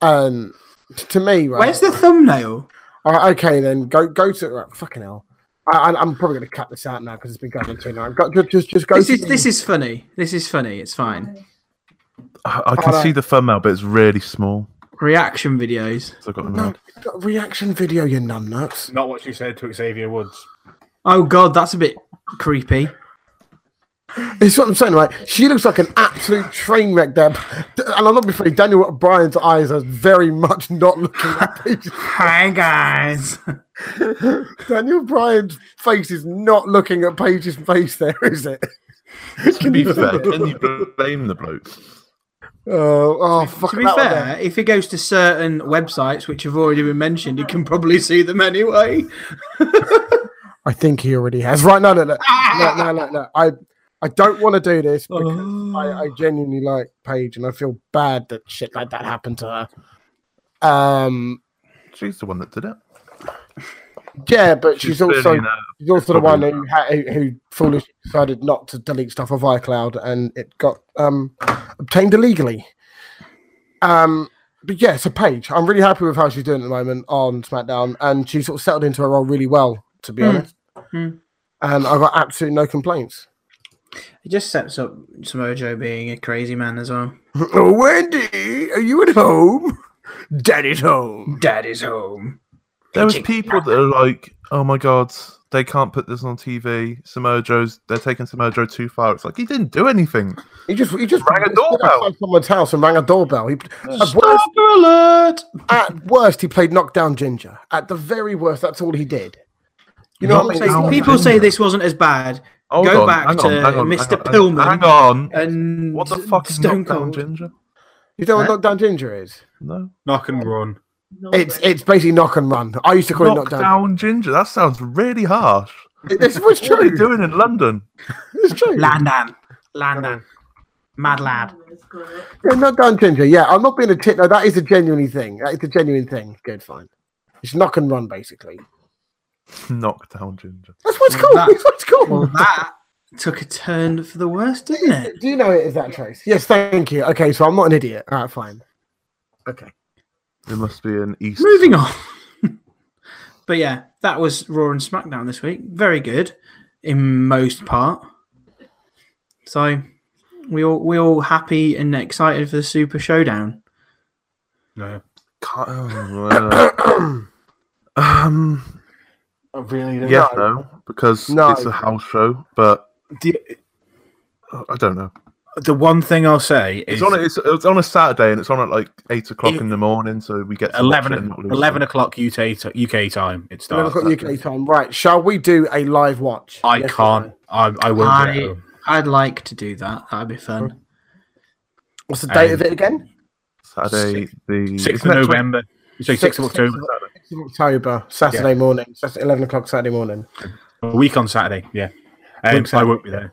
[SPEAKER 3] Um, t- to me, right?
[SPEAKER 1] Where's the thumbnail?
[SPEAKER 3] All right, okay, then go go to right, fucking hell. I, I, I'm probably going to cut this out now because it's been going on too long. Go, just, just just go.
[SPEAKER 1] This
[SPEAKER 3] to
[SPEAKER 1] is
[SPEAKER 3] the-
[SPEAKER 1] this is funny. This is funny. It's fine.
[SPEAKER 4] I I can
[SPEAKER 3] Alright.
[SPEAKER 4] see the thumbnail, but it's really small.
[SPEAKER 1] Reaction videos.
[SPEAKER 4] So I've got
[SPEAKER 3] no it's not a reaction video. You numbnuts.
[SPEAKER 2] Not what she said to Xavier Woods.
[SPEAKER 1] Oh god, that's a bit creepy.
[SPEAKER 3] It's what I'm saying, right? She looks like an absolute train wreck there, and I'm not afraid. Daniel Bryan's eyes are very much not looking at Paige.
[SPEAKER 1] Hi guys.
[SPEAKER 3] Daniel Bryan's face is not looking at Paige's face. There is it?
[SPEAKER 4] to be fair, can you blame the bloke?
[SPEAKER 3] Oh, oh, fuck.
[SPEAKER 1] to be fair, if he goes to certain websites which have already been mentioned, he can probably see them anyway.
[SPEAKER 3] I think he already has. Right? No, no, no, no, no, no. no. I, I don't want to do this
[SPEAKER 1] Oh.
[SPEAKER 3] because
[SPEAKER 4] Oh.
[SPEAKER 3] I, I genuinely like Paige, and I feel bad that shit like that happened to her. Um,
[SPEAKER 4] She's the one that did it.
[SPEAKER 3] yeah, but she's, also
[SPEAKER 4] clearly in a-
[SPEAKER 3] she's also the one
[SPEAKER 4] probably-
[SPEAKER 3] who, ha- who who foolishly decided not to delete stuff off iCloud, and it got um obtained illegally. Um. But yeah, so Paige, I'm really happy with how she's doing at the moment on SmackDown, and she sort of settled into her role really well, to be
[SPEAKER 1] Hmm.
[SPEAKER 3] honest.
[SPEAKER 1] Hmm.
[SPEAKER 3] And I got absolutely no complaints.
[SPEAKER 1] It just sets up Samoa Joe being a crazy man as well.
[SPEAKER 3] Oh, Wendy, are you at home? Daddy's home.
[SPEAKER 1] Daddy's home.
[SPEAKER 4] There was people that are like, "Oh my god, they can't put this on TV." Samoa Joe's they're taking Samoa Joe too far. It's like he didn't do anything.
[SPEAKER 3] He just he just
[SPEAKER 4] Rang a
[SPEAKER 3] stood
[SPEAKER 4] doorbell.
[SPEAKER 3] outside someone's house and rang a doorbell. He, at, worst,
[SPEAKER 1] Stalker alert!
[SPEAKER 3] at worst, he played knockdown ginger. At the very worst, that's all he did. You know what I mean?
[SPEAKER 4] Knockdown
[SPEAKER 3] It's not-
[SPEAKER 1] People say this wasn't as bad,
[SPEAKER 4] Hold
[SPEAKER 1] Go
[SPEAKER 4] on,
[SPEAKER 1] back
[SPEAKER 4] hang
[SPEAKER 1] to
[SPEAKER 4] on, hang on,
[SPEAKER 1] Mr.
[SPEAKER 4] hang on,
[SPEAKER 1] Pillman
[SPEAKER 4] Hang on.
[SPEAKER 1] and
[SPEAKER 4] What the fuck is
[SPEAKER 1] Stone
[SPEAKER 4] knockdown
[SPEAKER 1] Cold.
[SPEAKER 4] ginger?
[SPEAKER 3] You know what
[SPEAKER 1] Huh?
[SPEAKER 3] knockdown ginger is?
[SPEAKER 4] No,
[SPEAKER 2] Knock and run.
[SPEAKER 3] It's it's basically knock and run. I used to call it knockdown.
[SPEAKER 4] knockdown ginger. That sounds really harsh.
[SPEAKER 3] This was
[SPEAKER 4] What are they
[SPEAKER 3] true.
[SPEAKER 4] doing in London?
[SPEAKER 3] It's true.
[SPEAKER 1] Landan. Landan. Mad lad.
[SPEAKER 3] Yeah, knockdown ginger. Yeah, I'm not being a tit. No, that is a genuine thing. That is a genuine thing. Good, fine. It's knock and run basically.
[SPEAKER 4] Knockdown ginger.
[SPEAKER 3] That's what's
[SPEAKER 1] Well,
[SPEAKER 3] called.
[SPEAKER 1] that-
[SPEAKER 3] That's what's called.
[SPEAKER 1] Well, that took a turn for the worse, didn't it?
[SPEAKER 3] Do you know it is that trace? Yes, thank you. Okay, so I'm not an idiot. All right, fine. Okay.
[SPEAKER 4] There must be an east.
[SPEAKER 1] Moving on. but yeah, that was Raw and SmackDown this week. Very good in most part. So we all we all happy and excited for the Super Showdown.
[SPEAKER 2] No,
[SPEAKER 4] Can't- oh, uh, um.
[SPEAKER 2] I really don't.
[SPEAKER 4] Yeah, no, because
[SPEAKER 3] No.
[SPEAKER 4] it's a house show, but uh,
[SPEAKER 2] The,
[SPEAKER 4] I don't know.
[SPEAKER 2] the one thing I'll say is
[SPEAKER 4] It's on. A, it's, it's on a Saturday, and it's on at like eight o'clock in the morning, so we get to watch it and
[SPEAKER 2] 11,
[SPEAKER 4] not lose
[SPEAKER 2] 11
[SPEAKER 4] it.
[SPEAKER 2] o'clock UK, t- UK time. It
[SPEAKER 3] Eleven
[SPEAKER 2] starts.
[SPEAKER 3] o'clock UK time. Right. Shall we do a live watch?
[SPEAKER 2] I
[SPEAKER 3] Yes or
[SPEAKER 2] can't.
[SPEAKER 3] no?
[SPEAKER 2] I, I won't.
[SPEAKER 1] I-
[SPEAKER 2] get home.
[SPEAKER 1] I'd like to do that. That'd be fun.
[SPEAKER 3] What's the date of
[SPEAKER 2] Um,
[SPEAKER 3] it again?
[SPEAKER 4] Saturday the
[SPEAKER 2] Sixth
[SPEAKER 4] isn't
[SPEAKER 2] of
[SPEAKER 4] that twen-
[SPEAKER 2] November. Sorry, sixth of October.
[SPEAKER 3] Sixth of October, Saturday morning. Saturday, Eleven o'clock Saturday morning.
[SPEAKER 2] A week on Saturday. Yeah, um, I won't be there.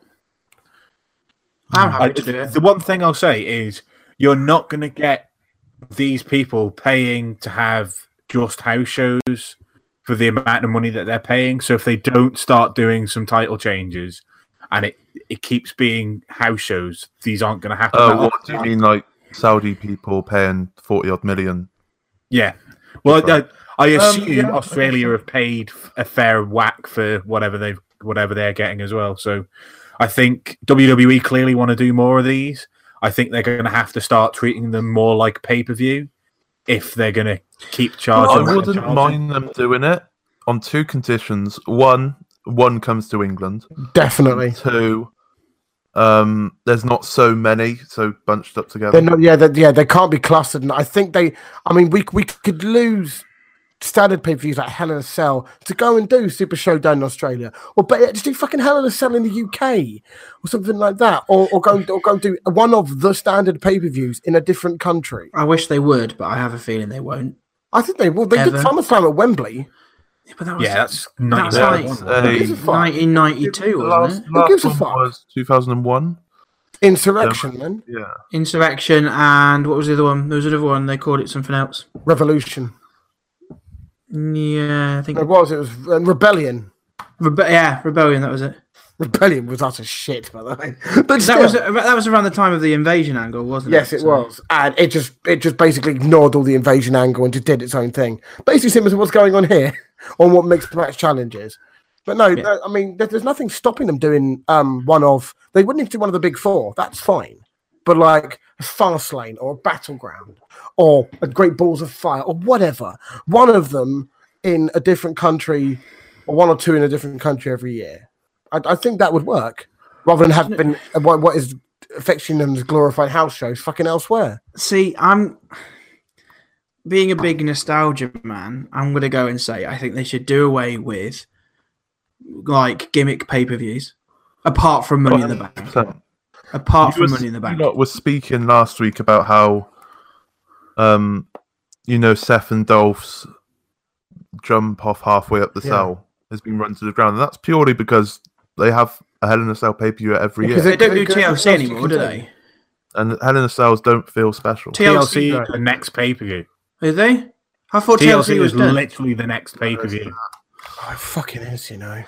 [SPEAKER 1] I'm happy
[SPEAKER 2] I,
[SPEAKER 1] to do it.
[SPEAKER 2] the one thing I'll say is you're not going to get these people paying to have just house shows for the amount of money that they're paying. So if they don't start doing some title changes and it, it keeps being house shows, these aren't going to happen.
[SPEAKER 4] Oh,
[SPEAKER 2] that
[SPEAKER 4] what do
[SPEAKER 2] often.
[SPEAKER 4] you mean, like Saudi people paying forty odd million?
[SPEAKER 2] Yeah. Well, I, I assume
[SPEAKER 4] Um, yeah.
[SPEAKER 2] Australia have paid f- a fair whack for whatever they have whatever they're getting as well. So I think WWE clearly want to do more of these. I think they're going to have to start treating them more like pay per view if they're going to keep charging.
[SPEAKER 4] I
[SPEAKER 2] and
[SPEAKER 4] wouldn't
[SPEAKER 2] charging.
[SPEAKER 4] mind them doing it on two conditions. One, one comes to England.
[SPEAKER 3] Definitely.
[SPEAKER 4] Two, um, there's not so many, so bunched up together.
[SPEAKER 3] They're not. Yeah. They, yeah. They can't be clustered. And I think they. I mean, we we could lose standard pay per views like Hell in a Cell to go and do Super Showdown in Australia, or but yeah, just do fucking Hell in a Cell in the UK or something like that, or, or go and- or go and do one of the standard pay per views in a different country.
[SPEAKER 1] I wish they would, but I have a feeling they won't.
[SPEAKER 3] I think they will. They did
[SPEAKER 1] Ever.
[SPEAKER 3] SummerSlam at Wembley.
[SPEAKER 1] Yeah, but that was
[SPEAKER 2] Yeah, that's
[SPEAKER 1] That's
[SPEAKER 2] nightmare,
[SPEAKER 1] like-
[SPEAKER 2] wasn't
[SPEAKER 4] Uh,
[SPEAKER 2] it?
[SPEAKER 3] Who gives a fuck?
[SPEAKER 1] 1992,
[SPEAKER 4] The
[SPEAKER 1] wasn't it?
[SPEAKER 3] Who gives a
[SPEAKER 4] one
[SPEAKER 3] fuck?
[SPEAKER 4] was 2001.
[SPEAKER 3] Insurrection, then
[SPEAKER 4] Yeah.
[SPEAKER 1] Insurrection and what was the other one? There was another one. They called it something else.
[SPEAKER 3] Revolution.
[SPEAKER 1] Yeah, I think.
[SPEAKER 3] It was. It was uh, Rebellion.
[SPEAKER 1] Rebe- yeah, Rebellion. That was it.
[SPEAKER 3] Rebellion was utter shit, by the way. But
[SPEAKER 1] That
[SPEAKER 3] still,
[SPEAKER 1] was that was around the time of the invasion angle, wasn't it?
[SPEAKER 3] yes, it
[SPEAKER 1] So-
[SPEAKER 3] was, and it just it just basically ignored all the invasion angle and just did its own thing. Basically, similar to what's going on here on what mixed match challenge is. But no, no, I mean, there, there's nothing stopping them doing um one of. They wouldn't have to do one of the big four. That's fine. But like a fast lane or a battleground or a Great Balls of Fire or whatever, one of them in a different country or one or two in a different country every year. I, I think that would work rather than have been uh, what, what is affecting them as glorified house shows fucking elsewhere.
[SPEAKER 1] See, I'm being a big nostalgia man. I'm gonna go and say I think they should do away with like gimmick pay per views, apart from Money in the Bank.
[SPEAKER 4] 100%.
[SPEAKER 1] Apart
[SPEAKER 4] You
[SPEAKER 1] from
[SPEAKER 4] was-
[SPEAKER 1] Money in the
[SPEAKER 4] you
[SPEAKER 1] Bank.
[SPEAKER 4] lot were speaking last week about how, um, you know, Seth and Dolph's jump off halfway up the
[SPEAKER 3] Yeah.
[SPEAKER 4] cell has been run to the ground, and that's purely because they have a Hell in a Cell pay per view every
[SPEAKER 3] Because
[SPEAKER 4] year,
[SPEAKER 1] They don't do
[SPEAKER 3] Because-
[SPEAKER 1] TLC
[SPEAKER 3] because you
[SPEAKER 1] anymore,
[SPEAKER 3] can
[SPEAKER 1] do
[SPEAKER 3] do-
[SPEAKER 1] they?
[SPEAKER 4] and Hell in a Cells don't feel special.
[SPEAKER 1] TLC,
[SPEAKER 2] TLC, the next pay per view.
[SPEAKER 1] are they? I thought TLC,
[SPEAKER 2] TLC
[SPEAKER 1] was
[SPEAKER 2] was
[SPEAKER 1] done.
[SPEAKER 2] literally the next pay per view.
[SPEAKER 3] Oh, it fucking is, you know.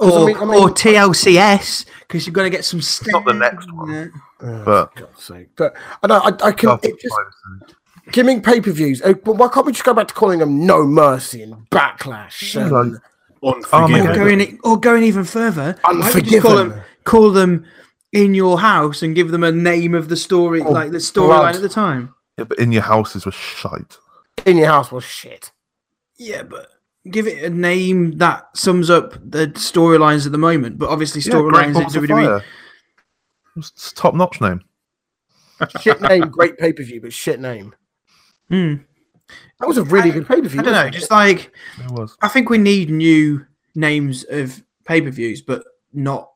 [SPEAKER 3] 'Cause I
[SPEAKER 1] or,
[SPEAKER 3] mean- I
[SPEAKER 1] or
[SPEAKER 3] mean-
[SPEAKER 1] TLCS because you've got to get some. St-
[SPEAKER 4] not the next one. But
[SPEAKER 3] God's sake. But I know I, I can.
[SPEAKER 4] Dolph's
[SPEAKER 3] It just
[SPEAKER 4] fine, so-
[SPEAKER 3] giving pay per views. But why can't we just go back to calling them No Mercy and Backlash? and-
[SPEAKER 4] like-
[SPEAKER 2] Unforgiven.
[SPEAKER 1] Or going, or going even further, why don't you just call
[SPEAKER 3] Unforgiven.
[SPEAKER 1] them, call them in your house and give them a name of the story, like the
[SPEAKER 3] blood.
[SPEAKER 1] storyline at the time.
[SPEAKER 4] yeah, but in your houses was shite.
[SPEAKER 3] in your house was shit.
[SPEAKER 1] Yeah, but give it a name that sums up the storylines at the moment. But obviously,
[SPEAKER 4] Yeah, Great
[SPEAKER 1] storylines
[SPEAKER 4] Balls
[SPEAKER 1] in
[SPEAKER 4] of
[SPEAKER 1] WWE.
[SPEAKER 4] Fire. It's a top notch name.
[SPEAKER 3] Shit name, great pay per view, but shit name.
[SPEAKER 1] Hmm.
[SPEAKER 3] That was a really good pay per view.
[SPEAKER 1] I don't know, just like
[SPEAKER 4] It was.
[SPEAKER 1] I think we need new names of pay per views, but not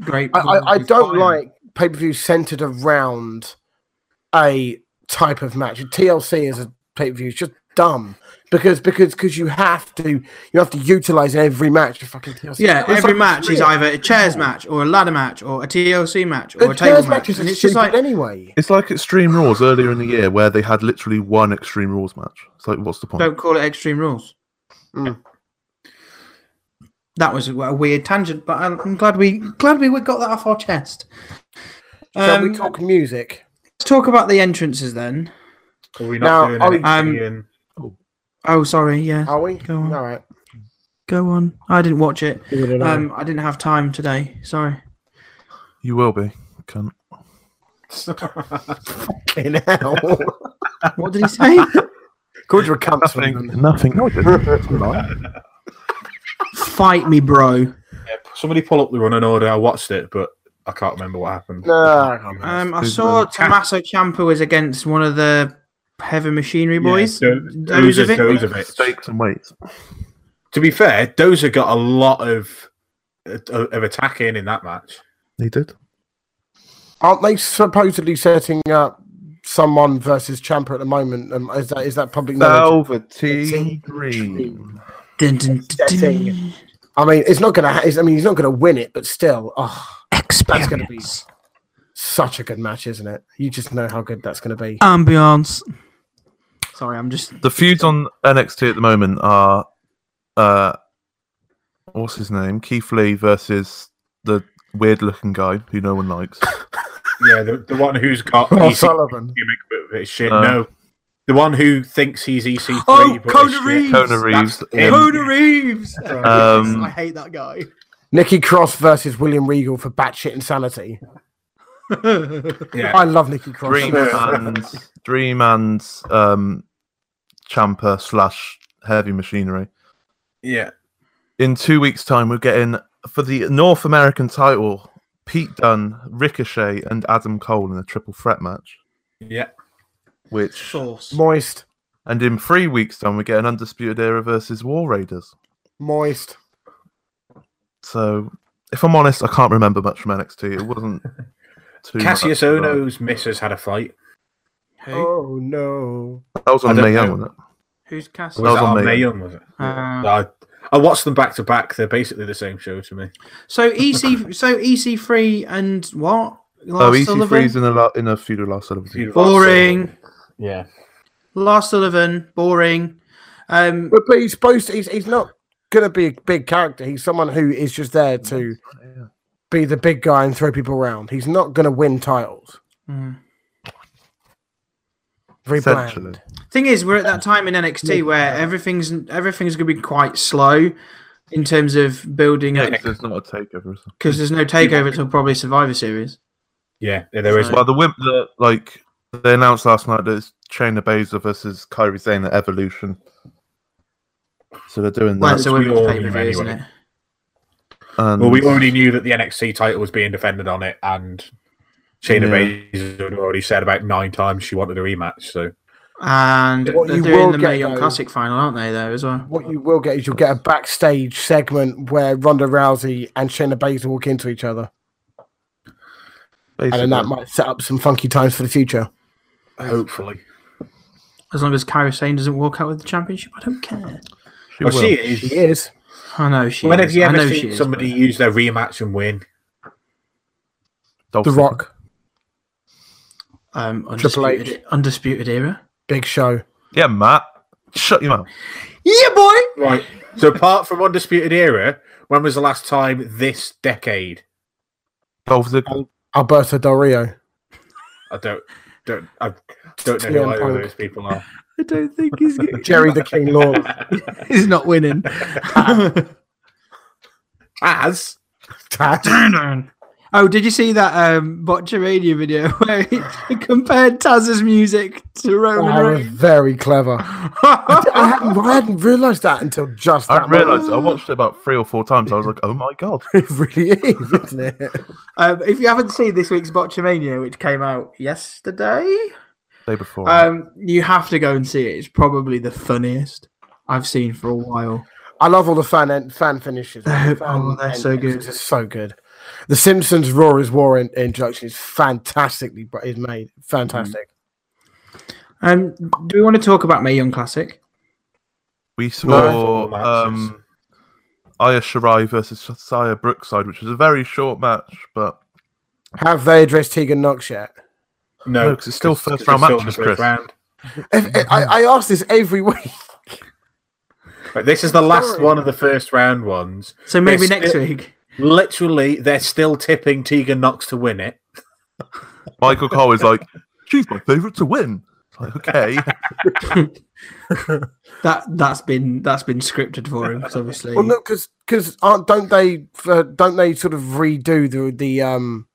[SPEAKER 1] great.
[SPEAKER 3] I, I, I
[SPEAKER 1] Balls of
[SPEAKER 3] don't
[SPEAKER 1] Fire.
[SPEAKER 3] like pay per view centered around a type of match. TLC is a pay per view. It's just dumb because because because you have to you have to utilize every match. to fucking TLC.
[SPEAKER 1] Yeah,
[SPEAKER 3] It's
[SPEAKER 1] every
[SPEAKER 3] like-
[SPEAKER 1] match is either a chairs match or a ladder match or a TLC match or
[SPEAKER 3] the
[SPEAKER 1] a table
[SPEAKER 3] chairs
[SPEAKER 1] match,
[SPEAKER 3] matches
[SPEAKER 1] and
[SPEAKER 3] are
[SPEAKER 1] it's just like
[SPEAKER 3] stupid anyway.
[SPEAKER 4] It's like Extreme Rules earlier in the year where they had literally one Extreme Rules match. It's like, what's the point?
[SPEAKER 1] don't call it Extreme Rules.
[SPEAKER 3] Mm.
[SPEAKER 1] That was a, a weird tangent, but I'm, I'm glad we glad we got that off our chest.
[SPEAKER 3] Shall
[SPEAKER 1] Um,
[SPEAKER 3] we talk music?
[SPEAKER 1] Let's talk about the entrances then.
[SPEAKER 2] Are we
[SPEAKER 3] Now,
[SPEAKER 2] not doing
[SPEAKER 1] I-
[SPEAKER 2] NXT and-
[SPEAKER 1] Oh, sorry, yeah,
[SPEAKER 3] Are we?
[SPEAKER 1] Go on.
[SPEAKER 3] All right.
[SPEAKER 1] go on. I didn't watch it. Um, I didn't have time today. Sorry.
[SPEAKER 4] You will be. Cunt.
[SPEAKER 3] Fucking hell.
[SPEAKER 1] What did he say?
[SPEAKER 3] Called you a cunt. Simon.
[SPEAKER 4] Nothing. Nothing. No, I didn't. That's a lie.
[SPEAKER 1] Fight me, bro.
[SPEAKER 2] Somebody pull up the running order. I watched it, but I can't remember what happened.
[SPEAKER 3] No, I can't remember.
[SPEAKER 1] Um, I
[SPEAKER 4] Who's
[SPEAKER 1] saw
[SPEAKER 4] won?
[SPEAKER 1] Tommaso Ciampa was against one of the heavy machinery boys.
[SPEAKER 2] Yeah,
[SPEAKER 1] Those of
[SPEAKER 2] Dozer,
[SPEAKER 1] it.
[SPEAKER 2] Dozovic.
[SPEAKER 4] Steaks and weights.
[SPEAKER 2] To be fair, Dozer got a lot of of attacking in that match.
[SPEAKER 4] They did.
[SPEAKER 3] Aren't they supposedly setting up someone versus Champa at the moment? Um, is that is that public knowledge?
[SPEAKER 4] Velveteen Dream.
[SPEAKER 1] Dun, dun, dun,
[SPEAKER 3] Setting.
[SPEAKER 1] dun.
[SPEAKER 3] I mean, it's not gonna. Ha- it's, I mean, he's not gonna win it, but still, oh,
[SPEAKER 1] Experience.
[SPEAKER 3] gonna be- such a good match, isn't it? You just know how good that's gonna be.
[SPEAKER 1] ambiance. Sorry, I'm just
[SPEAKER 4] The feuds on NXT at the moment are, uh, what's his name? Keith Lee versus the weird-looking guy who no one likes.
[SPEAKER 2] Yeah, the, the one who's got
[SPEAKER 1] Oh,
[SPEAKER 3] Paul
[SPEAKER 2] EC3
[SPEAKER 3] Sullivan.
[SPEAKER 2] gimmick, but it's shit.
[SPEAKER 4] Uh.
[SPEAKER 2] no, the one who thinks he's EC3.
[SPEAKER 1] Oh,
[SPEAKER 2] but
[SPEAKER 1] Kona
[SPEAKER 2] it's shit.
[SPEAKER 1] Reeves!
[SPEAKER 4] Kona
[SPEAKER 2] That's
[SPEAKER 4] Reeves.
[SPEAKER 2] him. Oh
[SPEAKER 4] um,
[SPEAKER 1] Coda Reeves.
[SPEAKER 4] Um,
[SPEAKER 1] I hate that guy.
[SPEAKER 3] Nikki Cross versus William Regal for batshit insanity.
[SPEAKER 2] Yeah.
[SPEAKER 3] I love Nikki Cross.
[SPEAKER 4] Dream and Dream and um, Champa slash Heavy Machinery.
[SPEAKER 2] Yeah,
[SPEAKER 4] in two weeks' time, we're getting for the North American title Pete Dunne, Ricochet, and Adam Cole in a triple threat match.
[SPEAKER 2] yeah.
[SPEAKER 4] Which
[SPEAKER 1] Sauce.
[SPEAKER 3] Moist.
[SPEAKER 4] And in three weeks' time, we get an Undisputed Era versus War Raiders.
[SPEAKER 3] Moist.
[SPEAKER 4] So, if I'm honest, I can't remember much from NXT. It wasn't too. much,
[SPEAKER 2] Cassius
[SPEAKER 4] but
[SPEAKER 2] Ono's missus had a fight.
[SPEAKER 1] Who?
[SPEAKER 3] Oh no.
[SPEAKER 4] That was
[SPEAKER 2] I
[SPEAKER 4] on
[SPEAKER 2] don't
[SPEAKER 4] Mae Young,
[SPEAKER 2] know.
[SPEAKER 4] wasn't it?
[SPEAKER 1] Who's
[SPEAKER 2] Was
[SPEAKER 1] Cassius?
[SPEAKER 4] That was
[SPEAKER 2] that
[SPEAKER 4] on
[SPEAKER 2] on
[SPEAKER 4] Mae
[SPEAKER 2] Mae Young, was it?
[SPEAKER 1] Uh,
[SPEAKER 2] I, I watched them back to back. They're basically the same show to me.
[SPEAKER 1] So EC, so EC three and what?
[SPEAKER 4] Oh,
[SPEAKER 1] Lars Sullivan.
[SPEAKER 4] EC3 is in a, lo- in a feud with Lars Sullivan.
[SPEAKER 1] Boring.
[SPEAKER 2] Yeah.
[SPEAKER 1] Lars Sullivan, boring. Um,
[SPEAKER 3] But, but he's supposed to, he's, he's not going to be a big character. He's someone who is just there to
[SPEAKER 4] Yeah.
[SPEAKER 3] be the big guy and throw people around. He's not going to win titles.
[SPEAKER 1] mm.
[SPEAKER 3] Very
[SPEAKER 4] Essentially.
[SPEAKER 3] bland.
[SPEAKER 1] thing is, we're at that time in NXT where everything's everything's going to be quite slow in terms of building
[SPEAKER 4] Yeah,
[SPEAKER 1] up
[SPEAKER 4] because it's not a takeover. is it?
[SPEAKER 1] because there's no takeover till probably Survivor Series.
[SPEAKER 2] Yeah, yeah, there is.
[SPEAKER 1] Right.
[SPEAKER 4] Well, the wimp that like they announced last night that it's Shayna Baszler versus Kyrie Zane at Evolution. So they're doing
[SPEAKER 1] Well,
[SPEAKER 4] that.
[SPEAKER 1] it's a
[SPEAKER 2] we
[SPEAKER 1] women's
[SPEAKER 2] all
[SPEAKER 1] pay per view,
[SPEAKER 2] knew
[SPEAKER 1] isn't it?
[SPEAKER 2] anyway.
[SPEAKER 4] and
[SPEAKER 2] Well, we already knew that the NXT title was being defended on it, and Shayna Baszler had already said about nine times she wanted a rematch. So
[SPEAKER 1] And
[SPEAKER 3] What
[SPEAKER 1] they're
[SPEAKER 3] you
[SPEAKER 1] doing
[SPEAKER 3] will
[SPEAKER 1] the
[SPEAKER 3] get,
[SPEAKER 1] Mae Young
[SPEAKER 3] though-
[SPEAKER 1] Classic final, aren't they? Though as well.
[SPEAKER 3] What you will get is you'll get a backstage segment where Ronda Rousey and Shayna Baszler walk into each other, and
[SPEAKER 4] basically.
[SPEAKER 3] then that might set up some funky times for the future.
[SPEAKER 2] hopefully,
[SPEAKER 1] As long as Kyra Sane doesn't walk out with the championship, I don't care.
[SPEAKER 4] she
[SPEAKER 2] well,
[SPEAKER 4] will.
[SPEAKER 2] she is.
[SPEAKER 3] She is.
[SPEAKER 1] I know she.
[SPEAKER 2] When
[SPEAKER 1] is.
[SPEAKER 2] have you
[SPEAKER 1] I
[SPEAKER 2] ever
[SPEAKER 1] know she
[SPEAKER 2] seen
[SPEAKER 1] is,
[SPEAKER 2] somebody use their rematch and win?
[SPEAKER 3] The
[SPEAKER 4] Dolphin.
[SPEAKER 3] Rock,
[SPEAKER 1] but, Um,
[SPEAKER 3] Triple H.
[SPEAKER 1] undisputed, undisputed era.
[SPEAKER 3] Big Show.
[SPEAKER 4] Yeah, Matt. Shut your mouth.
[SPEAKER 1] Yeah, boy.
[SPEAKER 2] Right. so apart from Undisputed Era, when was the last time this decade?
[SPEAKER 4] Dolph Ziggler.
[SPEAKER 3] Alberto Del Rio.
[SPEAKER 2] I don't, don't, I don't know
[SPEAKER 3] CM
[SPEAKER 2] who either of
[SPEAKER 3] Punk.
[SPEAKER 2] those people are.
[SPEAKER 1] I don't think he's getting,
[SPEAKER 3] Jerry the King Lawler.
[SPEAKER 1] he's not winning.
[SPEAKER 2] As
[SPEAKER 3] Taz.
[SPEAKER 1] oh, did you see that um, Botcherania video where he compared Taz's music to
[SPEAKER 3] That
[SPEAKER 1] Roman
[SPEAKER 3] was
[SPEAKER 1] Reigns?
[SPEAKER 3] very clever. I hadn't, I hadn't realized that until just
[SPEAKER 4] I
[SPEAKER 3] that. moment.
[SPEAKER 4] realized I watched it about three or four times. I was like, oh my god.
[SPEAKER 3] It really is, isn't it?
[SPEAKER 1] um, if you haven't seen this week's Botchermania, which came out yesterday,
[SPEAKER 4] Day before.
[SPEAKER 2] Uh,
[SPEAKER 1] um, you have to go and see it. It's probably the funniest I've seen for a while.
[SPEAKER 3] I love all the fan en- fan finishes.
[SPEAKER 1] Oh,
[SPEAKER 3] Fan
[SPEAKER 1] they're so good.
[SPEAKER 3] endings. It's so good. The Simpsons Raw is War in- introduction is fantastically br- is made fantastic.
[SPEAKER 1] Um, do we want to talk about May Young Classic?
[SPEAKER 4] we saw
[SPEAKER 2] Matches.
[SPEAKER 4] um, Aya Shirai versus Saya Brookside, which was a very short match, but Mm.
[SPEAKER 3] Have they addressed Tegan Knox yet?
[SPEAKER 4] No, 'cause it's still first round
[SPEAKER 2] still in the
[SPEAKER 4] matches,
[SPEAKER 2] first
[SPEAKER 4] Chris.
[SPEAKER 2] round.
[SPEAKER 3] If, I, I ask this every week.
[SPEAKER 2] But this is the last
[SPEAKER 3] Sorry.
[SPEAKER 2] one of the first round ones.
[SPEAKER 1] So maybe
[SPEAKER 2] Yes,
[SPEAKER 1] next
[SPEAKER 2] it-
[SPEAKER 1] week.
[SPEAKER 2] Literally, they're still tipping Tegan Knox to win it.
[SPEAKER 4] Michael Cole is like, she's my favorite to win. It's Like, okay.
[SPEAKER 1] That that's been that's been scripted for him because obviously.
[SPEAKER 3] Well, no, because because aren't don't they uh, don't they sort of redo the the um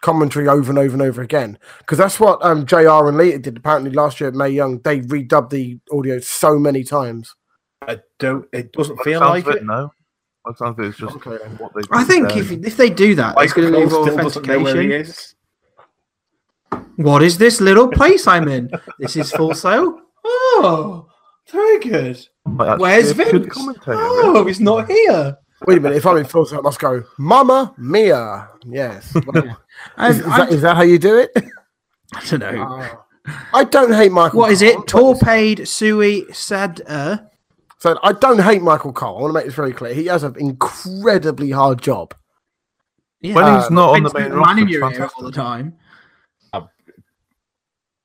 [SPEAKER 3] commentary over and over and over again? Because that's what um Jr. and Lita did apparently last year at May Young. They redubbed the audio so many times.
[SPEAKER 2] I don't. It doesn't
[SPEAKER 4] By the
[SPEAKER 2] feel
[SPEAKER 4] sounds
[SPEAKER 2] like
[SPEAKER 4] of
[SPEAKER 2] it.
[SPEAKER 4] No. By the sounds of it, it's just
[SPEAKER 3] Okay, then.
[SPEAKER 4] what they
[SPEAKER 1] I
[SPEAKER 4] did
[SPEAKER 1] think
[SPEAKER 4] there.
[SPEAKER 1] if if they do that, it's going to
[SPEAKER 2] Michael
[SPEAKER 1] leave
[SPEAKER 2] Cole doesn't know where he
[SPEAKER 1] authentication.
[SPEAKER 2] is.
[SPEAKER 1] What is this little place I'm in? This is full sale. Oh, very good.
[SPEAKER 4] Might actually
[SPEAKER 1] Where's
[SPEAKER 4] be a good
[SPEAKER 1] Vince?
[SPEAKER 4] commentator, really.
[SPEAKER 1] Oh, he's not here.
[SPEAKER 3] Wait a minute, if I'm in filter, I must go, Mama Mia. Yes. Well,
[SPEAKER 1] I,
[SPEAKER 3] is, is that, is that how you do it?
[SPEAKER 1] I don't know.
[SPEAKER 3] Ah. I don't hate Michael.
[SPEAKER 1] Uh, What is
[SPEAKER 3] Cole.
[SPEAKER 1] it? Torped Sui uh, Sada.
[SPEAKER 3] So I don't hate Michael Cole. I want to make this very clear. He has an incredibly hard job.
[SPEAKER 1] Yeah.
[SPEAKER 4] When he's not on the
[SPEAKER 1] Vince McMahon
[SPEAKER 4] main roster,
[SPEAKER 1] in
[SPEAKER 4] it's
[SPEAKER 1] your ear all
[SPEAKER 4] fantastic.
[SPEAKER 1] the time.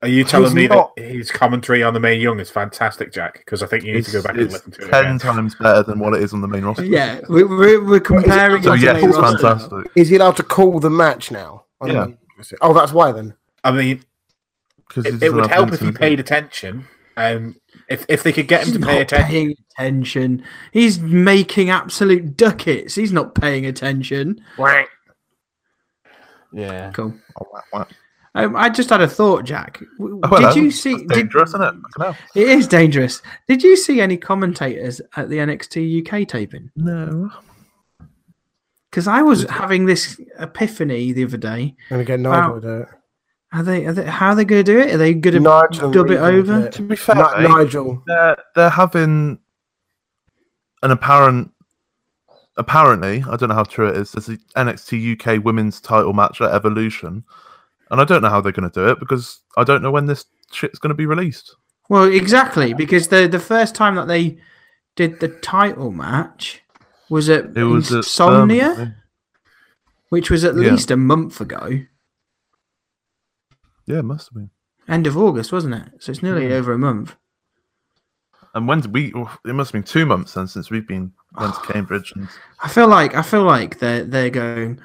[SPEAKER 2] Are you telling me
[SPEAKER 3] not.
[SPEAKER 2] that his commentary on the main young is fantastic, Jack? Because I think you need to go back and
[SPEAKER 4] It's-
[SPEAKER 2] listen to it.
[SPEAKER 4] it's ten
[SPEAKER 2] again.
[SPEAKER 4] times better than what it is on the main roster.
[SPEAKER 1] Yeah, we, we're, we're comparing.
[SPEAKER 4] So
[SPEAKER 1] it to
[SPEAKER 4] yes,
[SPEAKER 1] main
[SPEAKER 4] it's
[SPEAKER 1] roster.
[SPEAKER 4] fantastic
[SPEAKER 3] Is he allowed to call the match now? I don't
[SPEAKER 4] Yeah.
[SPEAKER 3] know. Oh, that's why then.
[SPEAKER 2] I mean,
[SPEAKER 4] because
[SPEAKER 2] it, it would help if he paid attention. Um, if if they could get him
[SPEAKER 1] He's
[SPEAKER 2] to pay
[SPEAKER 1] not
[SPEAKER 2] attention,
[SPEAKER 1] paying attention. He's making absolute ducats. He's not paying attention.
[SPEAKER 2] yeah.
[SPEAKER 1] Cool.
[SPEAKER 4] Oh,
[SPEAKER 1] Um, I just had a thought, Jack. W-
[SPEAKER 4] hello.
[SPEAKER 1] Did you see?
[SPEAKER 4] Oh, That's
[SPEAKER 1] Did,
[SPEAKER 4] dangerous, isn't it? Fucking hell.
[SPEAKER 1] it is dangerous. Did you see any commentators at the NXT UK taping?
[SPEAKER 4] No.
[SPEAKER 1] Because I was having this epiphany the other day.
[SPEAKER 3] And again, Nigel
[SPEAKER 1] Wow.
[SPEAKER 3] would do it.
[SPEAKER 1] Are they? Are they how are they going to do it? Are they going to
[SPEAKER 3] Nigel
[SPEAKER 1] dub it
[SPEAKER 3] Reed did
[SPEAKER 1] over?
[SPEAKER 4] To be fair,
[SPEAKER 3] Ni-
[SPEAKER 4] mate,
[SPEAKER 3] Nigel.
[SPEAKER 4] they're they're having an apparent apparently I don't know how true it is. There's the NXT UK Women's Title match at Evolution, and I don't know how they're going to do it because I don't know when this shit's going to be released.
[SPEAKER 1] Well, exactly because the the first time that they did the title match was at
[SPEAKER 4] It was at
[SPEAKER 1] Insomnia,
[SPEAKER 4] Birmingham.
[SPEAKER 1] which was at
[SPEAKER 4] Yeah.
[SPEAKER 1] least a month ago,
[SPEAKER 4] yeah, it must have been.
[SPEAKER 1] end of August, wasn't it? So it's nearly over a month.
[SPEAKER 4] And when did we? oh, It must have been two months then since we've been went to Cambridge. And
[SPEAKER 1] I feel like I feel like they're they're going.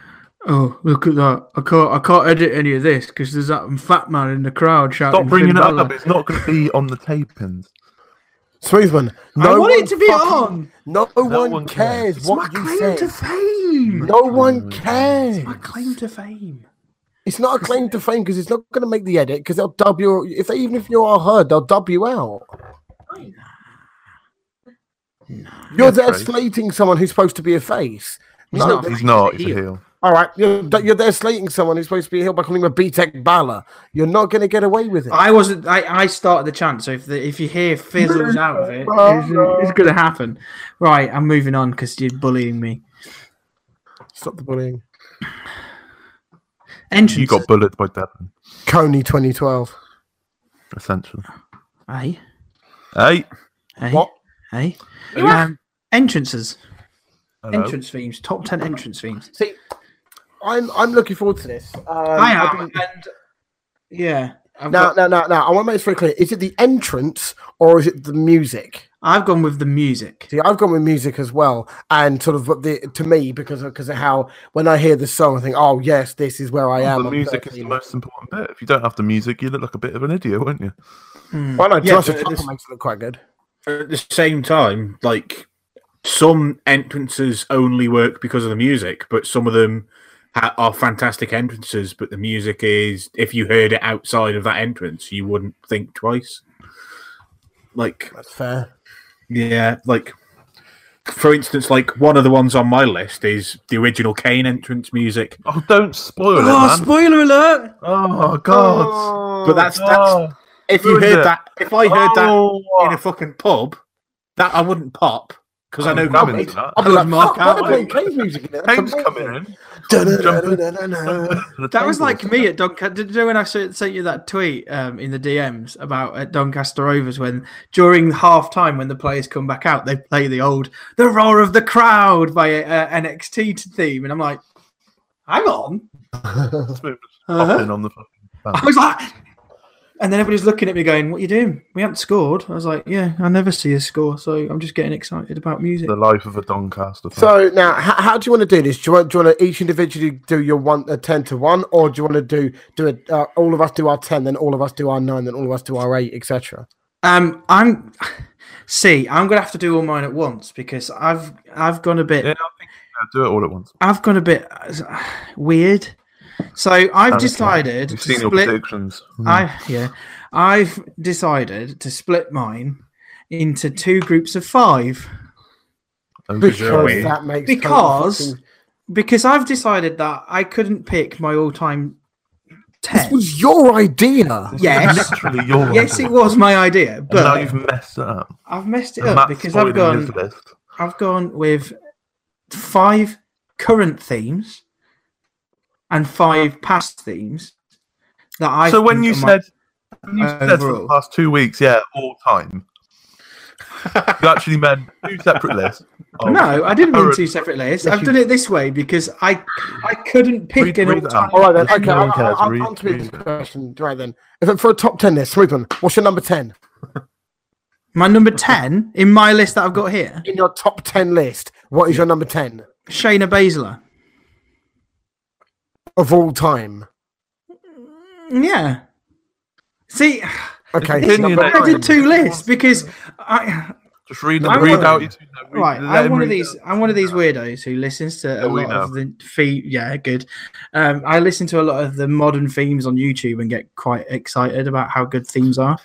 [SPEAKER 1] Oh, look at that! I can't I can't edit any of this because there's that fat man in the crowd shouting.
[SPEAKER 4] stop bringing
[SPEAKER 1] Finn
[SPEAKER 4] it
[SPEAKER 1] Balor."
[SPEAKER 4] up. It's not going to be on the tapings.
[SPEAKER 3] Smoothman.
[SPEAKER 1] I
[SPEAKER 3] No
[SPEAKER 1] want
[SPEAKER 3] one
[SPEAKER 1] it to be
[SPEAKER 3] fucking-
[SPEAKER 1] on.
[SPEAKER 3] No, one,
[SPEAKER 4] one
[SPEAKER 3] cares
[SPEAKER 4] cares.
[SPEAKER 1] It's my
[SPEAKER 3] what you
[SPEAKER 1] claim
[SPEAKER 3] say.
[SPEAKER 1] to fame.
[SPEAKER 3] No one
[SPEAKER 4] to
[SPEAKER 3] cares.
[SPEAKER 1] My claim to fame.
[SPEAKER 3] It's not a claim to fame because it's not going to make the edit because they'll dub you. If they, even if you are heard, they'll dub you out. You're
[SPEAKER 4] That's
[SPEAKER 3] there
[SPEAKER 4] right.
[SPEAKER 3] slating someone who's supposed to be a face.
[SPEAKER 1] He's
[SPEAKER 3] No,
[SPEAKER 1] not.
[SPEAKER 3] they-
[SPEAKER 4] He's not. He's a heel.
[SPEAKER 3] all right. You're, you're there slating someone who's supposed to be a heel by calling him a B-Tech baller. You're not going to get away with it.
[SPEAKER 1] I wasn't. I, I started the chant. So if the, if you hear fizzles out of it, it's, it's going to happen. Right, I'm moving on because you're bullying me.
[SPEAKER 3] Stop the bullying.
[SPEAKER 4] You
[SPEAKER 1] Entrance.
[SPEAKER 4] got bullied by Devon,
[SPEAKER 3] Coney 2012.
[SPEAKER 4] essentially.
[SPEAKER 1] Hey,
[SPEAKER 4] Hey,
[SPEAKER 1] hey,
[SPEAKER 3] What?
[SPEAKER 1] hey. Um, entrances.
[SPEAKER 4] hello.
[SPEAKER 1] Entrance themes. Top ten entrance themes.
[SPEAKER 3] See, I'm I'm looking forward to this. Um,
[SPEAKER 1] I
[SPEAKER 3] I've
[SPEAKER 1] am.
[SPEAKER 3] been-
[SPEAKER 1] And yeah, I've,
[SPEAKER 3] No,
[SPEAKER 1] got-
[SPEAKER 3] no, no, no. I want to make this very clear. Is it the entrance or is it the music?
[SPEAKER 1] I've gone with the music.
[SPEAKER 3] See, I've gone with music as well, and sort of what the to me because of, because of how when I hear the song, I think, oh yes, this is where I am.
[SPEAKER 4] the
[SPEAKER 3] I'm
[SPEAKER 4] music is the
[SPEAKER 3] 13.
[SPEAKER 4] most important bit. If you don't have the music, you look like a bit of an idiot, won't you?
[SPEAKER 3] Well, no,
[SPEAKER 2] Yeah,
[SPEAKER 3] Jurassic
[SPEAKER 2] but
[SPEAKER 3] Park
[SPEAKER 2] this-
[SPEAKER 3] makes it look quite good.
[SPEAKER 2] At the same time, like some entrances only work because of the music, but some of them ha- are fantastic entrances. But the music is, if you heard it outside of that entrance, you wouldn't think twice. Like,
[SPEAKER 3] That's fair.
[SPEAKER 2] yeah, like for instance, like one of the ones on my list is the original Kane entrance music.
[SPEAKER 4] Oh, don't spoil it,
[SPEAKER 1] Oh,
[SPEAKER 4] man.
[SPEAKER 1] spoiler alert!
[SPEAKER 4] oh God.
[SPEAKER 2] But that's that's
[SPEAKER 4] Oh,
[SPEAKER 2] if you
[SPEAKER 4] ruined
[SPEAKER 2] heard
[SPEAKER 4] it.
[SPEAKER 2] that if I heard that
[SPEAKER 4] Oh.
[SPEAKER 2] in a fucking pub, that I wouldn't pop because I know
[SPEAKER 4] I'm
[SPEAKER 2] Kane-
[SPEAKER 4] into that.
[SPEAKER 3] I'll be
[SPEAKER 2] Oh,
[SPEAKER 3] like, Mark,
[SPEAKER 2] Mark
[SPEAKER 3] why
[SPEAKER 2] Allen.
[SPEAKER 3] are they playing Kane's music? in there? That's
[SPEAKER 4] Kane's coming
[SPEAKER 3] amazing."
[SPEAKER 4] in.
[SPEAKER 3] Dun-dun-dun-dun-dun-dun.
[SPEAKER 1] That was like me at Doncaster. Did you know when I sent sent you that tweet um, in the DMs about at Doncaster Rovers when during half time when the players come back out, they play the old "The Roar of the Crowd" by uh, NXT theme, and I'm like, I'm on. Uh-huh.
[SPEAKER 4] Popping on the fucking
[SPEAKER 1] I was like, and then everybody's looking at me going, "What are you doing? We haven't scored." I was like, "Yeah, I never see a score, so I'm just getting excited about music."
[SPEAKER 4] the life of a Doncaster. fan.
[SPEAKER 3] So now, how, how do you want to do this? Do you want do you want to each individually do your one a ten to one, or do you want to do do it? Uh, all of us do our ten, then all of us do our nine, then all of us do our eight, etc.
[SPEAKER 1] Um, I'm see. I'm gonna have to do all mine at once because I've I've gone a bit.
[SPEAKER 4] yeah, I think yeah, do it all at once.
[SPEAKER 1] I've gone a bit uh, weird. So I've decided
[SPEAKER 4] We've
[SPEAKER 1] to
[SPEAKER 4] seen your
[SPEAKER 1] split.
[SPEAKER 4] predictions.
[SPEAKER 1] I yeah. I've decided to split mine into two groups of five
[SPEAKER 4] Oh,
[SPEAKER 2] Because- uh,
[SPEAKER 4] good.
[SPEAKER 2] way?
[SPEAKER 3] that makes total
[SPEAKER 1] because
[SPEAKER 3] fucking-
[SPEAKER 1] because I've decided that I couldn't pick my all-time
[SPEAKER 3] this
[SPEAKER 1] ten.
[SPEAKER 3] was your idea.
[SPEAKER 1] Yes,
[SPEAKER 4] literally your
[SPEAKER 1] yes, it was my idea,
[SPEAKER 4] And now
[SPEAKER 1] but
[SPEAKER 4] you've messed it up.
[SPEAKER 1] I've messed it
[SPEAKER 4] And
[SPEAKER 1] up
[SPEAKER 4] Matt's
[SPEAKER 1] because
[SPEAKER 4] spoiling
[SPEAKER 1] I've gone.
[SPEAKER 4] his list.
[SPEAKER 1] I've gone with five current themes and five past themes that I.
[SPEAKER 4] so when
[SPEAKER 1] think are
[SPEAKER 4] you
[SPEAKER 1] my-
[SPEAKER 4] said, when you said for the
[SPEAKER 1] overall.
[SPEAKER 4] past two weeks, yeah, all time, you actually meant two separate lists. Oh,
[SPEAKER 1] no, I didn't mean
[SPEAKER 4] current-
[SPEAKER 1] two separate lists.
[SPEAKER 3] Yes,
[SPEAKER 1] I've
[SPEAKER 3] you-
[SPEAKER 1] done it this way because I I couldn't pick
[SPEAKER 4] Read-
[SPEAKER 1] an
[SPEAKER 4] read
[SPEAKER 1] all
[SPEAKER 4] it out.
[SPEAKER 1] time.
[SPEAKER 3] All right then.
[SPEAKER 4] Yes,
[SPEAKER 3] Okay,
[SPEAKER 4] no
[SPEAKER 3] I'll,
[SPEAKER 4] one cares.
[SPEAKER 3] I'll,
[SPEAKER 4] Read-
[SPEAKER 3] I'll answer this
[SPEAKER 4] read it.
[SPEAKER 3] question. Right then, if it, for a top ten list, Smoothman, what's your number ten
[SPEAKER 1] My number ten in my list that I've got here:
[SPEAKER 3] in your top ten list? What is your number ten
[SPEAKER 1] Shayna Baszler.
[SPEAKER 3] of all time?
[SPEAKER 1] Yeah. See,
[SPEAKER 3] Okay,
[SPEAKER 4] It's
[SPEAKER 3] number
[SPEAKER 4] opinionated.
[SPEAKER 1] I
[SPEAKER 3] nine.
[SPEAKER 1] did two lists because I
[SPEAKER 4] Just read,
[SPEAKER 1] I'm
[SPEAKER 4] read
[SPEAKER 1] one-
[SPEAKER 4] out your two. no, read-
[SPEAKER 1] right.
[SPEAKER 4] let
[SPEAKER 1] I'm
[SPEAKER 4] him
[SPEAKER 1] one of
[SPEAKER 4] read
[SPEAKER 1] these.
[SPEAKER 4] out.
[SPEAKER 1] I'm one of these weirdos who listens to a
[SPEAKER 4] Yeah, we
[SPEAKER 1] lot
[SPEAKER 4] know.
[SPEAKER 1] of the theme. Yeah, good. Um, I listen to a lot of the modern themes on YouTube and get quite excited about how good themes are.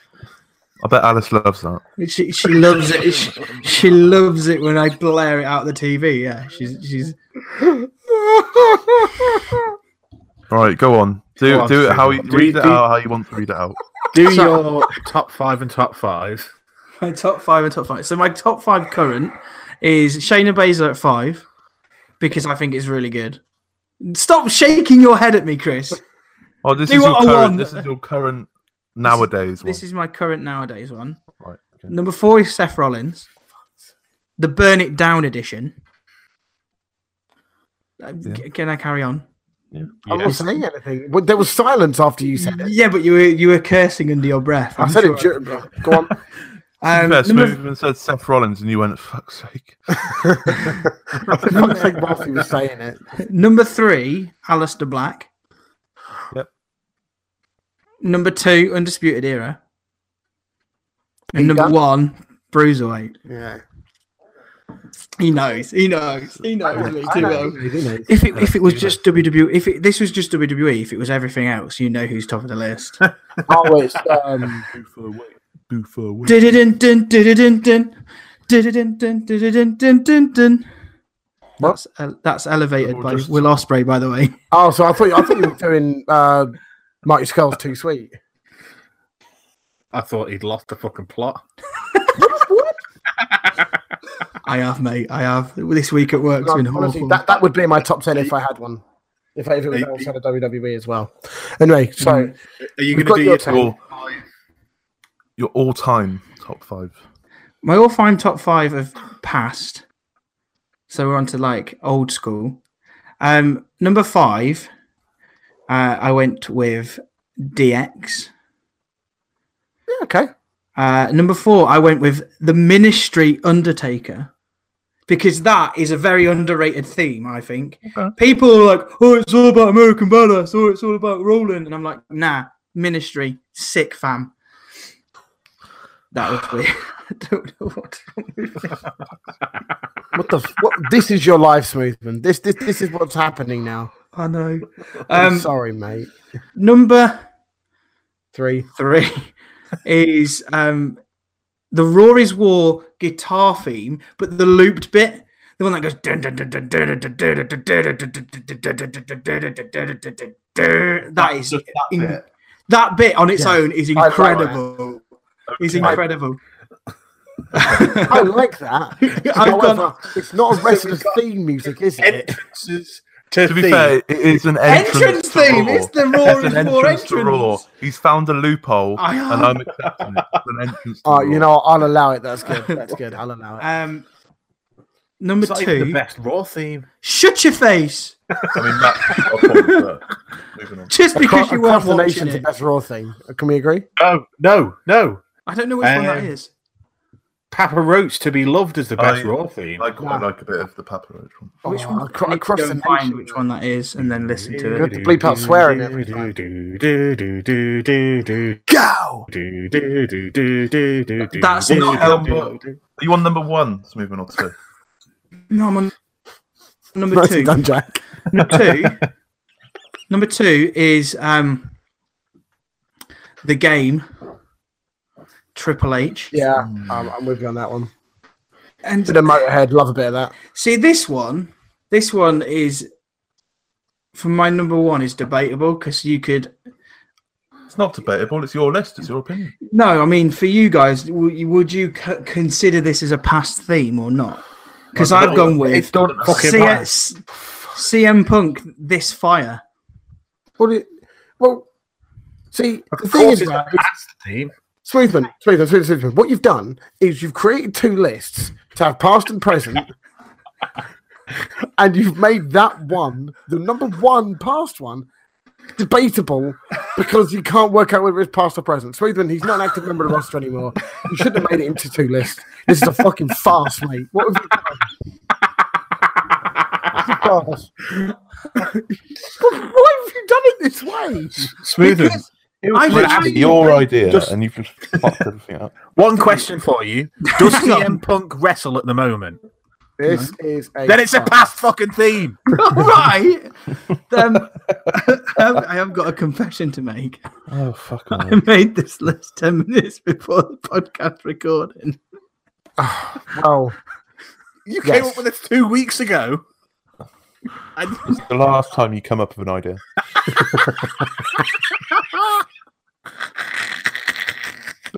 [SPEAKER 4] I bet Alice loves that.
[SPEAKER 1] She, she loves it. She, she loves it when I blare it out the TV. Yeah, she's she's
[SPEAKER 4] All right, go on. Do
[SPEAKER 2] Oh,
[SPEAKER 4] do it
[SPEAKER 2] I'm
[SPEAKER 4] how
[SPEAKER 2] sorry.
[SPEAKER 4] you
[SPEAKER 2] Do-
[SPEAKER 4] read it
[SPEAKER 2] do-
[SPEAKER 4] out how you want to read it out.
[SPEAKER 2] Do
[SPEAKER 3] So-
[SPEAKER 2] your top five and top five.
[SPEAKER 1] My top five and top five. So my top five current is Shayna Baszler at five because I think it's really good. Stop shaking your head at me, Chris.
[SPEAKER 4] Oh, this
[SPEAKER 1] Do
[SPEAKER 4] is your
[SPEAKER 1] what I
[SPEAKER 4] current.
[SPEAKER 1] want.
[SPEAKER 4] This is your current nowadays
[SPEAKER 1] This
[SPEAKER 4] one.
[SPEAKER 1] is my current nowadays one.
[SPEAKER 4] Right, okay.
[SPEAKER 1] Number four is Seth Rollins, the Burn It Down edition. Uh,
[SPEAKER 4] Yeah.
[SPEAKER 1] c- Can I carry on?
[SPEAKER 3] I'm
[SPEAKER 4] Yes.
[SPEAKER 3] not saying anything. Well, There was silence after you said it.
[SPEAKER 1] Yeah, but you were you were cursing under your breath.
[SPEAKER 3] I
[SPEAKER 1] I'm
[SPEAKER 3] said
[SPEAKER 1] sure.
[SPEAKER 3] it. dur- Go on.
[SPEAKER 1] Um,
[SPEAKER 4] First,
[SPEAKER 1] number-
[SPEAKER 4] even said Seth Rollins, and you went, "Fuck's sake!"
[SPEAKER 3] I couldn't think whilst he was saying it.
[SPEAKER 1] Number three, Alistair Black.
[SPEAKER 4] Yep.
[SPEAKER 1] Number two, Undisputed Era. And
[SPEAKER 3] Pete
[SPEAKER 1] number
[SPEAKER 3] Dunne?
[SPEAKER 1] one, Bruiserweight.
[SPEAKER 3] Yeah.
[SPEAKER 1] He knows. He knows. He knows me too well.
[SPEAKER 3] didn't
[SPEAKER 1] If it if it was just WWE, if it, this was just WWE, if it was everything else, you know who's top of the list.
[SPEAKER 3] Oh, it's um,
[SPEAKER 1] Dun-dun-dun, dun-dun-dun-dun. Dun-dun-dun, dun-dun-dun-dun-dun.
[SPEAKER 3] What?
[SPEAKER 1] That's, uh, that's elevated
[SPEAKER 4] Or
[SPEAKER 1] by
[SPEAKER 4] just-
[SPEAKER 1] Will Osprey, by the way.
[SPEAKER 3] oh, so I thought I thought you were doing uh, Marty Skull's too sweet.
[SPEAKER 2] I thought he'd lost the fucking plot.
[SPEAKER 1] I have, mate. I have. This week at work's been
[SPEAKER 3] No, honestly,
[SPEAKER 1] awful.
[SPEAKER 3] that, that would be my top ten if I had one. If, I, if it was
[SPEAKER 2] Hey,
[SPEAKER 3] outside of WWE as well. Anyway, so
[SPEAKER 2] Are you
[SPEAKER 3] We've
[SPEAKER 2] going
[SPEAKER 3] got
[SPEAKER 2] to do
[SPEAKER 3] your
[SPEAKER 2] your
[SPEAKER 3] ten.
[SPEAKER 2] top?
[SPEAKER 4] Your, your all-time top five.
[SPEAKER 1] My all-time top five have passed, so we're on to like old school. Um, number five, uh, I went with DX.
[SPEAKER 3] yeah, okay.
[SPEAKER 1] Uh, number four, I went with the Ministry Undertaker because that is a very underrated theme. I think
[SPEAKER 4] Okay.
[SPEAKER 1] people are like, "Oh, it's all about American Badass," or "It's all about Roland," and I'm like, "Nah, Ministry, sick fam." That was weird. I don't know what.
[SPEAKER 3] What the? F- what, this is your life, Smoothman. This this this is what's happening now.
[SPEAKER 1] I know.
[SPEAKER 3] I'm
[SPEAKER 1] Um,
[SPEAKER 3] sorry, mate.
[SPEAKER 1] number
[SPEAKER 3] Three.
[SPEAKER 1] three is um, the Rory's War guitar theme, but the looped bit, the one that goes. That is
[SPEAKER 4] Just that
[SPEAKER 1] in-
[SPEAKER 4] bit.
[SPEAKER 1] that bit on its
[SPEAKER 3] Yeah.
[SPEAKER 1] own is
[SPEAKER 3] like that.
[SPEAKER 1] incredible. Is
[SPEAKER 4] Okay.
[SPEAKER 1] incredible.
[SPEAKER 3] I like that.
[SPEAKER 1] I've gone
[SPEAKER 3] However, it's not a wrestler's theme music, is it?
[SPEAKER 2] Entrances to,
[SPEAKER 4] To be
[SPEAKER 2] theme.
[SPEAKER 4] fair, it is an entrance,
[SPEAKER 1] entrance
[SPEAKER 4] to
[SPEAKER 1] theme.
[SPEAKER 4] Raw.
[SPEAKER 1] It's the
[SPEAKER 4] It's
[SPEAKER 1] Rory's
[SPEAKER 4] an
[SPEAKER 1] War
[SPEAKER 4] entrance to Raw.
[SPEAKER 1] entrance.
[SPEAKER 4] He's found a loophole,
[SPEAKER 1] I
[SPEAKER 4] and
[SPEAKER 1] know.
[SPEAKER 4] I'm accepting it. It's an entrance. To
[SPEAKER 3] Oh,
[SPEAKER 4] Raw.
[SPEAKER 3] you know, I'll allow it. That's good. That's good. I'll allow it.
[SPEAKER 1] Um, number
[SPEAKER 2] It's not even the
[SPEAKER 1] two,
[SPEAKER 2] best Raw theme.
[SPEAKER 1] shut your face.
[SPEAKER 4] I mean, that's moving on.
[SPEAKER 1] Just because
[SPEAKER 3] Across,
[SPEAKER 1] you weren't
[SPEAKER 3] across the
[SPEAKER 1] watching
[SPEAKER 3] nation's the
[SPEAKER 1] it.
[SPEAKER 3] best raw thing. Can we agree?
[SPEAKER 2] No, no, no.
[SPEAKER 1] I don't know which one that
[SPEAKER 2] Um,
[SPEAKER 1] is.
[SPEAKER 2] Papa Roach to be loved as the best
[SPEAKER 4] I-
[SPEAKER 2] Raw theme.
[SPEAKER 4] I quite like a bit of the Papa Roach one.
[SPEAKER 1] Which
[SPEAKER 3] Oh,
[SPEAKER 1] one?
[SPEAKER 3] acro-
[SPEAKER 1] I need to
[SPEAKER 3] across
[SPEAKER 1] go
[SPEAKER 3] the
[SPEAKER 1] and find
[SPEAKER 3] nation,
[SPEAKER 1] which one that is, and then listen to
[SPEAKER 3] Good.
[SPEAKER 1] it.
[SPEAKER 3] to bleep out swearing every time.
[SPEAKER 2] time.
[SPEAKER 3] Go.
[SPEAKER 1] That's not
[SPEAKER 4] helpful. Are you on number one? It's moving on to.
[SPEAKER 1] No, I'm on number
[SPEAKER 3] Nicely
[SPEAKER 1] two.
[SPEAKER 3] done, Jack.
[SPEAKER 1] Number two. number two is um, the game Triple H,
[SPEAKER 3] Yeah, um, I'm with you on that one.
[SPEAKER 1] and
[SPEAKER 3] Bit of Motorhead, love a bit of that.
[SPEAKER 1] see this one. This one is for my number one is debatable because you could
[SPEAKER 4] It's not debatable. It's your list. It's your opinion.
[SPEAKER 1] No, I mean for you guys, w- you- would you c- consider this as a past theme or not? Because
[SPEAKER 4] I
[SPEAKER 1] I've
[SPEAKER 4] don't
[SPEAKER 1] gone
[SPEAKER 4] know.
[SPEAKER 1] with
[SPEAKER 2] It's not fucking matter.
[SPEAKER 1] CS, CM Punk. This fire.
[SPEAKER 3] Well, it, well see, the
[SPEAKER 2] Of
[SPEAKER 3] thing
[SPEAKER 2] course
[SPEAKER 3] is,
[SPEAKER 2] it's
[SPEAKER 3] right,
[SPEAKER 2] the best theme.
[SPEAKER 3] Smoothman, Smoothman, Smoothman, Smoothman, what you've done is you've created two lists to have past and present, and you've made that one, the number one past one, debatable because you can't work out whether it's past or present. Smoothman, he's not an active member of the roster anymore. You shouldn't have made it into two lists. This is a fucking farce, mate. What have you done? This is a farce. Why have you done it this way?
[SPEAKER 2] Smooth.
[SPEAKER 1] Because
[SPEAKER 2] It
[SPEAKER 1] I
[SPEAKER 2] was
[SPEAKER 1] was
[SPEAKER 2] literally-
[SPEAKER 1] trying- Your
[SPEAKER 4] idea,
[SPEAKER 2] Just-
[SPEAKER 4] and you've just fucked everything up.
[SPEAKER 2] One question for you: Does
[SPEAKER 1] Hang on.
[SPEAKER 2] CM Punk wrestle at the moment?
[SPEAKER 3] This is a
[SPEAKER 2] Then it's a
[SPEAKER 3] farce.
[SPEAKER 2] past fucking theme.
[SPEAKER 1] All right. um, I have- I have got a confession to make.
[SPEAKER 4] Oh fuck!
[SPEAKER 1] I made this list ten minutes before the podcast recording.
[SPEAKER 3] Oh.
[SPEAKER 2] You
[SPEAKER 3] Yes.
[SPEAKER 2] came up with this two weeks ago. I-
[SPEAKER 4] It's the last time you come up with an idea.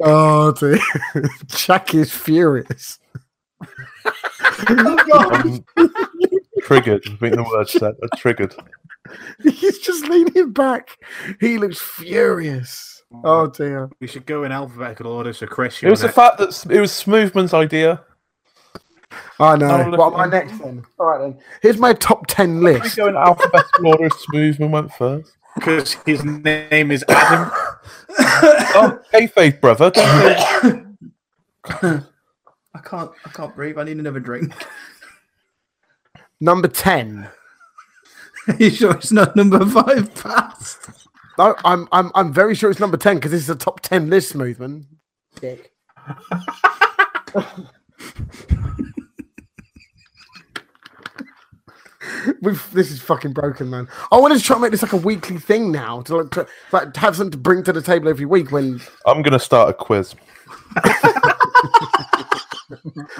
[SPEAKER 3] Oh dear. Jack is furious. Oh,
[SPEAKER 4] I'm triggered. I think the word said. I'm triggered.
[SPEAKER 3] He's just leaning back. He looks furious. Oh dear.
[SPEAKER 2] we should go in alphabetical order. So Chris,
[SPEAKER 4] It
[SPEAKER 2] you're
[SPEAKER 4] was the
[SPEAKER 2] next.
[SPEAKER 4] fact that s- it was Smoothman's idea.
[SPEAKER 3] I know.
[SPEAKER 4] Oh, look
[SPEAKER 3] What
[SPEAKER 4] at
[SPEAKER 3] am I
[SPEAKER 4] him.
[SPEAKER 3] next then? All right then. Here's my top ten
[SPEAKER 4] Can we
[SPEAKER 3] list.
[SPEAKER 4] go in alphabetical order? if Smoothman went first.
[SPEAKER 2] because his name is Adam.
[SPEAKER 4] Oh, hey, faith brother. don't you-
[SPEAKER 1] I can't. I can't breathe. I need another drink.
[SPEAKER 3] Number ten.
[SPEAKER 1] Are you sure it's not number five past?
[SPEAKER 3] No, I'm I'm I'm very sure it's number ten because this is a top ten list, Smoothman. Dick. We've, this is fucking broken, man. I want to try and make this like a weekly thing now to like, to, like to have something to bring to the table every week. When
[SPEAKER 4] I'm going to start a quiz.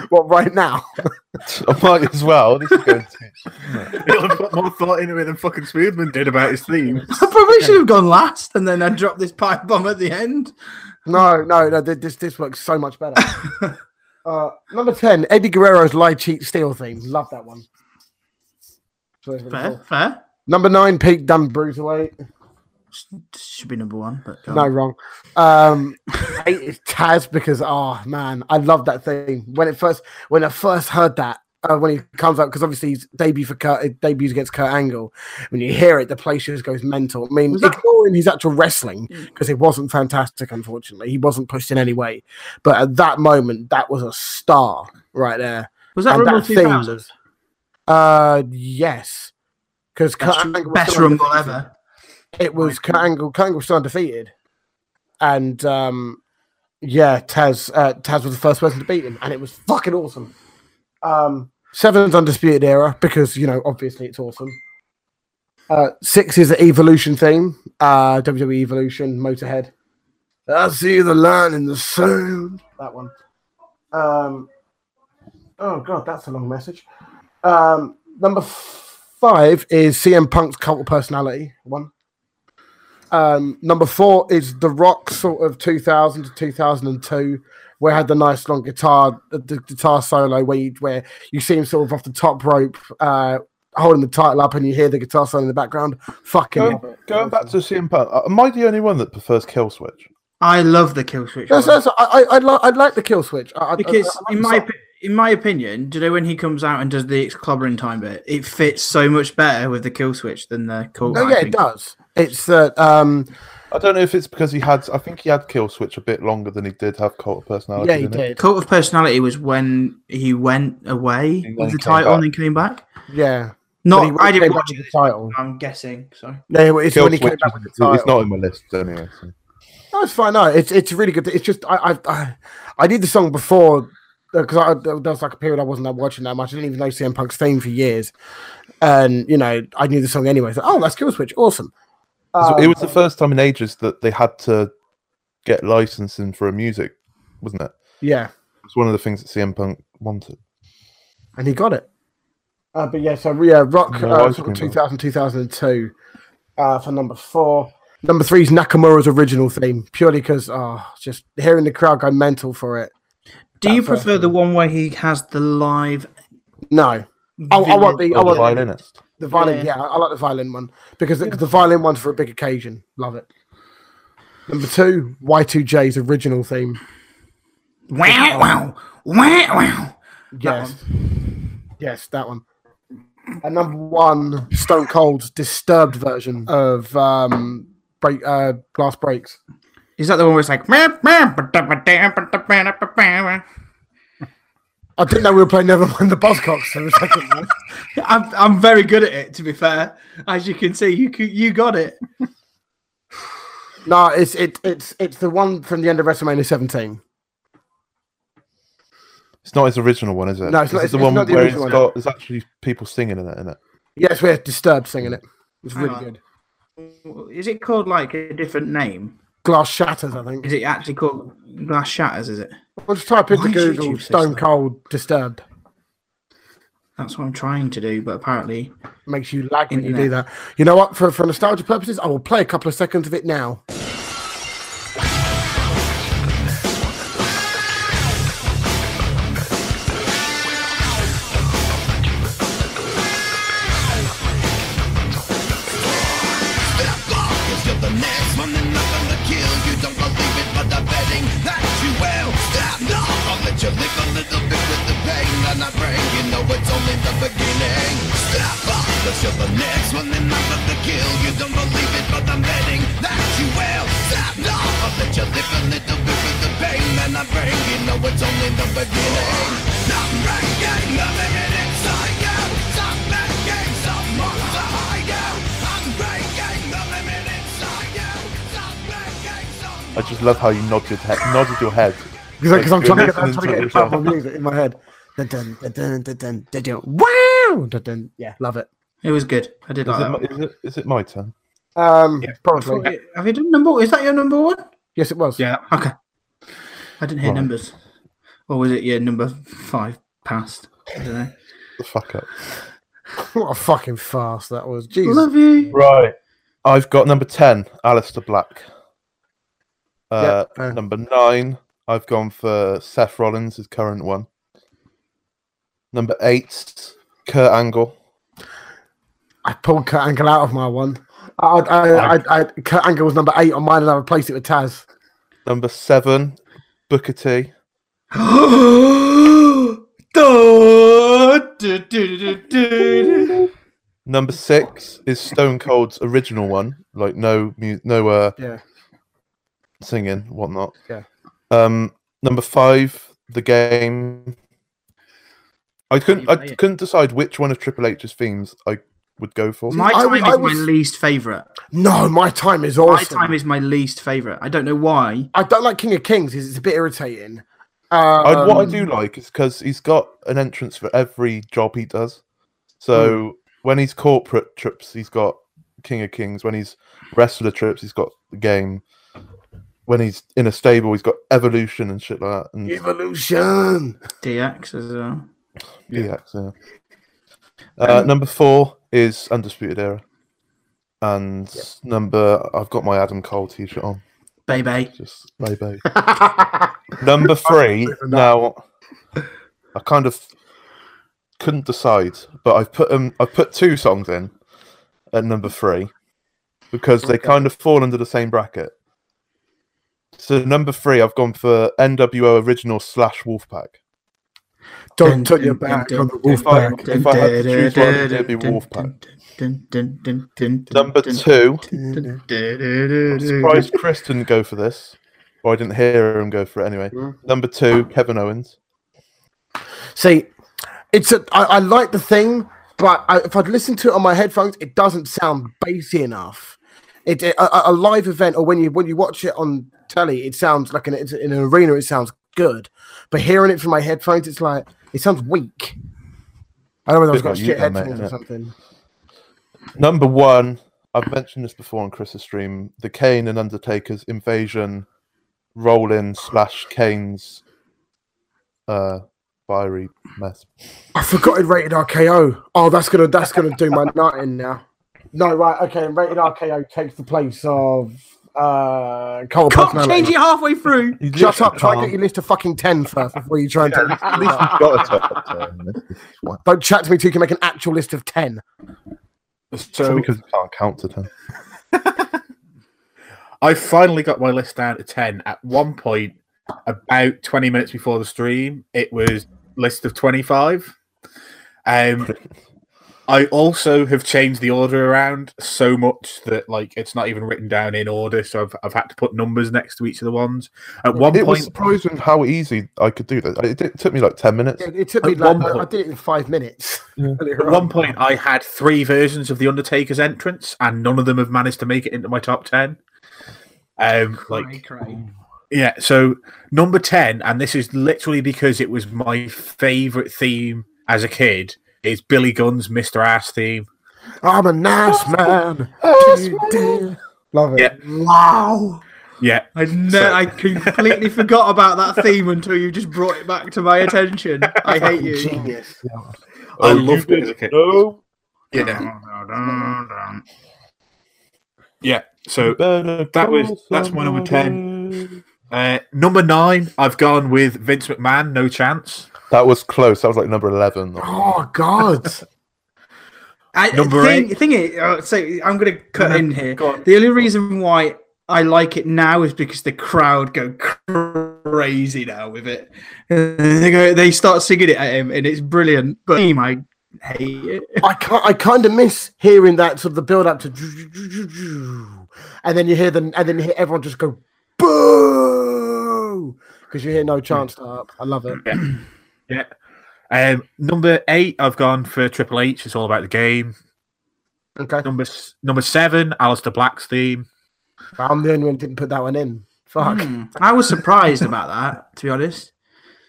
[SPEAKER 3] what right now?
[SPEAKER 4] I might as well. This is going to...
[SPEAKER 2] He'll have put more thought into it than fucking Smoothman did about his theme.
[SPEAKER 1] I probably should have gone last, and then I dropped this pipe bomb at the end.
[SPEAKER 3] No, no, no. th- This this works so much better. uh, number ten, Eddie Guerrero's lie, cheat, steal theme. Love that one. So it's really
[SPEAKER 1] Fair,
[SPEAKER 3] cool.
[SPEAKER 1] fair.
[SPEAKER 3] Number nine, Pete Dunne bruiserweight.
[SPEAKER 1] Should be number one, but go
[SPEAKER 3] No,
[SPEAKER 1] on.
[SPEAKER 3] wrong. Um, eight is Taz because oh man, I love that theme. When it first, when I first heard that, uh, when he comes up, because obviously his debut for Kurt, it debuts against Kurt Angle. When you hear it, the place just goes mental. I mean,
[SPEAKER 1] Was that- Mm.
[SPEAKER 3] ignoring his actual wrestling because it wasn't fantastic, unfortunately, he wasn't pushed in any way. But at that moment, that was a star right there.
[SPEAKER 1] was that
[SPEAKER 3] and
[SPEAKER 1] Rumble
[SPEAKER 3] that theme-
[SPEAKER 1] 2000?
[SPEAKER 3] Uh, yes, because Kurt
[SPEAKER 1] Best,
[SPEAKER 3] Angle was
[SPEAKER 1] best
[SPEAKER 3] still
[SPEAKER 1] Rumble
[SPEAKER 3] undefeated.
[SPEAKER 1] ever.
[SPEAKER 3] It was Kurt Angle. Kurt Angle was still undefeated, and um, yeah, Taz uh, Taz was the first person to beat him, and it was fucking awesome. Um, seven's undisputed era because you know obviously it's awesome. Uh, six is the Evolution theme, uh, WWE Evolution, Motorhead. I see the line in the sound. That one. Um, oh god, that's a long message. Um, number f- five is CM Punk's cult of personality one. Um, number four is The Rock, sort of 2000 to 2002, where he had the nice long guitar, the, the guitar solo, where you, where you see him sort of off the top rope, uh, holding the title up, and you hear the guitar solo in the background. Fucking
[SPEAKER 1] Oh.
[SPEAKER 3] love
[SPEAKER 4] Go,
[SPEAKER 3] it.
[SPEAKER 4] going back to CM Punk, uh, am I the only one that prefers Kill Switch?
[SPEAKER 1] I love the kill switch.
[SPEAKER 3] That's-
[SPEAKER 1] one.
[SPEAKER 3] that's- I, I, I'd, li- I'd like the kill switch I, I- I-
[SPEAKER 1] because
[SPEAKER 3] I like
[SPEAKER 1] in
[SPEAKER 3] the
[SPEAKER 1] my
[SPEAKER 3] song.
[SPEAKER 1] opi- in my opinion, do you know when he comes out and does the clobbering time bit, it fits so much better with the kill switch than the call.
[SPEAKER 3] no,
[SPEAKER 1] I
[SPEAKER 3] Oh, yeah, it
[SPEAKER 1] think.
[SPEAKER 3] does. It's that um,
[SPEAKER 4] I don't know if it's because he had. I think he had Kill Switch a bit longer than he did have Cult of Personality.
[SPEAKER 3] yeah, he
[SPEAKER 4] didn't
[SPEAKER 3] did.
[SPEAKER 1] Cult of Personality was when he went away
[SPEAKER 4] then
[SPEAKER 1] with the
[SPEAKER 4] came
[SPEAKER 1] title
[SPEAKER 4] back.
[SPEAKER 1] and then came back.
[SPEAKER 3] Yeah, But
[SPEAKER 1] Not,
[SPEAKER 3] he-
[SPEAKER 1] I
[SPEAKER 3] he
[SPEAKER 1] didn't
[SPEAKER 3] came back
[SPEAKER 1] watch
[SPEAKER 3] with
[SPEAKER 1] it.
[SPEAKER 3] the title.
[SPEAKER 1] I'm guessing. Sorry.
[SPEAKER 3] No, it's
[SPEAKER 4] Kill
[SPEAKER 3] when he came
[SPEAKER 4] Switch
[SPEAKER 3] back with the
[SPEAKER 4] is- It's
[SPEAKER 3] title.
[SPEAKER 4] not in my list anyway. so.
[SPEAKER 3] No, it's fine. No, it's it's really good. It's just I I I, I did the song before because I there was like a period I wasn't that watching that much. I didn't even know CM Punk's theme for years, and you know I knew the song anyway. So oh, that's Kill Switch, awesome.
[SPEAKER 4] So
[SPEAKER 3] Um,
[SPEAKER 4] it was the first time in ages that they had to get licensing for a music, wasn't it?
[SPEAKER 3] yeah,
[SPEAKER 4] It's one of the things that CM Punk wanted.
[SPEAKER 3] and he got it. Uh, but yeah, so yeah, Rock
[SPEAKER 4] No,
[SPEAKER 3] uh,
[SPEAKER 4] ice
[SPEAKER 3] sort of
[SPEAKER 4] cream
[SPEAKER 3] 2000, 2002 uh, for number four. Number three is Nakamura's original theme, purely because oh, just hearing the crowd go mental for it.
[SPEAKER 1] Do you
[SPEAKER 3] That first
[SPEAKER 1] prefer the one where he has the live?
[SPEAKER 3] No, I, I want the I
[SPEAKER 4] Oh, the
[SPEAKER 3] want the
[SPEAKER 4] violinist.
[SPEAKER 3] The violin,
[SPEAKER 1] Yeah.
[SPEAKER 3] yeah, I, I like the violin one because the, the violin one's for a big occasion. Love it. Number two, Y2J's original theme.
[SPEAKER 1] Wow! Wow! Wow! Wow!
[SPEAKER 3] Yes, yes, that one. And number one, Stone Cold's disturbed version of um, break, uh, Glass Breaks.
[SPEAKER 1] Is that the one where it's like? I'm
[SPEAKER 3] I didn't know we were playing Nevermind the Buzzcocks for the second one.
[SPEAKER 1] I'm very good at it. To be fair, as you can see, you c- you got it.
[SPEAKER 3] No, it's it, it's it's the one from the end of WrestleMania 17.
[SPEAKER 4] It's not his original one, is it?
[SPEAKER 3] No, it's not-
[SPEAKER 4] This is the
[SPEAKER 3] it's
[SPEAKER 4] one
[SPEAKER 3] not the
[SPEAKER 4] where it's
[SPEAKER 3] original one.
[SPEAKER 4] got there's actually people singing in it, isn't it?
[SPEAKER 3] Yes, we had Disturbed singing it. It's
[SPEAKER 1] Hang
[SPEAKER 3] really
[SPEAKER 1] on.
[SPEAKER 3] good.
[SPEAKER 1] Is it called like a different name?
[SPEAKER 3] Glass Shatters, I think.
[SPEAKER 1] Is it actually called Glass Shatters? Is it?
[SPEAKER 3] I'll just type into
[SPEAKER 1] Why did you
[SPEAKER 3] Google
[SPEAKER 1] choose this
[SPEAKER 3] Stone
[SPEAKER 1] then?
[SPEAKER 3] Cold Disturbed.
[SPEAKER 1] That's what I'm trying to do, but apparently,
[SPEAKER 3] Makes you lag when you do
[SPEAKER 1] Internet.
[SPEAKER 3] that. You know what? For, for nostalgia purposes, I will play a couple of seconds of it now.
[SPEAKER 5] Cause you're the next one and nothing to kill You don't believe it, but I'm betting that you will Stop, no! I'll let you live a little bit with the pain that I bring You know it's only the beginning Stop up, cause you're the next one and nothing to kill You don't believe it, but I'm betting that you will Stop, no! I'll let you live a little bit with the pain that I bring You know it's only the beginning Stop breaking the minute inside you Stop making someone to hide you I'm breaking the limit inside you Stop making someone
[SPEAKER 4] I just love how you nod your head, nodded your head.
[SPEAKER 3] Because I'm
[SPEAKER 4] Like,
[SPEAKER 3] trying to
[SPEAKER 4] you're
[SPEAKER 3] get, I'm trying to get
[SPEAKER 4] listening
[SPEAKER 3] it
[SPEAKER 4] to
[SPEAKER 3] up
[SPEAKER 4] yourself.
[SPEAKER 3] on music in my head. Dun, dun, dun, dun, dun, dun, dun, dun. Wow! Dun, dun. Yeah, love it.
[SPEAKER 1] it was good. I did
[SPEAKER 4] Is
[SPEAKER 1] like
[SPEAKER 4] it
[SPEAKER 1] that.
[SPEAKER 4] my-
[SPEAKER 1] one.
[SPEAKER 4] is, it, is it my turn?
[SPEAKER 3] Um,
[SPEAKER 1] I thought
[SPEAKER 3] Probably.
[SPEAKER 1] it- Have you done number? Is that your number one?
[SPEAKER 3] Yes, it was.
[SPEAKER 2] Yeah.
[SPEAKER 1] Okay. I didn't hear
[SPEAKER 4] Right.
[SPEAKER 1] numbers. Or was it your number five past? I don't know.
[SPEAKER 4] The fuck up.
[SPEAKER 3] What a fucking farce that was. Jesus.
[SPEAKER 1] Love you.
[SPEAKER 4] Right. I've got number 10, Alistair Black. Uh,
[SPEAKER 3] Yep, fair.
[SPEAKER 4] Number 9, I've gone for Seth Rollins, his current one. Number 8, Kurt Angle.
[SPEAKER 3] I pulled Kurt Angle out of my one. I, I, I, I, I, Kurt Angle was number eight on mine, and I replaced it with Taz.
[SPEAKER 4] Number 7, Booker T.
[SPEAKER 1] Du- du- du- du- du- du.
[SPEAKER 4] Number 6 is Stone Cold's original one, like no mu- no uh,
[SPEAKER 3] Yeah.
[SPEAKER 4] singing, whatnot.
[SPEAKER 3] Yeah.
[SPEAKER 4] Um, number 5, The Game. I couldn't
[SPEAKER 1] you
[SPEAKER 4] I
[SPEAKER 1] play it?
[SPEAKER 4] couldn't decide which one of Triple H's themes I would go for.
[SPEAKER 1] My
[SPEAKER 3] I
[SPEAKER 1] time
[SPEAKER 3] was-
[SPEAKER 1] is
[SPEAKER 3] I
[SPEAKER 1] my
[SPEAKER 3] was-
[SPEAKER 1] least favorite.
[SPEAKER 3] No, my time is
[SPEAKER 1] My
[SPEAKER 3] awesome.
[SPEAKER 1] time is my least favorite. I don't know why.
[SPEAKER 3] I don't like King of Kings because it's a bit irritating.
[SPEAKER 4] I, what I
[SPEAKER 3] Um,
[SPEAKER 4] do like is because he's got an entrance for every job he does. So when he's corporate trips, he's got King of Kings. When he's wrestler trips, he's got the game. When he's in a stable, he's got Evolution and shit like that. And yeah,
[SPEAKER 3] Evolution.
[SPEAKER 1] DX as well.
[SPEAKER 4] so. Uh, number four is Undisputed Era, and number I've got my Adam Cole T-shirt on.
[SPEAKER 1] Baby.
[SPEAKER 4] Just bye bye. Number three. now, I kind of couldn't decide, but I've put um, I put two songs in at number three because they kind of fall under the same bracket. So number three, I've gone for NWO original slash Wolfpack.
[SPEAKER 3] Don't turn your back on the wolf
[SPEAKER 4] dun,
[SPEAKER 3] pack.
[SPEAKER 4] dun. If I had to choose one, it'd be
[SPEAKER 1] Wolfpack.
[SPEAKER 4] Number two, I'm
[SPEAKER 1] two.
[SPEAKER 4] surprised Chris didn't go for this, or I didn't hear him go for it anyway. Number two, Kevin Owens.
[SPEAKER 3] See, it's a. I, I like the thing, but I, if I'd listened to it on my headphones, it doesn't sound bassy enough. It, it- a, a live event or when you when you watch it on telly, it sounds like an it's in an arena. It sounds good, but hearing it from my headphones, it's like it sounds weak. I don't know whether I've
[SPEAKER 4] Bit
[SPEAKER 3] got
[SPEAKER 4] like you
[SPEAKER 3] shit
[SPEAKER 4] then, mate,
[SPEAKER 3] headphones
[SPEAKER 4] innit?
[SPEAKER 3] or something.
[SPEAKER 4] Number one, I've mentioned this before on Chris's stream: the Kane and Undertaker's invasion, roll-in slash Kane's uh, fiery mess.
[SPEAKER 3] I forgot it rated RKO. Oh, that's gonna that's gonna do my night in now. No, right, okay. Rated RKO takes the place of uh Cole
[SPEAKER 1] Cock,
[SPEAKER 3] Personality.
[SPEAKER 1] change it halfway through.
[SPEAKER 3] Shut up! Try and get your list of fucking ten first before you try and. tell me
[SPEAKER 4] got a top ten.
[SPEAKER 3] Don't chat to me till you can make an actual list of ten.
[SPEAKER 4] So
[SPEAKER 2] So
[SPEAKER 4] because you can't count to ten.
[SPEAKER 2] I finally got my list down to 10. At one point, about 20 minutes before the stream, it was list of 25. Um, I also have changed the order around so much that like it's not even written down in order, so I've, I've had to put numbers next to each of the ones. At one
[SPEAKER 4] It was
[SPEAKER 2] point,
[SPEAKER 4] surprising how easy I could do that. It, it took me like ten minutes.
[SPEAKER 3] It, it took me
[SPEAKER 2] At
[SPEAKER 3] like
[SPEAKER 2] one
[SPEAKER 3] I- I
[SPEAKER 2] point-
[SPEAKER 3] did it in five minutes.
[SPEAKER 2] at one point, I had three versions of the Undertaker's entrance, and none of them have managed to make it into my top ten. Um, like Yeah, so number 10, and this is literally because it was my favorite theme as a kid, is Billy Gunn's Mr. Ass theme.
[SPEAKER 3] I'm a nice man. Love it.
[SPEAKER 2] Yeah.
[SPEAKER 1] Wow.
[SPEAKER 2] Yeah.
[SPEAKER 1] I no, I completely forgot about that theme until you just brought it back to my attention. I hate you.
[SPEAKER 3] Genius.
[SPEAKER 2] I
[SPEAKER 4] Oh, you
[SPEAKER 2] loved it as a
[SPEAKER 4] didn't
[SPEAKER 2] kid.
[SPEAKER 4] know?
[SPEAKER 2] Yeah. Yeah. So
[SPEAKER 4] Better
[SPEAKER 2] That was-
[SPEAKER 4] call
[SPEAKER 2] that's my number
[SPEAKER 4] somebody.
[SPEAKER 2] uh, number nine, I've gone with Vince McMahon. No chance.
[SPEAKER 4] That was close. That was like number eleven.
[SPEAKER 3] Oh God!
[SPEAKER 1] I,
[SPEAKER 2] Number
[SPEAKER 1] thing,
[SPEAKER 2] eight.
[SPEAKER 1] Thing is, uh, so I'm going to cut
[SPEAKER 2] No,
[SPEAKER 1] in here.
[SPEAKER 2] go on.
[SPEAKER 1] The only reason why I like it now is because the crowd go crazy now with it. And they go, they start singing it at him, and it's brilliant. But him, I hate it.
[SPEAKER 3] I can't, I kind of miss hearing that sort of the build up to, and then you hear them, and then you hear everyone just go boo because you hear no chance start up. I love it.
[SPEAKER 2] Yeah. Um, number eight, I've gone for Triple H. It's all about the game.
[SPEAKER 3] Okay,
[SPEAKER 2] Number s- number seven, Alistair Black's theme.
[SPEAKER 3] I'm the only one who didn't put that one in. Fuck.
[SPEAKER 1] Hmm. I was surprised about that, to be honest.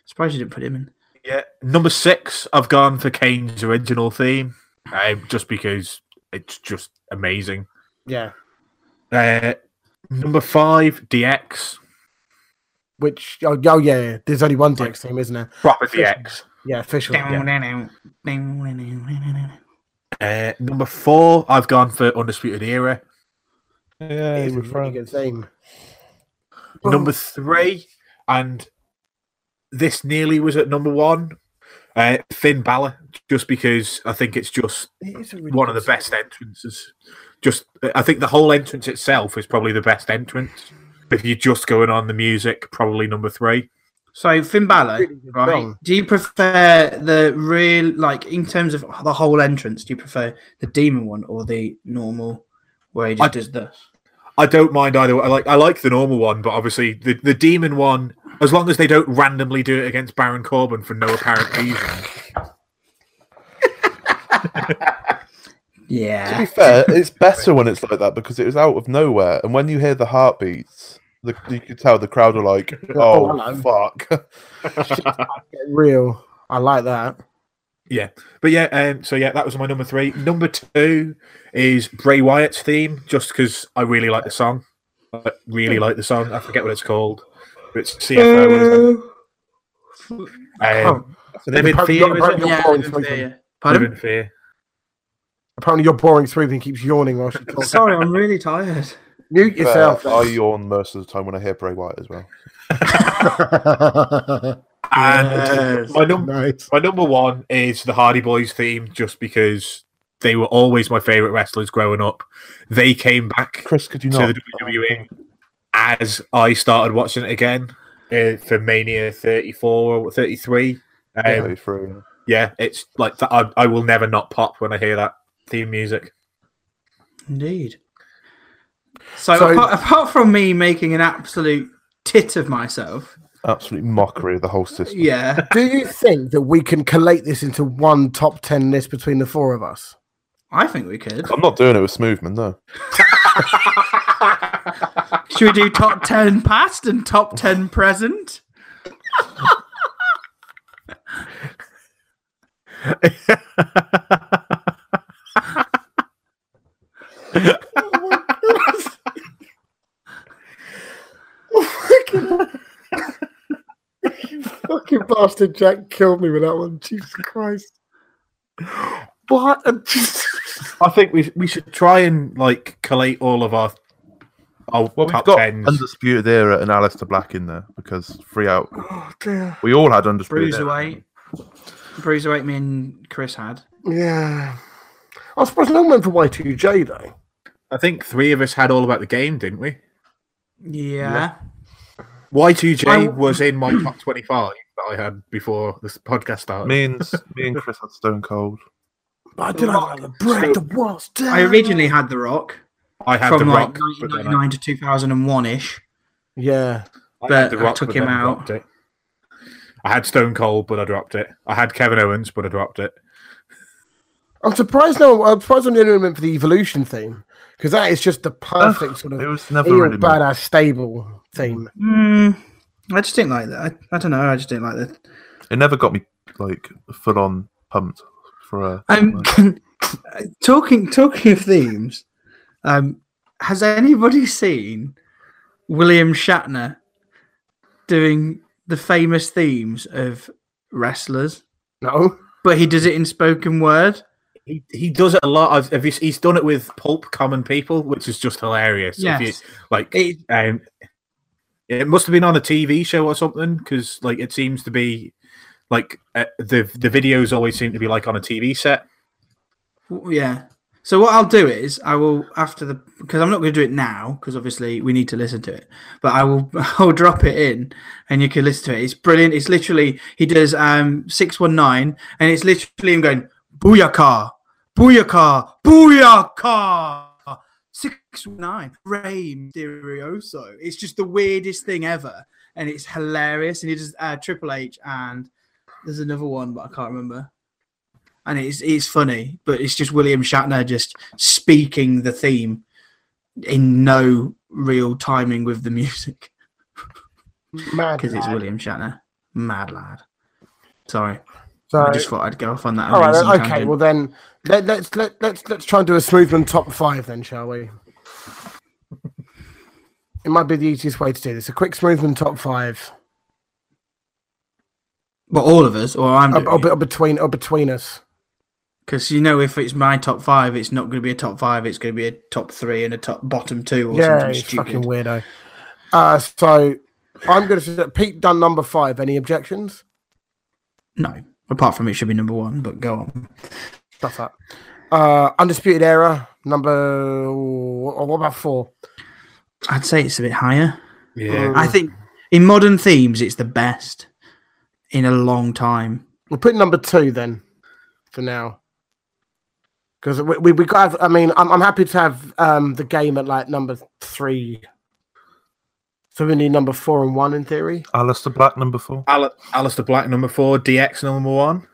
[SPEAKER 1] Surprised you didn't put him in.
[SPEAKER 2] Yeah. Number six, I've gone for Kane's original theme, um, just because it's just amazing.
[SPEAKER 3] Yeah,
[SPEAKER 2] Uh, number five, DX.
[SPEAKER 3] which oh, oh yeah, yeah, there's only one DX team, isn't there?
[SPEAKER 2] Proper DX.
[SPEAKER 3] Yeah, official.
[SPEAKER 2] Uh, number four, I've gone for Undisputed Era.
[SPEAKER 4] Yeah,
[SPEAKER 3] It's a really good theme.
[SPEAKER 2] Number three, and this nearly was at number one. Uh, Finn Balor, just because I think it's just one of the best entrances. Just, I think the whole entrance itself is probably the best entrance. If you're just going on the music, probably number three.
[SPEAKER 1] So Finn Balor,
[SPEAKER 3] Really good
[SPEAKER 1] right?
[SPEAKER 3] song.
[SPEAKER 1] Do you prefer the real, like in terms of the whole entrance? Do you prefer the demon one or the normal, where he just
[SPEAKER 2] I-
[SPEAKER 1] does this?
[SPEAKER 2] I don't mind either. one. I like I like the normal one, but obviously the, the demon one, as long as they don't randomly do it against Baron Corbin for no apparent reason.
[SPEAKER 1] Yeah.
[SPEAKER 4] To be fair, it's better when it's like that because it was out of nowhere, and when you hear the heartbeats, the, you could tell the crowd are like,
[SPEAKER 3] Oh,
[SPEAKER 4] "Oh,
[SPEAKER 3] hello."
[SPEAKER 4] fuck."
[SPEAKER 3] Get real. I like that.
[SPEAKER 2] Yeah, but yeah, um, so yeah, that was my number three. Number two is Bray Wyatt's theme, just because I really like the song. I really like the song. I forget what it's called. but It's CFO. isn't it?
[SPEAKER 3] Oh,
[SPEAKER 2] Um, Live in
[SPEAKER 3] Pro-
[SPEAKER 2] Fear. is it?
[SPEAKER 3] Pro-
[SPEAKER 1] Yeah,
[SPEAKER 3] boring
[SPEAKER 1] yeah,
[SPEAKER 3] sweeping.
[SPEAKER 1] yeah.
[SPEAKER 2] Live
[SPEAKER 1] Pardon?
[SPEAKER 2] in Fear.
[SPEAKER 3] apparently your boring sweeping keeps yawning while she talks.
[SPEAKER 1] Sorry, I'm really tired.
[SPEAKER 3] Mute yourself.
[SPEAKER 4] I yawn most of the time when I hear Bray White as well.
[SPEAKER 1] Uh,
[SPEAKER 2] And my number
[SPEAKER 3] nice.
[SPEAKER 2] My number one is the Hardy Boys theme, just because they were always my favorite wrestlers growing up. They came back
[SPEAKER 4] Chris, could you
[SPEAKER 2] to
[SPEAKER 4] not?
[SPEAKER 2] the WWE as I started watching it again uh, for Mania 34 or 33. Um,
[SPEAKER 4] Yeah,
[SPEAKER 2] yeah.
[SPEAKER 4] through.
[SPEAKER 2] it's like that. I, I will never not pop when I hear that theme music.
[SPEAKER 1] Indeed. So,
[SPEAKER 3] So-
[SPEAKER 1] apart, apart from me making an absolute tit of myself,
[SPEAKER 4] Absolute mockery of the whole system.
[SPEAKER 1] yeah,
[SPEAKER 3] Do you think that we can collate this into one top ten list between the four of us?
[SPEAKER 1] I think we could.
[SPEAKER 4] I'm not doing it with Smoothman, though.
[SPEAKER 1] Should we do top 10 past and top 10 present?
[SPEAKER 3] Fucking bastard Jack killed me with that one. Jesus Christ. What?
[SPEAKER 2] I think we we should try and like collate all of our our
[SPEAKER 4] Well, we've
[SPEAKER 2] top
[SPEAKER 4] got
[SPEAKER 2] tens.
[SPEAKER 4] Undisputed Era and Alistair Black in there because three out.
[SPEAKER 3] oh dear.
[SPEAKER 4] We all had Undisputed Era.
[SPEAKER 1] Bruiserweight. Bruiserweight, me and Chris had.
[SPEAKER 3] Yeah. I was surprised no one went for Y2J though.
[SPEAKER 2] I think three of us had all about the game, didn't we?
[SPEAKER 1] Yeah.
[SPEAKER 2] Y2J
[SPEAKER 1] I-
[SPEAKER 2] was in my top 25 that I had before this podcast started.
[SPEAKER 4] Me and me and Chris had Stone Cold.
[SPEAKER 3] But I did not like the break the walls down.
[SPEAKER 1] I originally had The Rock
[SPEAKER 2] I had The
[SPEAKER 1] from like
[SPEAKER 2] Rock. but then I-
[SPEAKER 1] 1999 to 2001 ish.
[SPEAKER 3] Yeah.
[SPEAKER 2] I
[SPEAKER 1] but
[SPEAKER 2] had The
[SPEAKER 1] I
[SPEAKER 2] Rock,
[SPEAKER 1] took
[SPEAKER 2] but
[SPEAKER 1] him
[SPEAKER 2] then
[SPEAKER 1] out.
[SPEAKER 2] dropped it. I had Stone Cold, but I dropped it. I had Kevin Owens, but I dropped it.
[SPEAKER 3] I'm surprised no I'm surprised I'm the only one went for the evolution theme. Because that is just the perfect sort
[SPEAKER 4] It
[SPEAKER 3] of
[SPEAKER 4] was never
[SPEAKER 3] heel
[SPEAKER 4] really. me.
[SPEAKER 3] badass stable theme.
[SPEAKER 1] Mm, I just didn't like that. I, I don't know. I just didn't like that.
[SPEAKER 4] It never got me like full on pumped for uh, a.
[SPEAKER 1] Um, talking talking of themes, um, has anybody seen William Shatner doing the famous themes of wrestlers?
[SPEAKER 3] No?
[SPEAKER 1] but he does it in spoken word.
[SPEAKER 2] He, he does it a lot. I've, have you, he's done it with pulp common people, which is just hilarious. If you-
[SPEAKER 1] Yes.
[SPEAKER 2] like
[SPEAKER 1] It,
[SPEAKER 2] um, it must have been on a TV show or something because like it seems to be like uh, the the videos always seem to be like on a TV set.
[SPEAKER 1] W- Yeah. So what I'll do is I will after the because I'm not going to do it now because obviously we need to listen to it. But I will I'll drop it in and you can listen to it. It's brilliant. It's literally he does um six one nine and it's literally him going booyaka, booyaka, booyaka. Six one nine, Ray Mysterioso. It's just the weirdest thing ever, and it's hilarious. And he does uh, Triple H, and there's another one, but I can't remember and it's it's funny, but it's just William Shatner just speaking the theme in no real timing with the music
[SPEAKER 3] Mad
[SPEAKER 1] because it's
[SPEAKER 3] lad.
[SPEAKER 1] William Shatner, mad lad. Sorry,
[SPEAKER 3] So,
[SPEAKER 1] I just thought I'd go off on that.
[SPEAKER 3] all right,
[SPEAKER 1] amazing
[SPEAKER 3] okay.
[SPEAKER 1] tangent.
[SPEAKER 3] Well, then let, let's let, let's let's try and do a Smoothman top five, then, shall we? It might be the easiest way to do this. A quick Smoothman top five,
[SPEAKER 1] but all of us, or I'm,
[SPEAKER 3] or, or, be- or between or between us.
[SPEAKER 1] because you know if it's my top five, it's not going to be a top five. It's going to be a top three and a top bottom two or
[SPEAKER 3] yeah,
[SPEAKER 1] something
[SPEAKER 3] you
[SPEAKER 1] stupid.
[SPEAKER 3] fucking weirdo. Uh, so I'm going to say that Pete done number five. Any objections?
[SPEAKER 1] No, apart from it should be number one. But go on.
[SPEAKER 3] Stuff that. Uh, Undisputed Era number. Or what about four?
[SPEAKER 1] I'd say it's a bit higher.
[SPEAKER 2] Yeah,
[SPEAKER 3] Mm.
[SPEAKER 1] I think in modern themes, it's the best in a long time.
[SPEAKER 3] We'll put number two then for now. Because we, we, we got, have, I mean, I'm, I'm happy to have um, the game at like number three. So we need number four and one in theory.
[SPEAKER 4] Alistair Black, number four.
[SPEAKER 2] Al- Alistair Black number four, DX number one.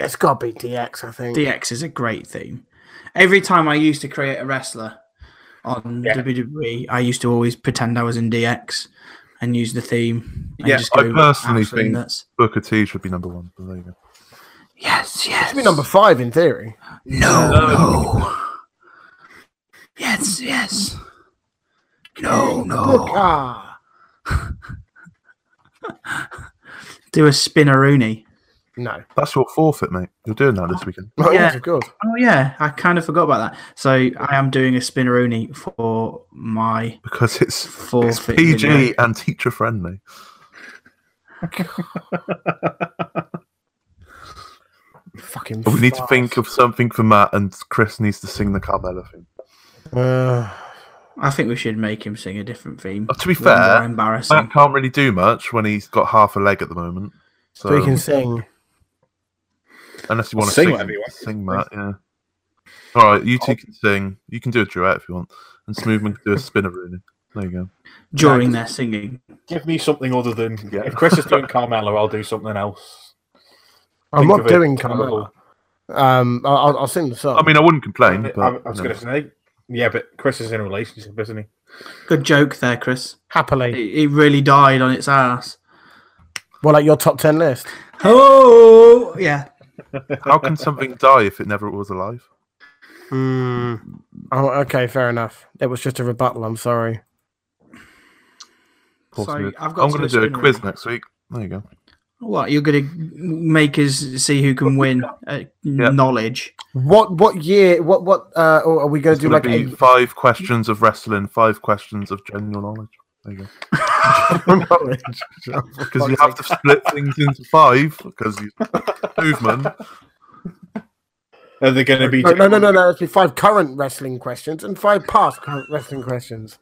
[SPEAKER 3] It's got to be DX, I think.
[SPEAKER 1] DX is a great theme. Every time I used to create a wrestler on
[SPEAKER 2] Yeah.
[SPEAKER 1] WWE, I used to always pretend I was in DX and use the theme. And
[SPEAKER 2] Yeah,
[SPEAKER 1] just
[SPEAKER 4] I personally
[SPEAKER 1] absolutely
[SPEAKER 4] think-
[SPEAKER 1] nuts.
[SPEAKER 4] Booker T should be number one. But there you go.
[SPEAKER 1] yes, yes.
[SPEAKER 3] Should be number five in theory.
[SPEAKER 1] no, no. Yes, yes. No, no.
[SPEAKER 3] Ah,
[SPEAKER 1] Do a spinneroonie.
[SPEAKER 3] no.
[SPEAKER 4] That's your forfeit, mate. You're doing that this weekend.
[SPEAKER 3] Oh,
[SPEAKER 1] Yeah.
[SPEAKER 3] yes, of course.
[SPEAKER 1] Oh yeah, I kind of forgot about that. So I am doing a spinneroonie for my
[SPEAKER 4] Because it's, it's
[SPEAKER 1] forfeit.
[SPEAKER 4] PG
[SPEAKER 1] video.
[SPEAKER 4] and teacher friendly.
[SPEAKER 3] Fucking.
[SPEAKER 4] But we need to
[SPEAKER 3] farce.
[SPEAKER 4] think of something for Matt, and Chris needs to sing the Carmella thing.
[SPEAKER 3] Uh,
[SPEAKER 1] I think we should make him sing a different theme.
[SPEAKER 4] Uh, to be
[SPEAKER 1] One more
[SPEAKER 4] fair,
[SPEAKER 1] embarrassing.
[SPEAKER 4] Matt can't really do much when he's got half a leg at the moment. So,
[SPEAKER 3] so we can sing.
[SPEAKER 4] unless you want to
[SPEAKER 2] Sing
[SPEAKER 4] sing,
[SPEAKER 2] whatever you want.
[SPEAKER 4] sing Matt, yeah. All right, you two can sing. You can do a duet if you want, and Smoothman can do a spinneroonie. There you go.
[SPEAKER 1] during their singing.
[SPEAKER 2] Give me something other than
[SPEAKER 4] Yeah.
[SPEAKER 2] if Chris is doing Carmelo, I'll do something else.
[SPEAKER 3] I'm
[SPEAKER 2] Think
[SPEAKER 3] not
[SPEAKER 2] of a
[SPEAKER 3] doing
[SPEAKER 2] terrible-
[SPEAKER 3] Carmella. Um, I- I'll, I'll sing the song.
[SPEAKER 4] I mean, I wouldn't complain.
[SPEAKER 2] I,
[SPEAKER 4] But,
[SPEAKER 2] I, I was
[SPEAKER 4] you know.
[SPEAKER 2] going to say, yeah, but Chris is in a relationship, isn't he?
[SPEAKER 1] Good joke there, Chris. It,
[SPEAKER 3] happily.
[SPEAKER 1] it really died on its ass.
[SPEAKER 3] Well, like your top ten list.
[SPEAKER 1] Oh yeah.
[SPEAKER 4] How can something die if it never was alive?
[SPEAKER 3] Hmm. Oh, okay, fair enough. That was just a rebuttal. I'm sorry.
[SPEAKER 4] Of course
[SPEAKER 1] So,
[SPEAKER 4] it is.
[SPEAKER 1] I've got
[SPEAKER 4] I'm
[SPEAKER 1] to
[SPEAKER 4] going to
[SPEAKER 1] do
[SPEAKER 4] do
[SPEAKER 1] a
[SPEAKER 4] a quiz next week. There you go.
[SPEAKER 1] What you're gonna make us see who can win uh, knowledge.
[SPEAKER 3] What what year? What what? Uh, or are we going to
[SPEAKER 4] It's
[SPEAKER 3] do
[SPEAKER 4] going
[SPEAKER 3] like
[SPEAKER 4] to be
[SPEAKER 3] a,
[SPEAKER 4] five questions of wrestling, five questions of general knowledge. There you go. Because you have to split things into five because you movement.
[SPEAKER 2] Are they going to be?
[SPEAKER 3] no, no, no, no, no. It'll be five current wrestling questions and five past current wrestling questions.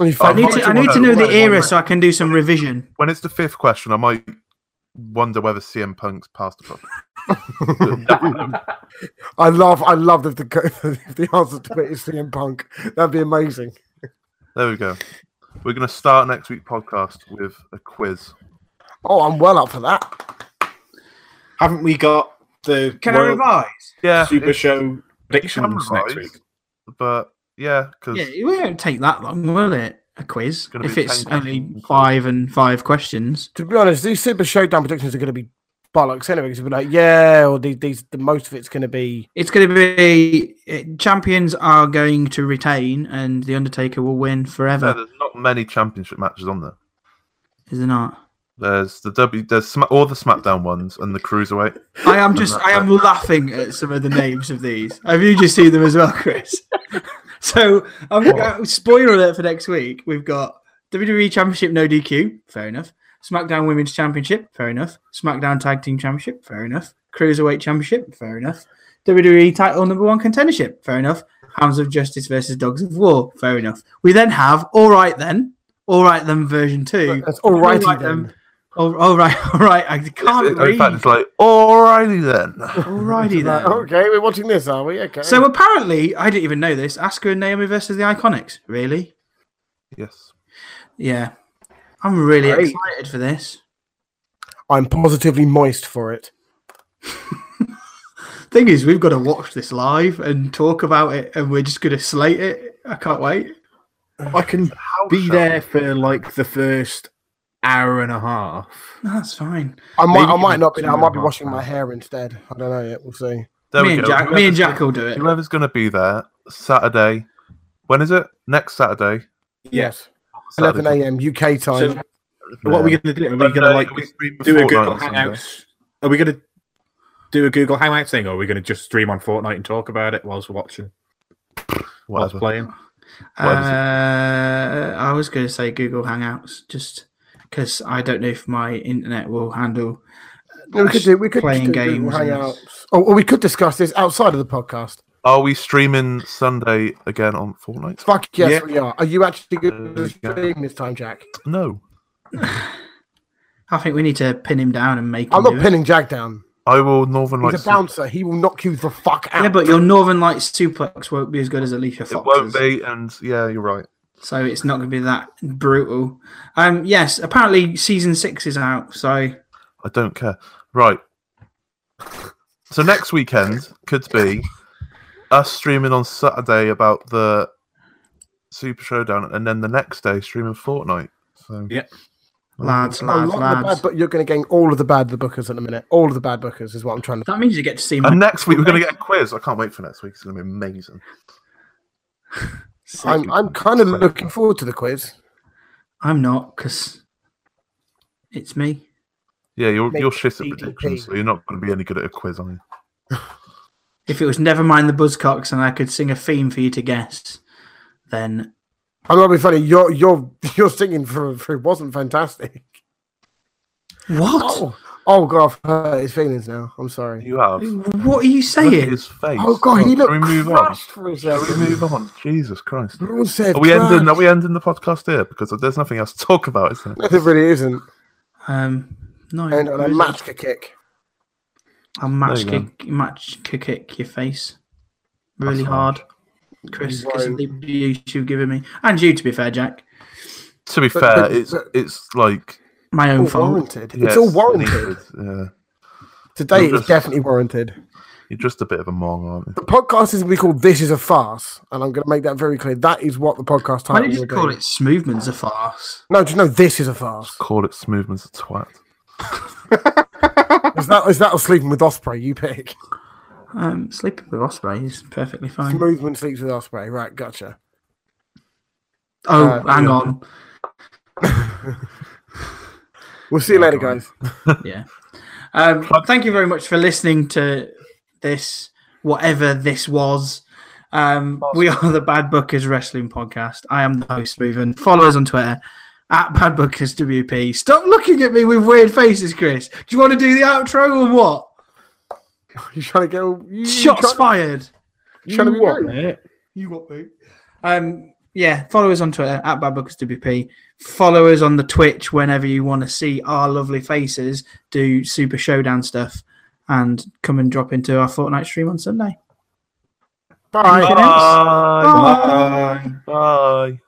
[SPEAKER 3] Only
[SPEAKER 1] I
[SPEAKER 3] five
[SPEAKER 1] need to, I need to know the era so I can do some revision.
[SPEAKER 4] When it's the fifth question, I might wonder whether CM Punk's passed the book.
[SPEAKER 3] I love, I love that the if the answer to it is CM Punk. That'd be amazing.
[SPEAKER 4] there we go. We're going to start next week's podcast with a quiz.
[SPEAKER 3] Oh, I'm well up for that.
[SPEAKER 2] Haven't we got the
[SPEAKER 1] Can I
[SPEAKER 2] Royal
[SPEAKER 1] revise?
[SPEAKER 4] Yeah,
[SPEAKER 2] Super
[SPEAKER 4] it's-
[SPEAKER 2] Show
[SPEAKER 4] you can
[SPEAKER 2] predictions next
[SPEAKER 4] revise,
[SPEAKER 2] week?
[SPEAKER 4] But yeah, because
[SPEAKER 1] Yeah, it won't take that long, will it? A quiz.
[SPEAKER 4] gonna
[SPEAKER 1] If
[SPEAKER 4] be
[SPEAKER 1] it's
[SPEAKER 4] 10
[SPEAKER 1] only
[SPEAKER 4] questions.
[SPEAKER 1] five and five questions.
[SPEAKER 3] To be honest, these Super Showdown predictions are going to be bollocks anyway. Because you'll be like, yeah, or these, these the most of it's going to be.
[SPEAKER 1] It's going to be eh, champions are going to retain, and the Undertaker will win forever.
[SPEAKER 4] there's not many championship matches on there.
[SPEAKER 1] Is there not?
[SPEAKER 4] There's the W. There's Sma- all the SmackDown ones and the cruiserweight.
[SPEAKER 1] I am just, I am laughing at some of the names of these. Have you just seen them as well, Chris? so, I'm, uh, spoiler alert for next week. We've got WWE Championship No DQ, fair enough. SmackDown Women's Championship, fair enough. SmackDown Tag Team Championship, fair enough. Cruiserweight Championship, fair enough. WWE Title Number One Contendership, fair enough. Hounds of Justice versus Dogs of War, fair enough. We then have All Right Then, All Right Then version two.
[SPEAKER 3] That's all righty
[SPEAKER 1] All Right
[SPEAKER 3] then.
[SPEAKER 1] All, all right, all right. I can't
[SPEAKER 4] In fact,
[SPEAKER 1] read.
[SPEAKER 4] it's like alrighty then.
[SPEAKER 1] Alrighty then.
[SPEAKER 3] Like, okay, we're watching this, are we? Okay.
[SPEAKER 1] So uh, apparently, I didn't even know this. Asuka and Naomi versus the Iconics. Really?
[SPEAKER 4] Yes.
[SPEAKER 1] Yeah. I'm really
[SPEAKER 3] Great.
[SPEAKER 1] excited for this.
[SPEAKER 3] I'm positively moist for it.
[SPEAKER 1] Thing is, we've got to watch this live and talk about it, and we're just going to slate it. I can't wait.
[SPEAKER 2] I can be there for like the first hour and a half.
[SPEAKER 1] No, that's fine.
[SPEAKER 3] I might,
[SPEAKER 2] Maybe
[SPEAKER 3] I might not be.
[SPEAKER 2] two
[SPEAKER 3] I might be
[SPEAKER 2] and a
[SPEAKER 3] washing
[SPEAKER 2] half
[SPEAKER 3] my
[SPEAKER 2] hours.
[SPEAKER 3] hair instead. I don't know yet. We'll see.
[SPEAKER 4] There
[SPEAKER 1] me
[SPEAKER 4] we
[SPEAKER 1] and
[SPEAKER 4] go.
[SPEAKER 1] Jack, me and Jack will do it.
[SPEAKER 4] Whoever's going to be there Saturday. When is it? Next Saturday.
[SPEAKER 3] Yes,
[SPEAKER 4] Saturday.
[SPEAKER 3] 11 a.m. UK time.
[SPEAKER 2] So, what are we going to do? Are we going to
[SPEAKER 4] Sunday,
[SPEAKER 2] like
[SPEAKER 4] a week
[SPEAKER 2] do a
[SPEAKER 4] before
[SPEAKER 2] Google
[SPEAKER 4] that uh, on
[SPEAKER 2] Hangouts? Are we going to do a Google Hangout thing, or are we going to just stream on Fortnite and talk about it whilst watching, whilst
[SPEAKER 4] Whatever.
[SPEAKER 2] playing?
[SPEAKER 4] Why does it-
[SPEAKER 1] Uh, I was going to say Google Hangouts, just because I don't know if my internet will handle.
[SPEAKER 3] Yeah, we could do. We could
[SPEAKER 1] playing
[SPEAKER 3] do Google
[SPEAKER 1] games and-
[SPEAKER 3] hangouts. Or, or we could discuss this outside of the podcast.
[SPEAKER 4] Are we streaming Sunday again on Fortnite?
[SPEAKER 3] Fuck yes,
[SPEAKER 2] Yeah.
[SPEAKER 3] we are. Are you actually good
[SPEAKER 4] Uh,
[SPEAKER 3] at streaming this time, Jack?
[SPEAKER 4] No.
[SPEAKER 1] I think we need to pin him down and make.
[SPEAKER 3] I'm
[SPEAKER 1] him
[SPEAKER 3] not
[SPEAKER 1] do it.
[SPEAKER 3] pinning Jack down.
[SPEAKER 4] I will Northern
[SPEAKER 3] He's
[SPEAKER 4] Lights.
[SPEAKER 3] a bouncer. He will knock you the fuck out.
[SPEAKER 1] Yeah, but your Northern Lights suplex won't be as good as Alicia Fox's.
[SPEAKER 4] It won't be, and yeah, you're right.
[SPEAKER 1] so it's not going to be that brutal. Um, yes, apparently season six is out, so
[SPEAKER 4] I don't care. Right. So next weekend could be us streaming on Saturday about the Super Showdown, and then the next day streaming Fortnite. So
[SPEAKER 2] Yeah.
[SPEAKER 1] lads, lads,
[SPEAKER 3] A lot of the bad,
[SPEAKER 1] lads.
[SPEAKER 3] but you're going to gain all of the bad the bookers in a minute. All of the bad bookers is what I'm trying to.
[SPEAKER 1] That means you get to see my.
[SPEAKER 3] Mm-hmm.
[SPEAKER 4] and next week we're going to get a quiz. I can't wait for next week. It's going to be amazing.
[SPEAKER 3] I'm, I'm kind of looking forward to the quiz.
[SPEAKER 1] I'm not because it's me.
[SPEAKER 4] Yeah, you're
[SPEAKER 3] Make
[SPEAKER 4] you're shit at
[SPEAKER 3] DDP.
[SPEAKER 4] predictions, so you're not going to be any good at a quiz, are you?
[SPEAKER 1] If it was never mind the Buzzcocks and I could sing a theme for you to guess, then
[SPEAKER 3] I'm not be funny. Your your your singing for, for it wasn't fantastic.
[SPEAKER 1] what?
[SPEAKER 3] Oh, oh god, I've hurt his feelings now. I'm sorry.
[SPEAKER 4] You have.
[SPEAKER 1] What are you
[SPEAKER 4] Look at
[SPEAKER 1] saying?
[SPEAKER 4] his face.
[SPEAKER 3] Oh god, he
[SPEAKER 4] Can
[SPEAKER 3] looked
[SPEAKER 4] we
[SPEAKER 3] crushed
[SPEAKER 4] move on?
[SPEAKER 3] for a
[SPEAKER 4] Can
[SPEAKER 3] second.
[SPEAKER 4] we move on? Jesus Christ.
[SPEAKER 3] Everyone said,
[SPEAKER 4] Are we ending? Are
[SPEAKER 3] crushed.
[SPEAKER 4] we ending the podcast here? Because there's nothing else to talk about, is there?
[SPEAKER 3] It really isn't.
[SPEAKER 1] Um, no,
[SPEAKER 3] And on a
[SPEAKER 1] who's it?
[SPEAKER 3] match kick.
[SPEAKER 1] I'll match
[SPEAKER 4] There you go.
[SPEAKER 1] kick, match kick, kick your face really
[SPEAKER 4] That's
[SPEAKER 1] hard, Chris, because of
[SPEAKER 3] won't.
[SPEAKER 1] the abuse you've given me, and you, to be fair, Jack.
[SPEAKER 4] To be
[SPEAKER 3] But-
[SPEAKER 4] fair,
[SPEAKER 3] but-
[SPEAKER 4] it's
[SPEAKER 3] but-
[SPEAKER 4] it's like
[SPEAKER 1] My own
[SPEAKER 3] All
[SPEAKER 1] fault.
[SPEAKER 3] warranted.
[SPEAKER 4] yeah,
[SPEAKER 3] it's all warranted.
[SPEAKER 4] needed, Yeah,
[SPEAKER 3] Today
[SPEAKER 4] You're
[SPEAKER 3] it's
[SPEAKER 4] just-
[SPEAKER 3] definitely warranted.
[SPEAKER 4] you're just a bit of a mong, aren't you?
[SPEAKER 3] The podcast is going to be called "This Is a Farce," and I'm going to make that very clear. That is what the podcast
[SPEAKER 1] Why
[SPEAKER 3] title
[SPEAKER 1] did
[SPEAKER 3] will
[SPEAKER 1] you call
[SPEAKER 3] be.
[SPEAKER 1] it Smoothman's a farce?
[SPEAKER 3] No, just no. This is a farce.
[SPEAKER 4] Call it smoothness a twat.
[SPEAKER 3] Is that is that or sleeping with Osprey? You pick.
[SPEAKER 1] Um, sleeping with Osprey is perfectly fine.
[SPEAKER 3] Movement sleeps with Osprey. Right, gotcha.
[SPEAKER 1] Oh,
[SPEAKER 3] uh,
[SPEAKER 1] hang
[SPEAKER 3] yeah.
[SPEAKER 1] on.
[SPEAKER 3] We'll see you later, guys.
[SPEAKER 1] yeah. Um, thank you very much for listening to this, whatever this was. Um, we are the Bad Bookers Wrestling Podcast. I am the host, Smoothen. Follow us on Twitter at Bad Bookers WP. Stop looking at me with weird faces, Chris. Do you want to do the outro or what?
[SPEAKER 3] You trying to go? You,
[SPEAKER 1] Shots
[SPEAKER 3] trying,
[SPEAKER 1] fired.
[SPEAKER 3] you trying to be rude?
[SPEAKER 1] You got me. Um, yeah, follow us on Twitter at Bad Bookers WP. Follow us on the Twitch whenever you want to see our lovely faces do Super Showdown stuff, and come and drop into our Fortnite stream on Sunday.
[SPEAKER 3] Bye.
[SPEAKER 1] Anything else?
[SPEAKER 4] Bye. Bye.